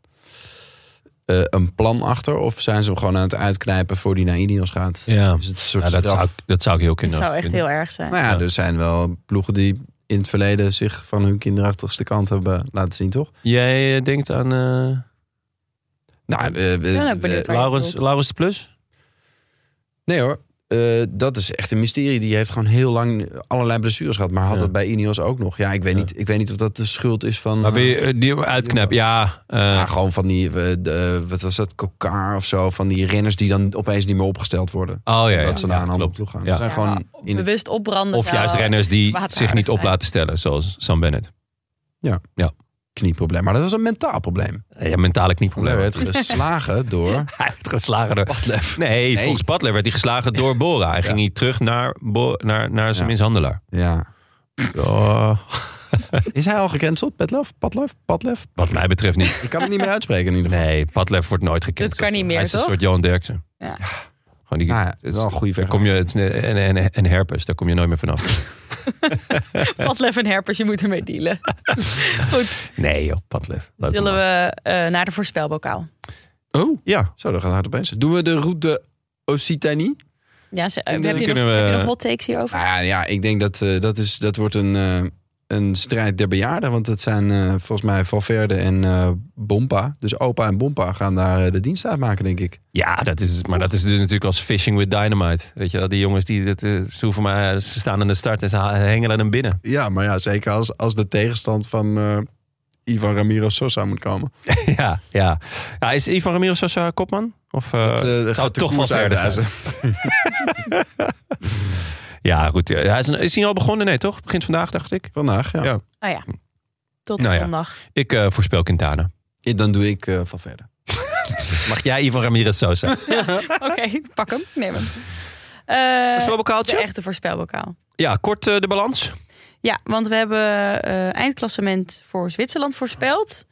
Speaker 2: eh, een plan achter? Of zijn ze hem gewoon aan het uitknijpen voor die naar Ineos gaat?
Speaker 1: ja,
Speaker 2: Is het een soort
Speaker 1: Ja, dat,
Speaker 2: straf?
Speaker 1: zou, ik- dat zou ik heel
Speaker 3: Dat
Speaker 1: kunnen.
Speaker 3: zou echt heel erg zijn.
Speaker 2: Nou ja,
Speaker 1: Ja.
Speaker 2: er zijn wel ploegen die in het verleden zich van hun kinderachtigste kant hebben laten zien, toch?
Speaker 1: Jij eh, denkt aan eh
Speaker 2: Nou, eh, eh,
Speaker 3: ben ook
Speaker 2: eh,
Speaker 3: benieuwd waar je
Speaker 1: Laurens,
Speaker 3: wilt.
Speaker 1: Laurens de Plus?
Speaker 2: nee hoor, eh, dat is echt een mysterie. Die heeft gewoon heel lang allerlei blessures gehad, maar had
Speaker 1: Ja.
Speaker 2: dat bij Ineos ook nog. Ja, ik weet,
Speaker 1: Ja.
Speaker 2: niet, ik weet niet of dat de schuld is van...
Speaker 1: Maar ben je
Speaker 2: eh,
Speaker 1: eh, die uitknap? Ja, eh,
Speaker 2: ja, gewoon van die, eh, de, wat was dat, Kokaar of zo, van die renners die dan opeens niet meer opgesteld worden.
Speaker 1: oh ja, ja,
Speaker 2: dat ze naar
Speaker 1: ja,
Speaker 2: een andere
Speaker 1: klopt.
Speaker 2: ploeg gaan.
Speaker 1: Ja.
Speaker 2: Dat zijn
Speaker 3: Ja,
Speaker 2: gewoon
Speaker 3: maar
Speaker 2: in
Speaker 3: Bewust opbranden.
Speaker 1: Of
Speaker 3: zou-
Speaker 1: juist renners die
Speaker 3: water
Speaker 1: zich niet
Speaker 3: aardig
Speaker 1: op
Speaker 3: zijn.
Speaker 1: laten stellen, zoals Sam Bennett.
Speaker 2: knieprobleem. Maar dat was een mentaal probleem.
Speaker 1: Ja, mentaal niet
Speaker 2: Hij
Speaker 1: probleem.
Speaker 2: werd geslagen door
Speaker 1: Hij werd geslagen door
Speaker 2: Padlef.
Speaker 1: Nee,
Speaker 2: Nee.
Speaker 1: volgens Butler werd hij geslagen door Bora. Hij ging niet terug naar, Bo- naar, naar zijn
Speaker 2: Ja.
Speaker 1: mishandelaar.
Speaker 2: Ja.
Speaker 1: Oh,
Speaker 2: Is hij al gecanceld? Petlef? Padlef? Padlef?
Speaker 1: wat mij betreft niet.
Speaker 2: Ik kan het niet meer uitspreken in ieder geval.
Speaker 1: Nee, Padlef wordt nooit gekend.
Speaker 3: Dat kan niet meer,
Speaker 1: Hij is een
Speaker 3: toch?
Speaker 1: soort Johan Derksen.
Speaker 3: Ja.
Speaker 1: Gewoon die,
Speaker 2: Nou ja,
Speaker 1: het is-
Speaker 2: wel een goede
Speaker 1: daar kom je, het is een, en, en, en herpes, daar kom je nooit meer vanaf.
Speaker 3: Padlef en herpers, je moet ermee dealen. Goed,
Speaker 1: Nee joh, Padlef. Leuk
Speaker 3: zullen
Speaker 1: man.
Speaker 3: we eh, naar de voorspelbokaal.
Speaker 2: Oh,
Speaker 1: Ja.
Speaker 2: zo, dat gaat hard opeens. Doen we de route Occitanie?
Speaker 3: Ja, ze-
Speaker 1: En
Speaker 3: heb,
Speaker 1: dan
Speaker 3: je nog,
Speaker 1: kunnen we-
Speaker 3: heb je nog hot takes hierover?
Speaker 2: Nou ja, ja, ik denk dat eh, dat, is, dat wordt een, eh, een strijd der bejaarden. Want dat zijn eh, volgens mij Valverde en eh, Bompa. Dus opa en Bompa gaan daar eh, de dienst uitmaken, denk ik.
Speaker 1: Ja, dat is, maar dat is dus natuurlijk als fishing with dynamite. Weet je wel, die jongens die dat, eh, ze, hoeven maar, eh, ze staan aan de start en ze ha- hengelen hem binnen.
Speaker 2: Ja, maar ja, zeker als, als de tegenstand van eh, Ivan Ramiro Sosa moet komen.
Speaker 1: ja, ja. ja. Is Ivan Ramiro Sosa kopman? Of eh,
Speaker 2: Dat, eh, gaat
Speaker 1: zou het
Speaker 2: de
Speaker 1: toch wel
Speaker 2: koers
Speaker 1: verder
Speaker 2: uitreizen.
Speaker 1: zijn? Ja, goed. Ja, hij is, een- is hij al begonnen? Nee, toch? Begint vandaag, dacht ik.
Speaker 2: Vandaag, ja.
Speaker 1: Ja.
Speaker 3: Nou ja, tot
Speaker 1: Nou ja.
Speaker 3: zondag.
Speaker 1: Ik eh, voorspel Quintana.
Speaker 2: Ja, Dan doe ik eh, Valverde.
Speaker 1: Mag jij Ivan Ramirez Sosa?
Speaker 3: Eh, Oké, pak hem. Neem hem. Eh, de
Speaker 1: Voorspelbokaaltje?
Speaker 3: echte voorspelbokaal.
Speaker 1: Ja, kort eh, de balans.
Speaker 3: Ja, want we hebben eh, eindklassement voor Zwitserland voorspeld.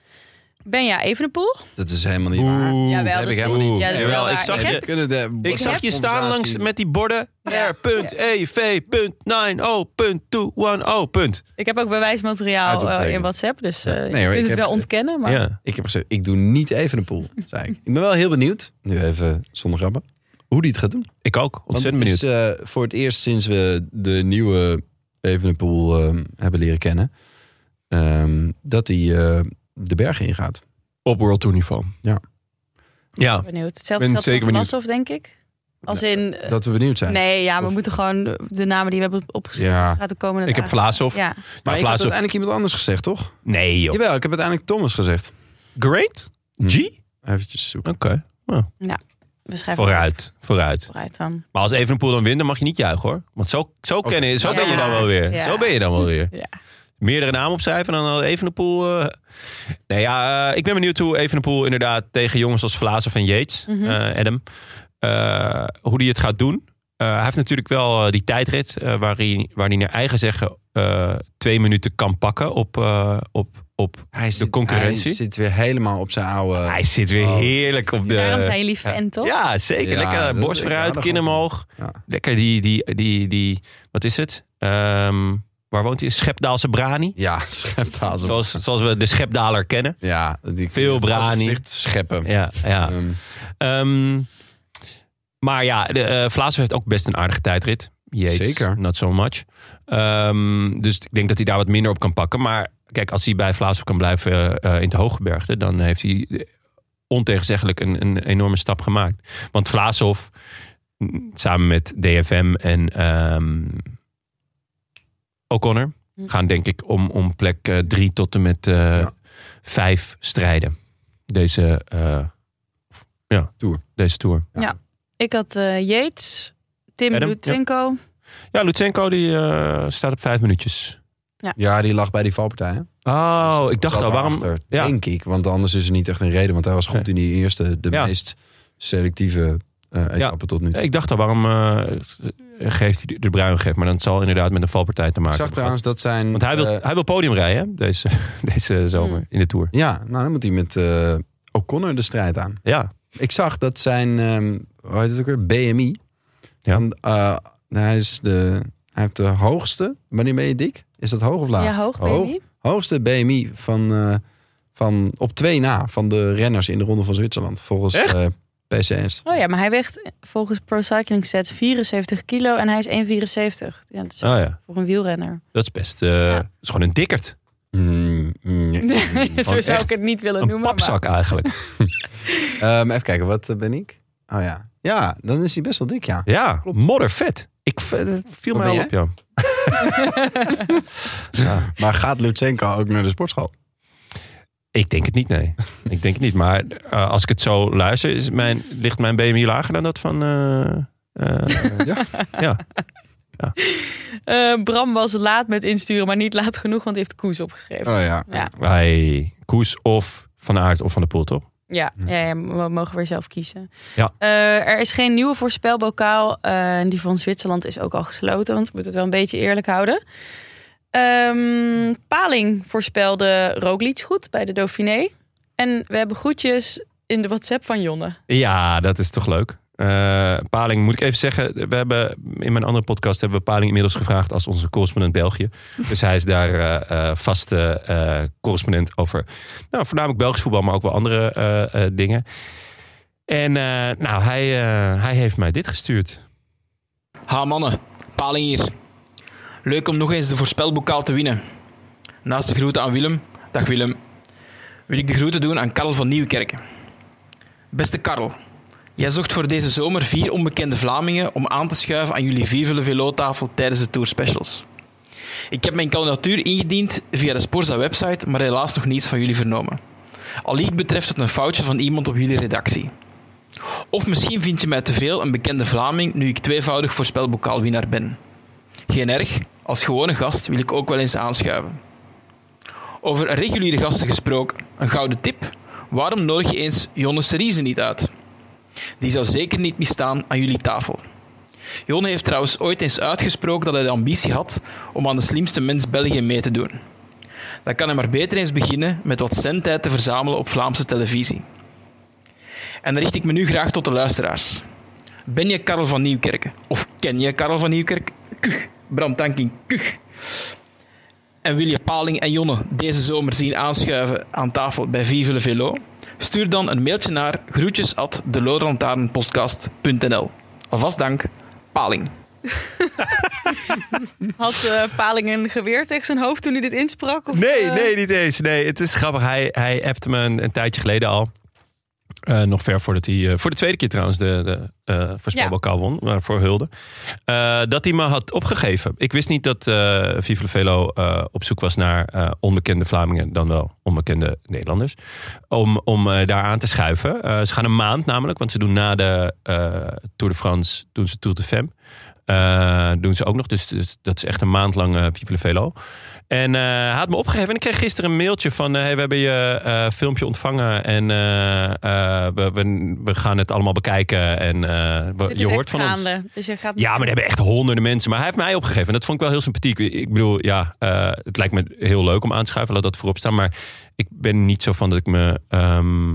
Speaker 3: Benja Evenepoel.
Speaker 2: Dat is helemaal niet waar.
Speaker 3: Jawel,
Speaker 2: heb
Speaker 3: dat
Speaker 2: ik
Speaker 3: is-
Speaker 2: helemaal niet.
Speaker 3: Ja, dat is
Speaker 1: Jawel,
Speaker 3: wel
Speaker 1: ik
Speaker 3: waar.
Speaker 1: zag
Speaker 3: Ik
Speaker 1: je-
Speaker 3: heb-
Speaker 2: Kunnen de
Speaker 1: Ik zag je staan langs
Speaker 2: conversatie-
Speaker 1: met die borden. E,
Speaker 3: Ja.
Speaker 1: R.E.V.E.9.0.20.
Speaker 3: Ik heb ook bewijsmateriaal eh,
Speaker 2: Uitoptekenen.
Speaker 3: in WhatsApp, dus eh,
Speaker 2: Nee,
Speaker 3: je
Speaker 2: hoor, ik
Speaker 3: kunt het
Speaker 2: heb
Speaker 3: wel
Speaker 2: ze.
Speaker 3: ontkennen. Maar
Speaker 1: Ja.
Speaker 2: Ik heb gezegd, ik doe niet even een pool, zei ik. Ik ben wel heel benieuwd, nu even zonder grappen, hoe die het gaat doen.
Speaker 1: Ik ook.
Speaker 2: Want het
Speaker 1: Ontzettend benieuwd.
Speaker 2: is eh, voor het eerst sinds we de nieuwe Evenepoel eh, hebben leren kennen... ehm, dat hij eh, de bergen ingaat.
Speaker 1: Op World Tour niveau.
Speaker 2: Ja.
Speaker 1: Ja.
Speaker 3: benieuwd. Hetzelfde
Speaker 1: Ben
Speaker 3: geldt voor
Speaker 1: zeker
Speaker 3: Van
Speaker 1: benieuwd.
Speaker 3: Lashoff, denk ik. Als
Speaker 2: Nou,
Speaker 3: in... eh,
Speaker 2: Dat we benieuwd zijn.
Speaker 3: nee, ja, we
Speaker 2: Of-
Speaker 3: moeten gewoon de namen die we hebben opgeschreven
Speaker 2: Ja,
Speaker 3: laten komen.
Speaker 1: Ik heb Vlaashoff.
Speaker 3: Ja,
Speaker 2: maar
Speaker 1: Maar
Speaker 2: ik heb
Speaker 1: Vlaashoff.
Speaker 2: uiteindelijk iemand anders gezegd, toch?
Speaker 1: Nee, joh.
Speaker 2: Jawel, ik heb uiteindelijk Thomas gezegd. Hm.
Speaker 1: Great. G?
Speaker 2: Eventjes zoeken.
Speaker 1: Oké.
Speaker 3: we schrijven
Speaker 1: Vooruit. Vooruit.
Speaker 3: vooruit dan.
Speaker 1: Maar als Evenepoel dan wint, dan mag je niet juichen hoor. Want zo, zo, kennen, zo
Speaker 3: Ja.
Speaker 1: ben je dan wel weer.
Speaker 3: Ja.
Speaker 1: Zo ben je dan wel weer.
Speaker 3: Ja.
Speaker 1: Meerdere namen opschrijven en dan had Evenepoel... eh Nee ja, eh, ik ben benieuwd hoe Evenepoel inderdaad tegen jongens als Vlaasov en Yates,
Speaker 3: Mhm.
Speaker 1: eh, Adam... eh, hoe die het gaat doen. Eh, hij heeft natuurlijk wel eh, die tijdrit eh, waar, hij, waar hij naar eigen zeggen eh, twee minuten kan pakken op, eh, op, op...
Speaker 2: Hij zit,
Speaker 1: concurrentie?
Speaker 2: hij zit weer helemaal op zijn oude...
Speaker 1: Hij zit weer
Speaker 2: Oh.
Speaker 1: heerlijk op de...
Speaker 3: Daarom zijn jullie fan, toch?
Speaker 1: Ja, zeker.
Speaker 2: Ja,
Speaker 1: Lekker borst
Speaker 2: dat- ik hou
Speaker 1: vooruit,
Speaker 2: daar
Speaker 1: kin
Speaker 2: gewoon van.
Speaker 1: omhoog.
Speaker 2: Ja.
Speaker 1: Lekker die, die, die, die, wat is het? Ehm, waar woont hij? Schepdaalse Brani.
Speaker 2: Ja, schept haast op.
Speaker 1: Zoals, zoals we de Schepdaler kennen.
Speaker 2: Ja, die
Speaker 1: Veel
Speaker 2: vals
Speaker 1: brani.
Speaker 2: gezicht scheppen.
Speaker 1: Ja, ja.
Speaker 2: Ehm,
Speaker 1: Ehm, maar ja, de, eh Vlaas heeft ook best een aardige tijdrit. Jeet,
Speaker 2: Zeker.
Speaker 1: Not so much. Ehm, dus ik denk dat hij daar wat minder op kan pakken. Maar kijk, als hij bij Vlaas kan blijven eh, eh, in het Hooggebergte, dan heeft hij eh, ontegenzeggelijk een, een enorme stap gemaakt. Want Vlaashoff, mm, samen met DFM en ehm O'Connor,
Speaker 3: Hm.
Speaker 1: gaan denk ik om, om plek 3 tot en met 5
Speaker 2: Ja.
Speaker 1: vijf strijden. Deze, eh, f- ja,
Speaker 2: Tour.
Speaker 1: deze tour.
Speaker 3: Ik had eh Yates, Tim
Speaker 1: Adam,
Speaker 3: Lutsenko.
Speaker 1: Ja, Lutsenko die eh, staat op vijf minuutjes.
Speaker 2: ja, die lag bij die valpartij. hè?
Speaker 1: Oh, ik dacht
Speaker 2: Dus Zat
Speaker 1: al, waarom...
Speaker 2: daarachter,
Speaker 1: ja.
Speaker 2: Denk ik, want anders is er niet echt een reden. Want hij was goed in die eerste, de
Speaker 1: Ja.
Speaker 2: meest selectieve eh etappe tot nu toe.
Speaker 1: Ik dacht al, waarom eh, geeft hij de- de bruin geeft. Maar dan zal inderdaad met een valpartij te
Speaker 2: Ik
Speaker 1: maken
Speaker 2: zag
Speaker 1: hebben gehad.
Speaker 2: trouwens dat zijn...
Speaker 1: Want hij wil,
Speaker 2: eh,
Speaker 1: hij wil podium rijden hè, deze, deze zomer
Speaker 3: Hmm.
Speaker 1: in de Tour.
Speaker 2: ja, nou dan moet hij met eh O'Connor de strijd aan.
Speaker 1: Ja,
Speaker 2: Ik zag dat zijn, ehm hoe heet het ook weer, BMI.
Speaker 1: Ja.
Speaker 2: Want, eh, hij, is de, hij heeft de hoogste, wanneer ben je dik? Is dat hoog of laag?
Speaker 3: Ja, hoog,
Speaker 2: Hoog.
Speaker 3: baby.
Speaker 2: Hoogste BMI van, eh, van op twee na van de renners in de Ronde van Zwitserland. Volgens
Speaker 1: Echt?
Speaker 2: eh, PCS.
Speaker 3: Oh ja, maar hij weegt volgens Pro Cycling Stats 74 kilo en hij is 1,74. Ja, dat is
Speaker 1: oh, ja.
Speaker 3: voor een wielrenner.
Speaker 1: dat is best... eh
Speaker 3: Ja.
Speaker 1: dat is gewoon een dikkerd.
Speaker 2: Mm, mm, ja.
Speaker 3: Zo zou ik
Speaker 1: echt
Speaker 3: het niet willen
Speaker 1: Een
Speaker 3: noemen.
Speaker 1: papzak eigenlijk.
Speaker 2: Ehm, even kijken, wat eh, ben ik? Oh ja. Ja, dan is hij best wel dik, ja.
Speaker 1: Ja,
Speaker 2: Klopt.
Speaker 1: moddervet. Ik, v- dat viel
Speaker 2: Wat
Speaker 1: mij al
Speaker 2: ben
Speaker 1: op, ja.
Speaker 2: Maar gaat Lutsenko ook naar de sportschool?
Speaker 1: Ik denk het niet, nee. ik denk het niet. Maar eh, als ik het zo luister, is mijn, ligt mijn BMI lager dan dat van... eh, eh,
Speaker 2: ja.
Speaker 3: Eh, Bram was laat met insturen, maar niet laat genoeg, want hij heeft koers opgeschreven.
Speaker 2: Oh ja.
Speaker 3: Ja.
Speaker 1: Bij Koes of Van Aert of Van de Poel, toch?
Speaker 3: Ja, ja, ja, we mogen weer zelf kiezen.
Speaker 1: Ja.
Speaker 3: Eh, er is geen nieuwe voorspelbokaal. eh, en die van Zwitserland is ook al gesloten, want we moeten het wel een beetje eerlijk houden. Ehm, Paling voorspelde Roglic goed bij de Dauphiné. En we hebben groetjes in de WhatsApp van Jonne.
Speaker 1: Ja, dat is toch leuk. Eh, Paling, moet ik even zeggen, we hebben in mijn andere podcast hebben we Paling inmiddels gevraagd als onze correspondent België. Dus hij is daar eh, eh, vaste eh, correspondent over, nou, voornamelijk Belgisch voetbal, maar ook wel andere eh, eh, dingen. En eh, nou, hij, eh, hij heeft mij dit gestuurd.
Speaker 4: Ha mannen, palen hier. Leuk om nog eens de voorspelbokaal te winnen. Naast de groeten aan Willem, dag Willem, wil ik de groeten doen aan Karel van Nieuwkerken. Beste Karel, jij zocht voor deze zomer vier onbekende Vlamingen om aan te schuiven aan jullie Vive le Velo tafel tijdens de Tour Specials. Ik heb mijn kandidatuur ingediend via de Sporza website, maar helaas nog niets van jullie vernomen. Al iets betreft het een foutje van iemand op jullie redactie. Of misschien vind je mij te veel een bekende Vlaming nu ik tweevoudig voorspelbokaalwinnaar ben. Geen erg, als gewone gast wil ik ook wel eens aanschuiven. Over reguliere gasten gesproken, een gouden tip. Waarom nodig je eens Jonne Serize niet uit? Die zou zeker niet misstaan aan jullie tafel. Jon heeft trouwens ooit eens uitgesproken dat hij de ambitie had om aan de slimste mens België mee te doen. Dan kan hij maar beter eens beginnen met wat zendtijd te verzamelen op Vlaamse televisie. En dan richt ik me nu graag tot de luisteraars. Ben je Karel van Nieuwkerken? Of ken je Karel van Nieuwkerken? Kuch, brandtanking, kuch. En wil je Paling en Jonne deze zomer zien aanschuiven aan tafel bij Vive le Velo? Stuur dan een mailtje naar groetjes at Alvast dank, Paling.
Speaker 3: Had eh, Paling een geweer tegen zijn hoofd toen hij dit insprak? Of,
Speaker 1: Nee,
Speaker 3: eh,
Speaker 1: nee, niet eens. Nee, het is grappig. Hij, hij appte me een, een tijdje geleden al. Eh, nog ver voordat hij, eh, voor de tweede keer trouwens, de, de eh, voorspelbokaal won. Maar voor Hulde. Eh, dat hij me had opgegeven. Ik wist niet dat eh Vive le Velo eh, op zoek was naar eh, onbekende Vlamingen. Dan wel onbekende Nederlanders. Om, om eh, daar aan te schuiven. Eh, ze gaan een maand namelijk. Want ze doen na de eh, Tour de France, doen ze Tour de Femme. Eh, doen ze ook nog. Dus, dus dat is echt een maand lang eh Vive le Velo. En eh, hij had me opgegeven. En ik kreeg gisteren een mailtje van... eh, hey, we hebben je eh, filmpje ontvangen. En eh, eh, we, we, we gaan het allemaal bekijken. En eh, we-
Speaker 3: dit is
Speaker 1: je
Speaker 3: echt
Speaker 1: hoort van ons.
Speaker 3: gaande, Dus je gaat
Speaker 1: Ja, maar er hebben echt honderden mensen. Maar hij heeft mij opgegeven. En dat vond ik wel heel sympathiek. Ik bedoel, ja, eh, het lijkt me heel leuk om aan te schuiven. Laat dat voorop staan. Maar ik ben niet zo van dat ik me... ehm,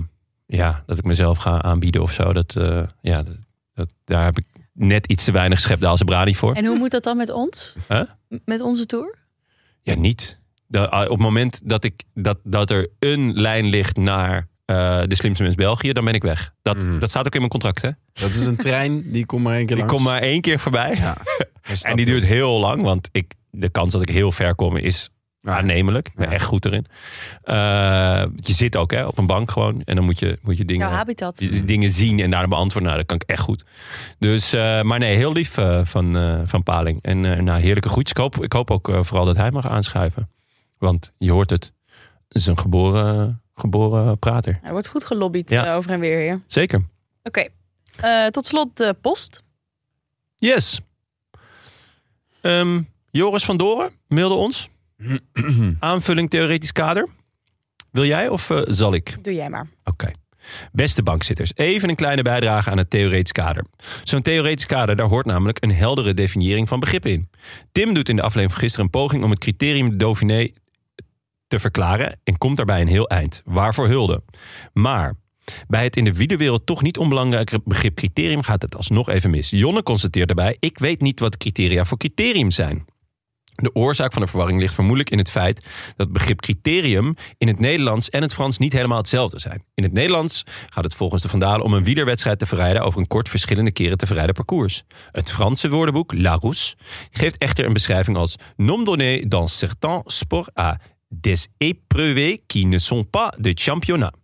Speaker 1: ja, dat ik mezelf ga aanbieden of zo. Dat, eh, ja, dat, dat- daar heb ik net iets te weinig schepdaalse brani voor.
Speaker 3: En hoe moet dat dan met ons?
Speaker 1: Huh?
Speaker 3: M- Met onze tour?
Speaker 1: Ja, niet. Da- ah, op het moment dat, ik, dat, dat er een lijn ligt naar eh, de slimste mens België, dan ben ik weg. Dat,
Speaker 2: Mm.
Speaker 1: dat staat ook in mijn contract, hè?
Speaker 2: Dat is een trein, die komt maar één keer
Speaker 1: Die
Speaker 2: langs.
Speaker 1: komt maar één keer voorbij.
Speaker 2: Ja. Hij stapt
Speaker 1: En die
Speaker 2: op.
Speaker 1: duurt heel lang, want ik, de kans dat ik heel ver kom is
Speaker 2: Ja.
Speaker 1: aannemelijk. Ik ben
Speaker 2: Ja.
Speaker 1: echt goed erin. Eh, je zit ook hè, op een bank gewoon en dan moet je, moet je dingen,
Speaker 3: Jouw habitat.
Speaker 1: die- die dingen zien en daarna beantwoorden. Nou, dat kan ik echt goed. Dus, eh, maar nee, heel lief eh, van, eh, van Paling. En eh, nou, heerlijke groetjes. Ik hoop, ik hoop ook eh, vooral dat hij mag aanschuiven. Want je hoort het, het is een geboren, geboren prater.
Speaker 3: Nou, Er wordt goed gelobbyd
Speaker 1: Ja.
Speaker 3: eh, over en weer hier. Oké,
Speaker 1: Zeker.
Speaker 3: eh, tot slot de post.
Speaker 1: Yes. Ehm, Joris van Doren mailde ons. Aanvulling theoretisch kader. Wil jij of eh, zal ik?
Speaker 3: Doe jij maar.
Speaker 1: Oké. Beste bankzitters, even een kleine bijdrage aan het theoretisch kader. Zo'n theoretisch kader, daar hoort namelijk een heldere definiëring van begrippen in. Tim doet in de aflevering van gisteren een poging om het criterium de Dauphiné te verklaren en komt daarbij een heel eind. Waarvoor hulde? Maar bij het in de wielerwereld toch niet onbelangrijke begrip criterium gaat het alsnog even mis. Jonne constateert daarbij, ik weet niet wat criteria voor criterium zijn. De oorzaak van de verwarring ligt vermoedelijk in het feit dat het begrip criterium in het Nederlands en het Frans niet helemaal hetzelfde zijn. In het Nederlands gaat het volgens de Vandalen om een wielerwedstrijd te verrijden over een kort verschillende keren te verrijden parcours. Het Franse woordenboek Larousse geeft echter een beschrijving als nom donné dans certains sports à des épreuves qui ne sont pas de championnat.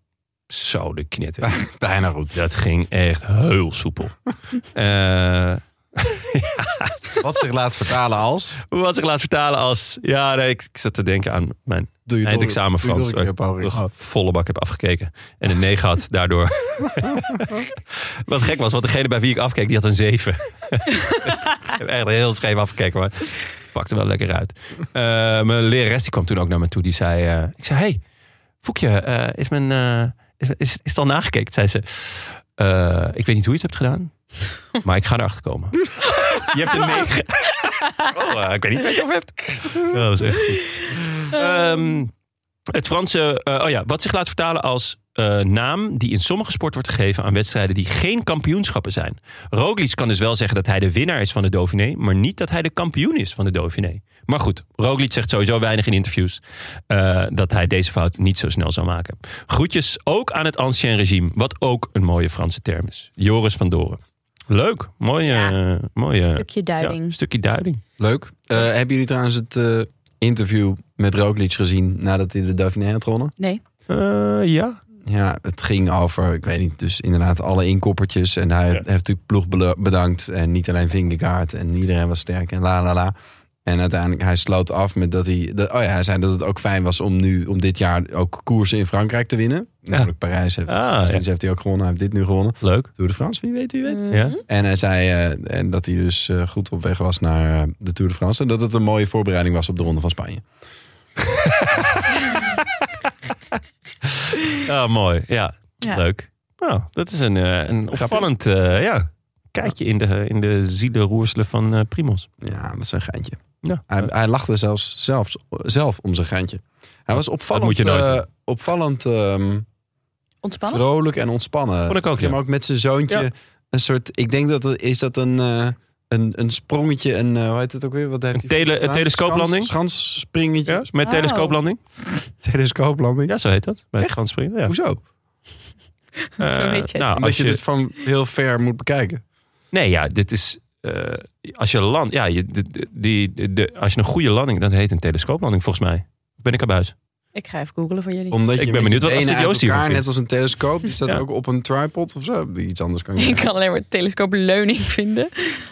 Speaker 1: Zo de knetter.
Speaker 2: Bijna goed.
Speaker 1: Dat ging echt heel soepel. Eh
Speaker 2: Wat zich laat vertalen als...
Speaker 1: wat ik laat vertalen als... Ja, nee, ik, ik zat te denken aan mijn
Speaker 2: Doe je door-
Speaker 1: eindexamen
Speaker 2: doe je
Speaker 1: Frans.
Speaker 2: door
Speaker 1: Waar
Speaker 2: een
Speaker 1: ik
Speaker 2: keer, Paul.
Speaker 1: toch volle bak heb afgekeken. En een 9 had daardoor. wat gek was, want degene bij wie ik afkeek, die had een 7. ik heb echt heel scheef afgekeken, maar het pakte wel lekker uit. Eh, mijn lerares die kwam toen ook naar me toe. Die zei, eh, ik zei, hey, Foekje, eh, is, mijn, eh, is, is, is het al nagekeken? Zei ze, "Eh, ik weet niet hoe je het hebt gedaan, maar ik ga erachter komen. Je hebt een 9. Oh, eh, ik weet niet wat je over hebt. Dat was echt goed. Ehm, het Franse, eh, oh ja, wat zich laat vertalen als eh, naam die in sommige sport wordt gegeven aan wedstrijden die geen kampioenschappen zijn. Roglic kan dus wel zeggen dat hij de winnaar is van de Dauphiné, maar niet dat hij de kampioen is van de Dauphiné. Maar goed, Roglic zegt sowieso weinig in interviews eh, dat hij deze fout niet zo snel zou maken. Groetjes ook aan het ancien regime, wat ook een mooie Franse term is. Joris van Doren. Leuk. Mooie, eh, mooie
Speaker 3: Stukje duiding.
Speaker 1: ja, stukje duiding.
Speaker 2: Leuk. Eh, hebben jullie trouwens het eh, interview met Roglic gezien nadat hij de Dauphiné had gewonnen?
Speaker 3: Nee.
Speaker 1: Eh, ja.
Speaker 2: Ja, het ging over, ik weet niet, dus inderdaad alle inkoppertjes. En hij
Speaker 1: Ja.
Speaker 2: heeft natuurlijk ploeg belo- bedankt. En niet alleen Vingegaard en iedereen was sterk en la la la. En uiteindelijk, hij sloot af met dat hij... dat- oh ja, hij zei dat het ook fijn was om nu, om dit jaar ook koersen in Frankrijk te winnen. Namelijk Parijs. Heeft,
Speaker 1: Ah, ja.
Speaker 2: Parijs heeft hij ook gewonnen, hij heeft dit nu gewonnen.
Speaker 1: Leuk.
Speaker 2: Tour de France, wie weet, wie weet.
Speaker 3: Mhm.
Speaker 1: Ja.
Speaker 2: En hij zei eh, en dat hij dus eh, goed op weg was naar eh, de Tour de France. En dat het een mooie voorbereiding was op de Ronde van Spanje.
Speaker 1: Ah, mooi. Ja.
Speaker 3: Ja.
Speaker 1: Leuk. Nou, dat is een, eh, een opvallend eh, ja, kijkje in de, in de zielenroerselen van eh Primos.
Speaker 2: Ja, dat is een geintje.
Speaker 1: Ja.
Speaker 2: Hij, hij lachte zelfs zelfs, zelf om zijn geintje. Hij was opvallend,
Speaker 1: moet je nooit
Speaker 2: eh,
Speaker 1: doen.
Speaker 2: opvallend ehm,
Speaker 3: Ontspannen?
Speaker 2: vrolijk en ontspannen.
Speaker 1: Vond ik ook,
Speaker 2: Zag je hem
Speaker 1: ja.
Speaker 2: ook met zijn zoontje.
Speaker 1: Ja.
Speaker 2: Een soort, ik denk dat het- is dat een, eh, een, een sprongetje, een, eh, hoe heet het ook weer? Wat heeft
Speaker 1: Een
Speaker 2: hij
Speaker 1: tele-
Speaker 2: gedaan?
Speaker 1: een telescooplanding?
Speaker 2: Schans, schansspringetje.
Speaker 1: Ja, met
Speaker 3: Oh.
Speaker 1: telescooplanding.
Speaker 2: Telescooplanding.
Speaker 1: Ja, zo heet dat. Bij het
Speaker 2: Echt?
Speaker 1: Ganspringen. Ja.
Speaker 2: Hoezo?
Speaker 1: Eh,
Speaker 3: heet je.
Speaker 1: nou,
Speaker 2: Omdat
Speaker 1: als
Speaker 2: je,
Speaker 1: je,
Speaker 2: dit van heel ver moet bekijken.
Speaker 1: Nee, ja, dit is. eh, als je land. Ja, je, de- de- die, de, als je een goede landing. Dat heet een telescooplanding, volgens mij. Ben ik aan buis?
Speaker 3: Ik ga even googelen voor jullie.
Speaker 2: Omdat
Speaker 1: Ik
Speaker 2: je
Speaker 1: ben
Speaker 2: met
Speaker 1: benieuwd
Speaker 2: je
Speaker 1: wat
Speaker 2: benen
Speaker 1: Astrid
Speaker 2: uit
Speaker 1: Joost hiervan
Speaker 2: elkaar, net
Speaker 1: vindt.
Speaker 2: als een telescoop, die staat
Speaker 1: Ja.
Speaker 2: ook op een tripod of zo. Die Iets anders kan je
Speaker 3: Ik kan alleen maar telescoopleuning vinden.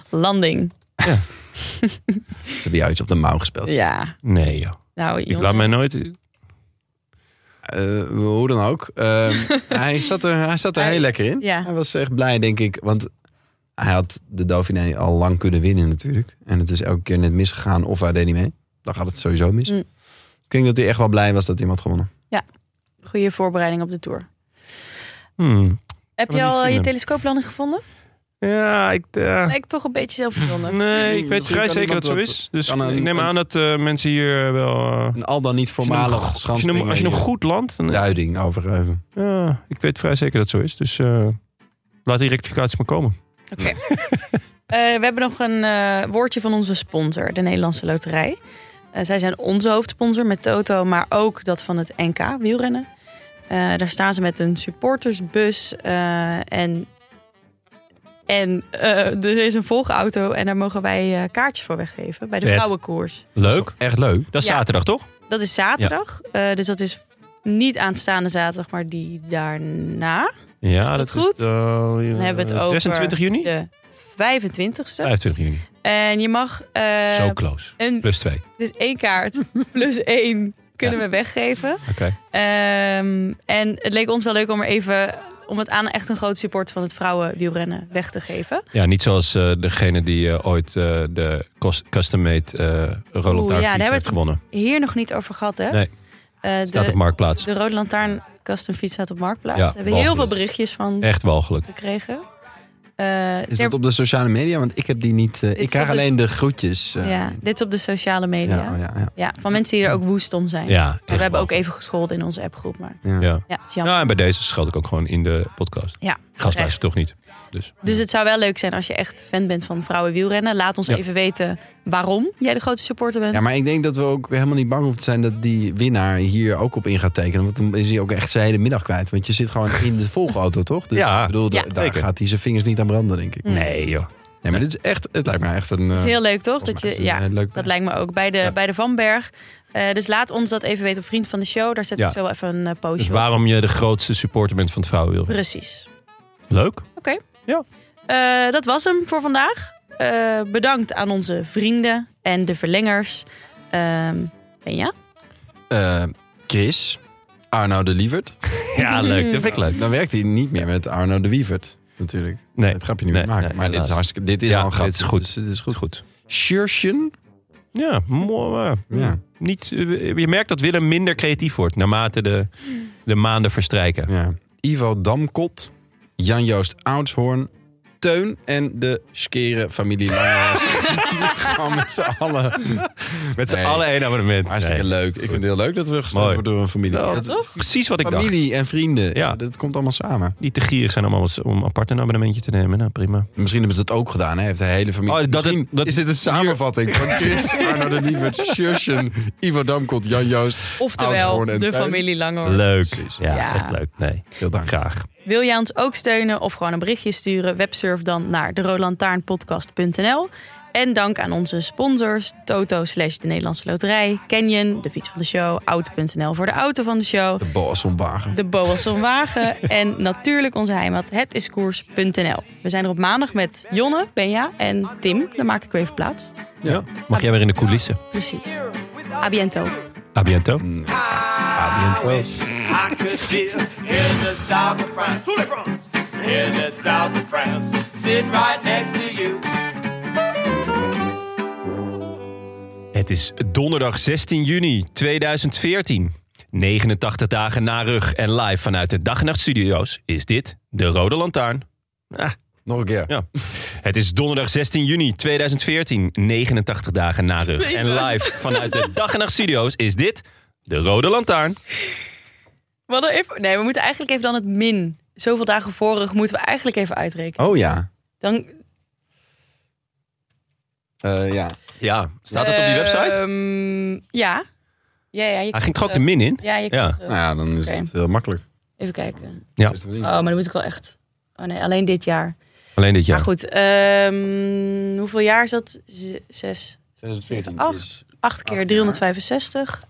Speaker 3: Landing.
Speaker 2: Ze hebben jou iets op de mouw gespeeld.
Speaker 3: Ja.
Speaker 1: Nee, joh.
Speaker 3: Nou,
Speaker 1: Ik
Speaker 3: jongen.
Speaker 1: laat mij nooit.
Speaker 2: Eh, hoe dan ook. Eh, hij zat er, hij zat er
Speaker 3: Hij-
Speaker 2: heel lekker in.
Speaker 3: ja.
Speaker 2: Hij was echt blij, denk ik. Want hij had de Dauphiné al lang kunnen winnen natuurlijk. En het is elke keer net misgegaan of hij deed niet mee. Dan gaat het sowieso mis.
Speaker 3: Mm.
Speaker 2: Ik denk dat hij echt wel blij was dat iemand gewonnen.
Speaker 3: Goede voorbereiding op de tour.
Speaker 1: Hmm.
Speaker 3: Heb
Speaker 1: Kan het niet
Speaker 3: je al eh, je
Speaker 1: vinden.
Speaker 3: telescooplanding gevonden?
Speaker 1: Ja, ik. eh,
Speaker 3: Nee, ik toch een beetje zelf gevonden.
Speaker 1: nee, ik weet
Speaker 2: Misschien
Speaker 1: vrij
Speaker 2: kan
Speaker 1: zeker
Speaker 2: iemand
Speaker 1: dat het zo
Speaker 2: dat-
Speaker 1: is. Dus
Speaker 2: kan een-
Speaker 1: ik neem aan dat eh, mensen hier eh, wel. eh,
Speaker 2: Een al dan niet
Speaker 1: als je hem
Speaker 2: voormalig
Speaker 1: go- als je hem-
Speaker 2: schanspringer
Speaker 1: Als je hem
Speaker 2: hier
Speaker 1: goed landt. Dan,
Speaker 2: duiding overgeven.
Speaker 1: ja, ik weet vrij zeker dat het zo is. Dus eh, laat die rectificaties maar komen.
Speaker 3: Eh, we hebben nog een eh, woordje van onze sponsor, de Nederlandse Loterij. Eh, zij zijn onze hoofdsponsor met Toto, maar ook dat van het NK wielrennen. Eh, daar staan ze met een supportersbus eh, en, en eh, er is een volgauto en daar mogen wij eh, kaartjes voor weggeven bij de
Speaker 1: Vet.
Speaker 3: vrouwenkoers.
Speaker 1: Leuk.
Speaker 2: Echt leuk.
Speaker 1: Dat is
Speaker 3: Ja.
Speaker 1: zaterdag, toch?
Speaker 3: Dat is zaterdag, eh, dus dat is niet aanstaande zaterdag, maar die daarna,
Speaker 1: Ja,
Speaker 3: dat
Speaker 1: dat,
Speaker 3: goed?
Speaker 1: is. eh, dan
Speaker 3: Dan hebben we het over
Speaker 1: 26 juni?
Speaker 3: de 25e.
Speaker 1: 25 juni.
Speaker 3: En je mag eh,
Speaker 1: Zo close.
Speaker 3: een
Speaker 1: Plus 2.
Speaker 3: Dus één kaart plus één kunnen
Speaker 1: Ja.
Speaker 3: we weggeven.
Speaker 1: Oké.
Speaker 3: Ehm, en het leek ons wel leuk om er even om het aan echt een groot support van het vrouwenwielrennen weg te geven.
Speaker 1: Ja, niet zoals eh, degene die eh, ooit eh, de cos- custom-made eh Roland Taart
Speaker 3: Oeh, ja, daar
Speaker 1: fiets
Speaker 3: hebben we
Speaker 1: heeft
Speaker 3: het-
Speaker 1: gewonnen.
Speaker 3: Hier nog niet over gehad, hè?
Speaker 1: Nee.
Speaker 3: Eh,
Speaker 1: Staat op
Speaker 3: de,
Speaker 1: Marktplaats.
Speaker 3: de Rode Lantaarn Custom Fiets staat op Marktplaats.
Speaker 1: Ja,
Speaker 3: Daar hebben we heel veel
Speaker 1: walgelijk.
Speaker 3: berichtjes van
Speaker 1: Echt walgelijk.
Speaker 3: gekregen. Eh,
Speaker 2: Is
Speaker 3: ter-
Speaker 2: dat op de sociale media? Want ik heb die niet. eh,
Speaker 3: is
Speaker 2: ik krijg
Speaker 3: op de-
Speaker 2: alleen de groetjes. eh.
Speaker 3: dus ja, dit is op de sociale media.
Speaker 2: Ja,
Speaker 3: Ja,
Speaker 2: oh ja, ja,
Speaker 3: van mensen die er ook woest om zijn.
Speaker 1: Ja, echt
Speaker 3: we hebben ook
Speaker 1: walgelijk.
Speaker 3: even gescholden in onze appgroep, maar
Speaker 2: ja.
Speaker 1: Ja.
Speaker 3: ja, het is jammer.
Speaker 1: Nou, en bij deze scheld ik ook gewoon in de podcast.
Speaker 3: Ja,
Speaker 1: Gast
Speaker 3: terecht.
Speaker 1: luistert toch niet.
Speaker 3: Dus het zou wel leuk zijn als je echt fan bent van vrouwenwielrennen. Laat ons
Speaker 1: Ja.
Speaker 3: even weten waarom jij de grote supporter bent.
Speaker 2: Ja, maar ik denk dat we ook helemaal niet bang hoeven te zijn dat die winnaar hier ook op in gaat tekenen. Want dan is hij ook echt zijn hele middag kwijt. Want je zit gewoon in de volgauto, toch? Dus
Speaker 1: Ja,
Speaker 2: ik bedoel, da-
Speaker 3: ja,
Speaker 2: daar
Speaker 1: zeker.
Speaker 2: gaat hij zijn vingers niet aan branden, denk ik.
Speaker 1: Nee, joh.
Speaker 2: Nee, maar dit is echt, het lijkt me echt een. eh,
Speaker 3: Het is heel leuk, toch? Dat je, ja,
Speaker 2: leuk
Speaker 3: dat lijkt me ook. Bij de,
Speaker 1: Ja.
Speaker 3: bij de Vanberg. Eh, dus laat ons dat even weten op Vriend van de Show. Daar zet
Speaker 1: Ja.
Speaker 3: ik zo wel even een eh, postje
Speaker 1: Dus
Speaker 3: op.
Speaker 1: waarom je de grootste supporter bent van het vrouwenwiel.
Speaker 3: Precies.
Speaker 1: Leuk.
Speaker 3: Eh, dat was hem voor vandaag. Eh, bedankt aan onze vrienden en de verlengers. Ehm Benja?
Speaker 2: Eh, Chris, Arno de Lievert.
Speaker 1: Ja, leuk. Dat vind ik leuk.
Speaker 2: Dan werkt hij niet meer met Arno de Wievert, natuurlijk.
Speaker 1: Nee.
Speaker 2: Het grapje niet
Speaker 1: Nee,
Speaker 2: meer maken.
Speaker 1: nee,
Speaker 2: maar dit is,
Speaker 1: helaas.
Speaker 2: hartstikke, dit is
Speaker 1: Ja,
Speaker 2: al een grap.
Speaker 1: dit is goed.
Speaker 2: Dus dit is
Speaker 1: Goed,
Speaker 2: goed.
Speaker 1: goed.
Speaker 2: Sjursjen.
Speaker 1: Ja, mooi. eh,
Speaker 2: Ja.
Speaker 1: Niet, eh, je merkt dat Willem minder creatief wordt naarmate de, de maanden verstrijken.
Speaker 2: Ja. Ivo Damkot, Jan-Joost Oudshoorn, Teun en de skere familie Langhorst. Gewoon met z'n allen.
Speaker 1: Met z'n
Speaker 2: Nee.
Speaker 1: allen één abonnement.
Speaker 2: Hartstikke
Speaker 1: Nee.
Speaker 2: leuk. Ik vind het heel leuk dat we gesteund
Speaker 1: Mooi.
Speaker 2: worden door een familie.
Speaker 1: Nou,
Speaker 2: Dat-
Speaker 1: Precies wat ik dacht.
Speaker 2: familie en vrienden. Ja.
Speaker 1: Ja.
Speaker 2: Dat komt allemaal samen.
Speaker 1: Die te gierig zijn om, alles- om apart een abonnementje te nemen. Nou, prima.
Speaker 2: Misschien hebben ze dat ook gedaan. Hè? Heeft de hele familie.
Speaker 1: Oh, dat-
Speaker 2: Misschien
Speaker 1: dat-
Speaker 2: is dit een samenvatting van Chris, Arno de Lievert, Sjusjen, Ivo Damkot, Jan-Joost.
Speaker 3: Oftewel,
Speaker 2: Oudshoorn en
Speaker 3: de
Speaker 2: Teun.
Speaker 3: familie Langhorst.
Speaker 1: Leuk.
Speaker 2: Precies.
Speaker 1: Ja,
Speaker 3: Ja.
Speaker 1: echt leuk. Nee,
Speaker 2: Heel dank.
Speaker 1: graag.
Speaker 3: Wil jij ons ook steunen of gewoon een berichtje sturen? Websurf dan naar derolantaarnpodcast.nl. En dank aan onze sponsors: Toto slash de Nederlandse Loterij, Canyon, de fiets van de show, Auto.nl voor de auto van de show,
Speaker 2: De Boasomwagen.
Speaker 3: de Boasson Wagen en natuurlijk onze heimat hetiskoers.nl. We zijn er op maandag met Jonne, Benja en Tim. Dan maak ik weer even plaats.
Speaker 1: Ja. Mag jij weer in de coulissen?
Speaker 3: Precies. A biento.
Speaker 1: A biento.
Speaker 5: I could just in the south of France. In the south of France. Sitting right next to you.
Speaker 1: Het is donderdag 16 juni 2014. 89 dagen na rug en live vanuit de Dag en Nacht Studio's is dit de Rode Lantaarn. Ah,
Speaker 2: Nog een keer.
Speaker 1: ja. Het is donderdag 16 juni 2014. 89 dagen na rug en live vanuit de Dag en Nacht Studio's is dit de Rode Lantaarn.
Speaker 3: Wat er even, nee, we moeten eigenlijk even dan het min. Zoveel dagen vorig moeten we eigenlijk even uitrekenen.
Speaker 2: Oh ja.
Speaker 3: Dan,
Speaker 2: Eh, ja.
Speaker 1: Ja, staat dat op die website?
Speaker 3: Ehm, ja. Ja, ja. Je
Speaker 1: Hij ging
Speaker 3: kunt,
Speaker 1: toch ook
Speaker 3: eh,
Speaker 1: de min in?
Speaker 3: Ja, je
Speaker 1: Ja.
Speaker 3: kunt terug.
Speaker 2: Nou ja, dan is
Speaker 3: Oké.
Speaker 2: het heel makkelijk.
Speaker 1: Ah.
Speaker 3: Even kijken.
Speaker 1: Ja,
Speaker 2: Is het niet?
Speaker 3: Oh, maar dan moet ik wel echt... Oh nee, alleen dit jaar.
Speaker 1: alleen dit
Speaker 3: Maar
Speaker 1: jaar.
Speaker 3: goed, ehm, hoeveel jaar is dat? Z- zes.
Speaker 2: 2014
Speaker 3: Acht.
Speaker 2: is
Speaker 3: Acht keer
Speaker 2: dus jaar.
Speaker 3: 365.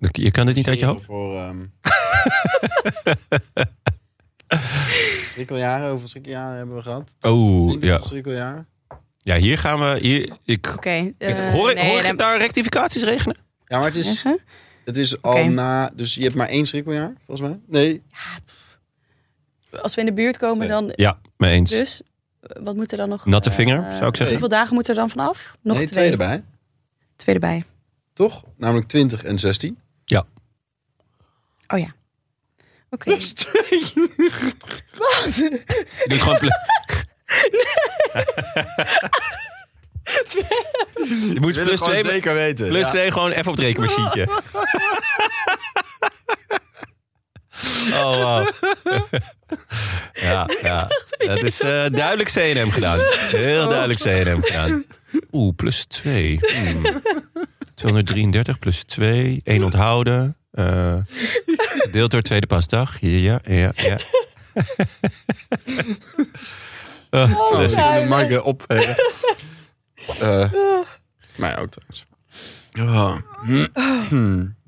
Speaker 1: Je kan dit niet uit je hoofd?
Speaker 2: Voor ehm schrikkeljaren, hoeveel schrikkeljaren hebben we gehad?
Speaker 1: Oh,
Speaker 2: 20
Speaker 1: ja.
Speaker 2: Schrikkeljaren.
Speaker 1: Ja, hier gaan we... Hier, ik,
Speaker 3: Oké.
Speaker 1: ik-
Speaker 3: eh,
Speaker 1: hoor ik,
Speaker 3: nee,
Speaker 1: hoor ik
Speaker 3: dan-
Speaker 1: daar rectificaties regenen?
Speaker 2: Ja, maar het is,
Speaker 3: Zeggen?
Speaker 2: het is al
Speaker 3: Oké.
Speaker 2: na... Dus je hebt maar één schrikkeljaar, volgens mij. Nee,
Speaker 3: Als we in de buurt komen
Speaker 2: Twee.
Speaker 3: dan...
Speaker 1: Ja, mee eens.
Speaker 3: Dus, eh, wat moet er dan nog...
Speaker 1: Natte vinger,
Speaker 3: eh,
Speaker 1: zou ik zeggen.
Speaker 3: Hoeveel dagen moet er dan vanaf? Nog
Speaker 2: nee
Speaker 3: twee.
Speaker 2: twee erbij.
Speaker 3: Twee erbij.
Speaker 2: Toch? Namelijk 20 en 16.
Speaker 3: Oh ja. Oké.
Speaker 1: Je doet gewoon... pla- Je moet plus twee...
Speaker 2: weten.
Speaker 1: Plus twee gewoon even op het rekenmachientje. Oh, wow. Ja, ja. Dat is eh, duidelijk Oh. CNM gedaan. Heel duidelijk CNM gedaan. Oeh, plus twee. Hmm. 233 plus 2. 1 onthouden. Eh deelt door tweede pasdag. Ja, ja, ja. Eh,
Speaker 3: Oh,
Speaker 2: Dus
Speaker 1: classic.
Speaker 2: ik wil de marken opvegen. Eh, mij ook trouwens. Oh.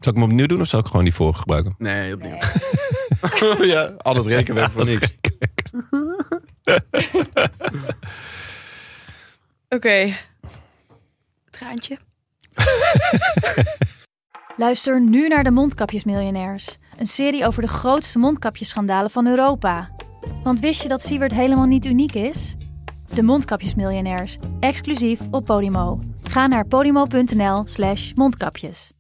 Speaker 1: zal ik hem opnieuw doen of zal ik gewoon die vorige gebruiken?
Speaker 2: Nee, opnieuw. ja, al het rekenwerk van niks.
Speaker 3: Oké. Traantje.
Speaker 6: Luister nu naar de Mondkapjesmiljonairs. Een serie over de grootste mondkapjesschandalen van Europa. Want wist je dat Siewert helemaal niet uniek is? De Mondkapjesmiljonairs, exclusief op Podimo. Ga naar podimo.nl slash mondkapjes.